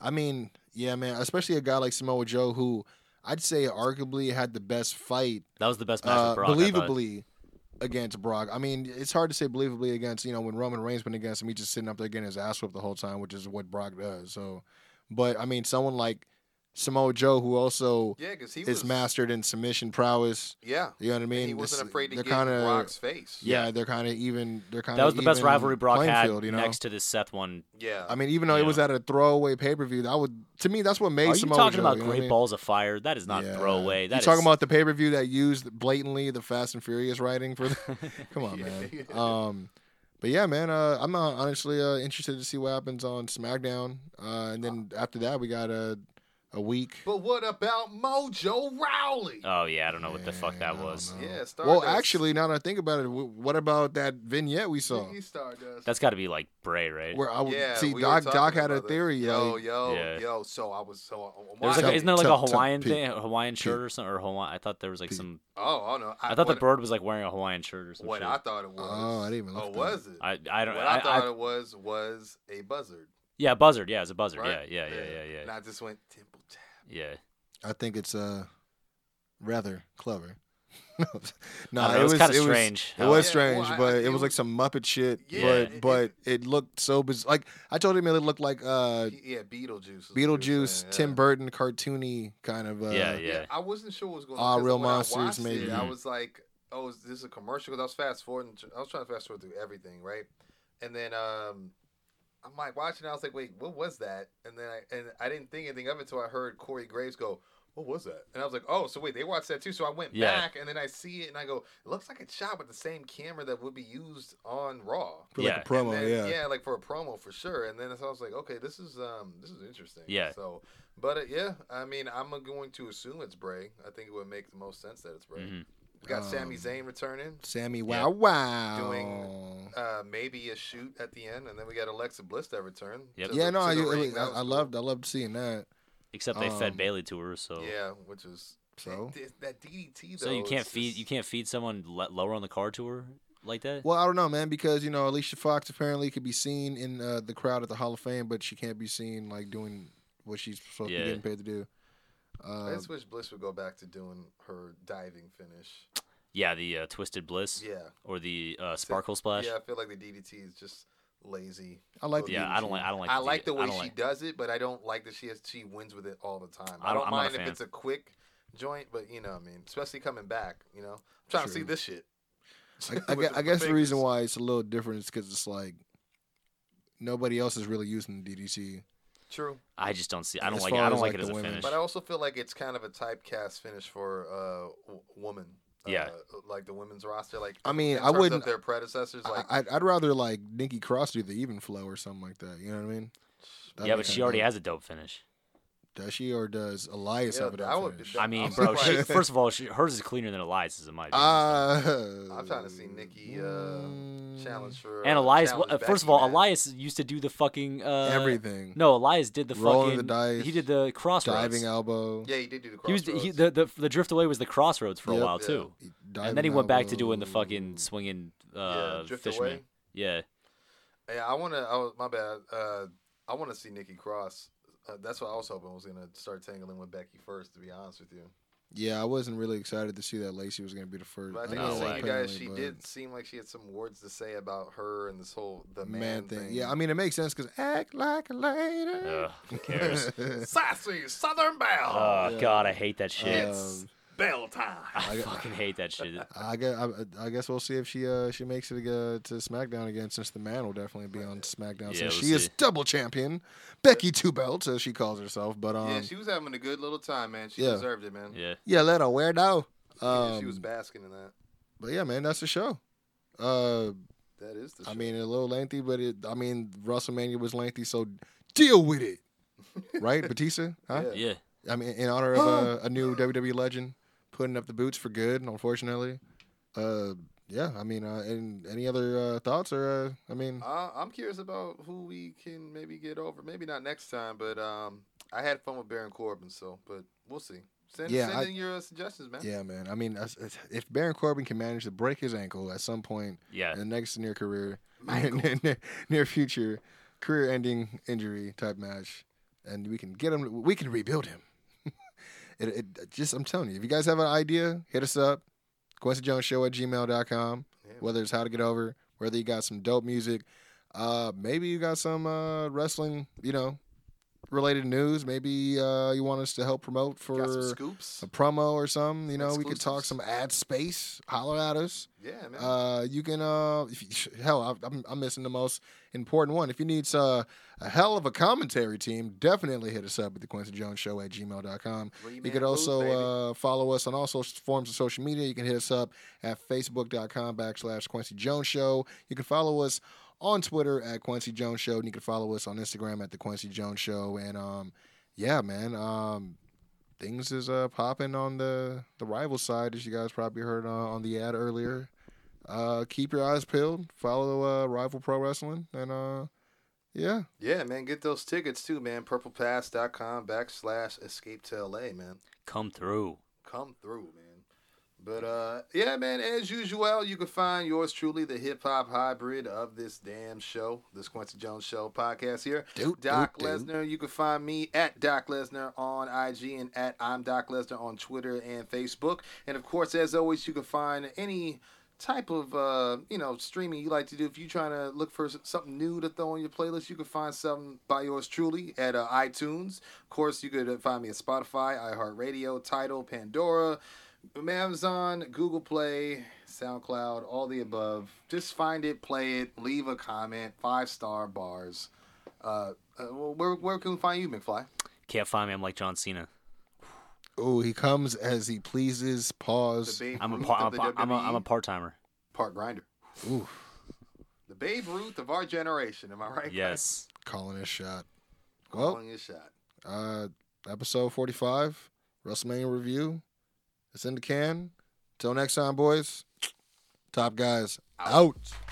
I mean, yeah, man. Especially a guy like Samoa Joe, who I'd say arguably had the best fight, that was the best match. uh, with Brock, I thought. believably, against Brock. I mean, it's hard to say believably against you know when Roman Reigns been against him, he's just sitting up there getting his ass whipped the whole time, which is what Brock does. So, but I mean, someone like Samoa Joe, who also Yeah, because he is was mastered in submission prowess. Yeah, You know what I mean? he wasn't This- afraid to they're get kinda- Brock's face. Yeah, they're kind of even. They're kind of that was the best rivalry Brock had Field, you know? next to this Seth one. yeah. I mean, even though Yeah. it was at a throwaway pay per view, that would to me that's what made Are you Samoa talking Joe, about you know what Great I mean? Balls of Fire? That is not Yeah. throwaway. you That is talking about the pay per view that used blatantly the Fast and Furious writing for? The, come on, man. Um, but yeah, man. Uh, I'm uh, honestly uh, interested to see what happens on SmackDown, uh, and then after that we got a a week. but what about Mojo Rowley? Oh yeah, I don't know what the fuck that I don't was. know. yeah, Stardust. Well, actually, now that I think about it, w- what about that vignette we saw? He Stardust. That's got to be like Bray, right? Where I would yeah, see we were Doc. Doc talking had a about Oh, this. theory. Yo, like, yo, Yeah. yo. So I was so. uh, I Tell- There was like, a- watching- isn't there like tell- a tell- Hawaiian Pete. thing, a Hawaiian shirt or something, or Hawaiian? I thought there was like some. oh, oh no. I thought the what- bird was like wearing a Hawaiian shirt or something. What I thought it was. Oh, I didn't even look Oh, at that. was it? I, I don't. what I, I, thought I- it was was a buzzard. yeah, buzzard. Yeah, it's a buzzard. Right? Yeah, yeah, yeah, yeah, yeah, And I just went temple tap. yeah. I think it's uh rather clever. no, I don't know, it was kinda strange. It How- was Yeah, strange, well, I- but I- it, it was like was- some Muppet shit. Yeah, but it- but it looked so bizarre. Like I told him, it looked like uh, He- Yeah, Beetlejuice. is what he was Beetlejuice, saying, Tim yeah. Burton, cartoony kind of. Uh, yeah, yeah, Yeah, I wasn't sure what was going Ah, on. 'cause Real when I Monsters, watched maybe. It, I was like, oh, is this a commercial? Because I was fast forwarding. I was trying to fast forward through everything, right? And then um, I'm like watching. I was like, wait, what was that? And then I and I didn't think anything of it until I heard Corey Graves go. What was that? And I was like, oh, so wait, they watched that too. So I went Yeah. back and then I see it and I go, it looks like it's shot with the same camera that would be used on Raw. For like Yeah. a promo, And then- yeah. like for a promo for sure. And then so I was like, okay, this is um, this is interesting. Yeah. So, but uh, yeah, I mean, I'm going to assume it's Bray. I think it would make the most sense that it's Bray. Mhm. We got Sami Um, Zayn returning, Sammy, Yeah. wow, wow. Doing- uh, maybe a shoot at the end, and then we got Alexa Bliss that returned. Yep. to yeah, the- no, to I, the I- ring. That I, was I cool. loved, I loved seeing that. Except they Um, fed Bailey to her, so Yeah, which was So? Th- that DDT though. So you is can't feed just- you can't feed someone le- lower on the card to her like that. Well, I don't know, man, because you know Alicia Fox apparently could be seen in uh, the crowd at the Hall of Fame, but she can't be seen like doing what she's supposed to Yeah. be getting paid to do. I Uh, just wish Bliss would go back to doing her diving finish. Yeah, the uh, twisted bliss Yeah. or the uh, sparkle splash. Yeah, I feel like the DDT is just lazy. I like the Yeah, I don't like. I don't like. I the like the DDT. I way don't she like- does it, but I don't like that she has she wins with it all the time. I I don't- don't I'm not a mind if fan. it's a quick joint, but you know, what I mean, especially coming back. You know, I'm trying to see True. this shit. I, I With gue- I guess the reason fingers. why it's a little different is because it's like nobody else is really using the DDT. True, I just don't see. I don't As like. it. far I don't as, like like, it the as a women. finish. but I also feel like it's kind of a typecast finish for uh w- woman. Yeah. uh, like the women's roster. Like I mean, in I terms of wouldn't- their predecessors. Like I, I'd, I'd rather like Nikki Cross do the even flow or something like that. You know what I mean? That'd yeah, be but she kinda already dope. has a dope finish. Does she or does Elias Yeah, have it? I would be down. I I'm mean, sorry. bro. She, first of all, she, hers is cleaner than Elias's in my opinion. so. Uh, I'm trying to see Nikki Mm, uh, challenge for and uh, Elias. challenge uh, first of Becky all, now. Elias used to do the fucking uh, everything. No, Elias did the Rolling the fucking. dice, he did the crossroads. diving elbow. Yeah, he did do the He was crossroads. he, the, the the drift away was the crossroads for a Yep. while Yeah. too, E, diving and then he went back to doing the elbow. fucking swinging yeah, uh, drift fishman. away. Yeah, Yeah, I want to. I was, my bad. Uh, I want to see Nikki Cross. Uh, that's what I was hoping was gonna start tangling with Becky first. To be honest with you, Yeah, I wasn't really excited to see that Lacey was going to be the first. but I think No I way. seen you guys. She apparently, but did seem like she had some words to say about her and this whole the man, thing. Yeah, I mean it makes sense because act like a lady. Ugh, who cares? sassy Southern Belle. Oh Yeah. God, I hate that shit. it's bell time. I fucking hate that shit. I guess I, I guess we'll see if she uh she makes it uh, to SmackDown again since the man will definitely be on SmackDown Yeah, since we'll she is see. double champion Becky Two Belts as she calls herself. But um yeah, she was having a good little time, man. She yeah. deserved it, man. Yeah, yeah, let her wear though. Yeah, she Um, was basking in that. but yeah, man, that's the show. Uh, That is the. I show. mean, a little lengthy, but it. I mean, WrestleMania was lengthy, so deal with it, right, Batista? Huh? Yeah. yeah. I mean, in honor of uh, a new WWE legend putting up the boots for good, unfortunately. Uh, yeah, I mean, uh, and any other uh, thoughts or uh, I mean, Uh, I'm curious about who we can maybe get over. Maybe not next time, but um, I had fun with Baron Corbin, so but we'll see. Send, Yeah, send I- in your uh, suggestions, man. Yeah, man. I mean, that's- it's- if Baron Corbin can manage to break his ankle at some point Yeah. in the next near career, near, near- near, near future, career-ending injury type match, and we can get him, we can rebuild him. it, it just, I'm telling you, if you guys have an idea, hit us up. Quincy Jones Show at gmail.com. Whether it's how to get over, whether you got some dope music, uh, maybe you got some uh, wrestling, you know, related news. Maybe uh, you want us to help promote for uh, Got some scoops. a promo or something. You know, we could talk Exclusives. some ad space. Holler at us. Yeah, man. Uh, you can uh, if you, hell, I- I'm, I'm missing the most important one. If you need uh, a hell of a commentary team, definitely hit us up at the Quincy Jones Show at gmail.com. Three-man You could booth, baby. also uh, follow us on all social forms of social media. You can hit us up at facebook.com backslash Quincy Jones Show. You can follow us on Twitter at Quincy Jones Show, and you can follow us on Instagram at the Quincy Jones Show. And um, yeah, man, um, things is uh, popping on the the rival side, as you guys probably heard uh, on the ad earlier. Uh, keep your eyes peeled. Follow uh, Rival Pro Wrestling, and uh, yeah, yeah, man. Get those tickets too, man. Purplepass.com backslash escape to LA, man. Come through. come through, man. But uh, yeah, man. As usual, you can find yours truly, the hip hop hybrid of this damn show, this Quincy Jones Show podcast here. Doot, Doc doot, doot. Lesnar. You can find me at Doc Lesnar on IG and at I'm Doc Lesnar on Twitter and Facebook. And of course, as always, you can find any type of uh, you know streaming you like to do. If you're trying to look for s- something new to throw on your playlist, you can find something by yours truly at uh, iTunes. Of course, you could uh, find me at Spotify, iHeartRadio, Tidal, Pandora. Amazon, Google Play, SoundCloud, all the above. Just find it, play it, leave a comment, five star bars. Uh, uh, well, where where can we find you, McFly? Can't find me. I'm like John Cena. oh, he comes as he pleases. Pause. Babe I'm a Ruth part. of the I'm, E? a- I'm a, I'm a WWE? part timer. part grinder. Ooh, The Babe Ruth of our generation. Am I right? Yes. calling his shot. Well, Well, Calling his shot. uh, episode forty-five, WrestleMania review. It's in the can. Till next time, boys. Top guys out.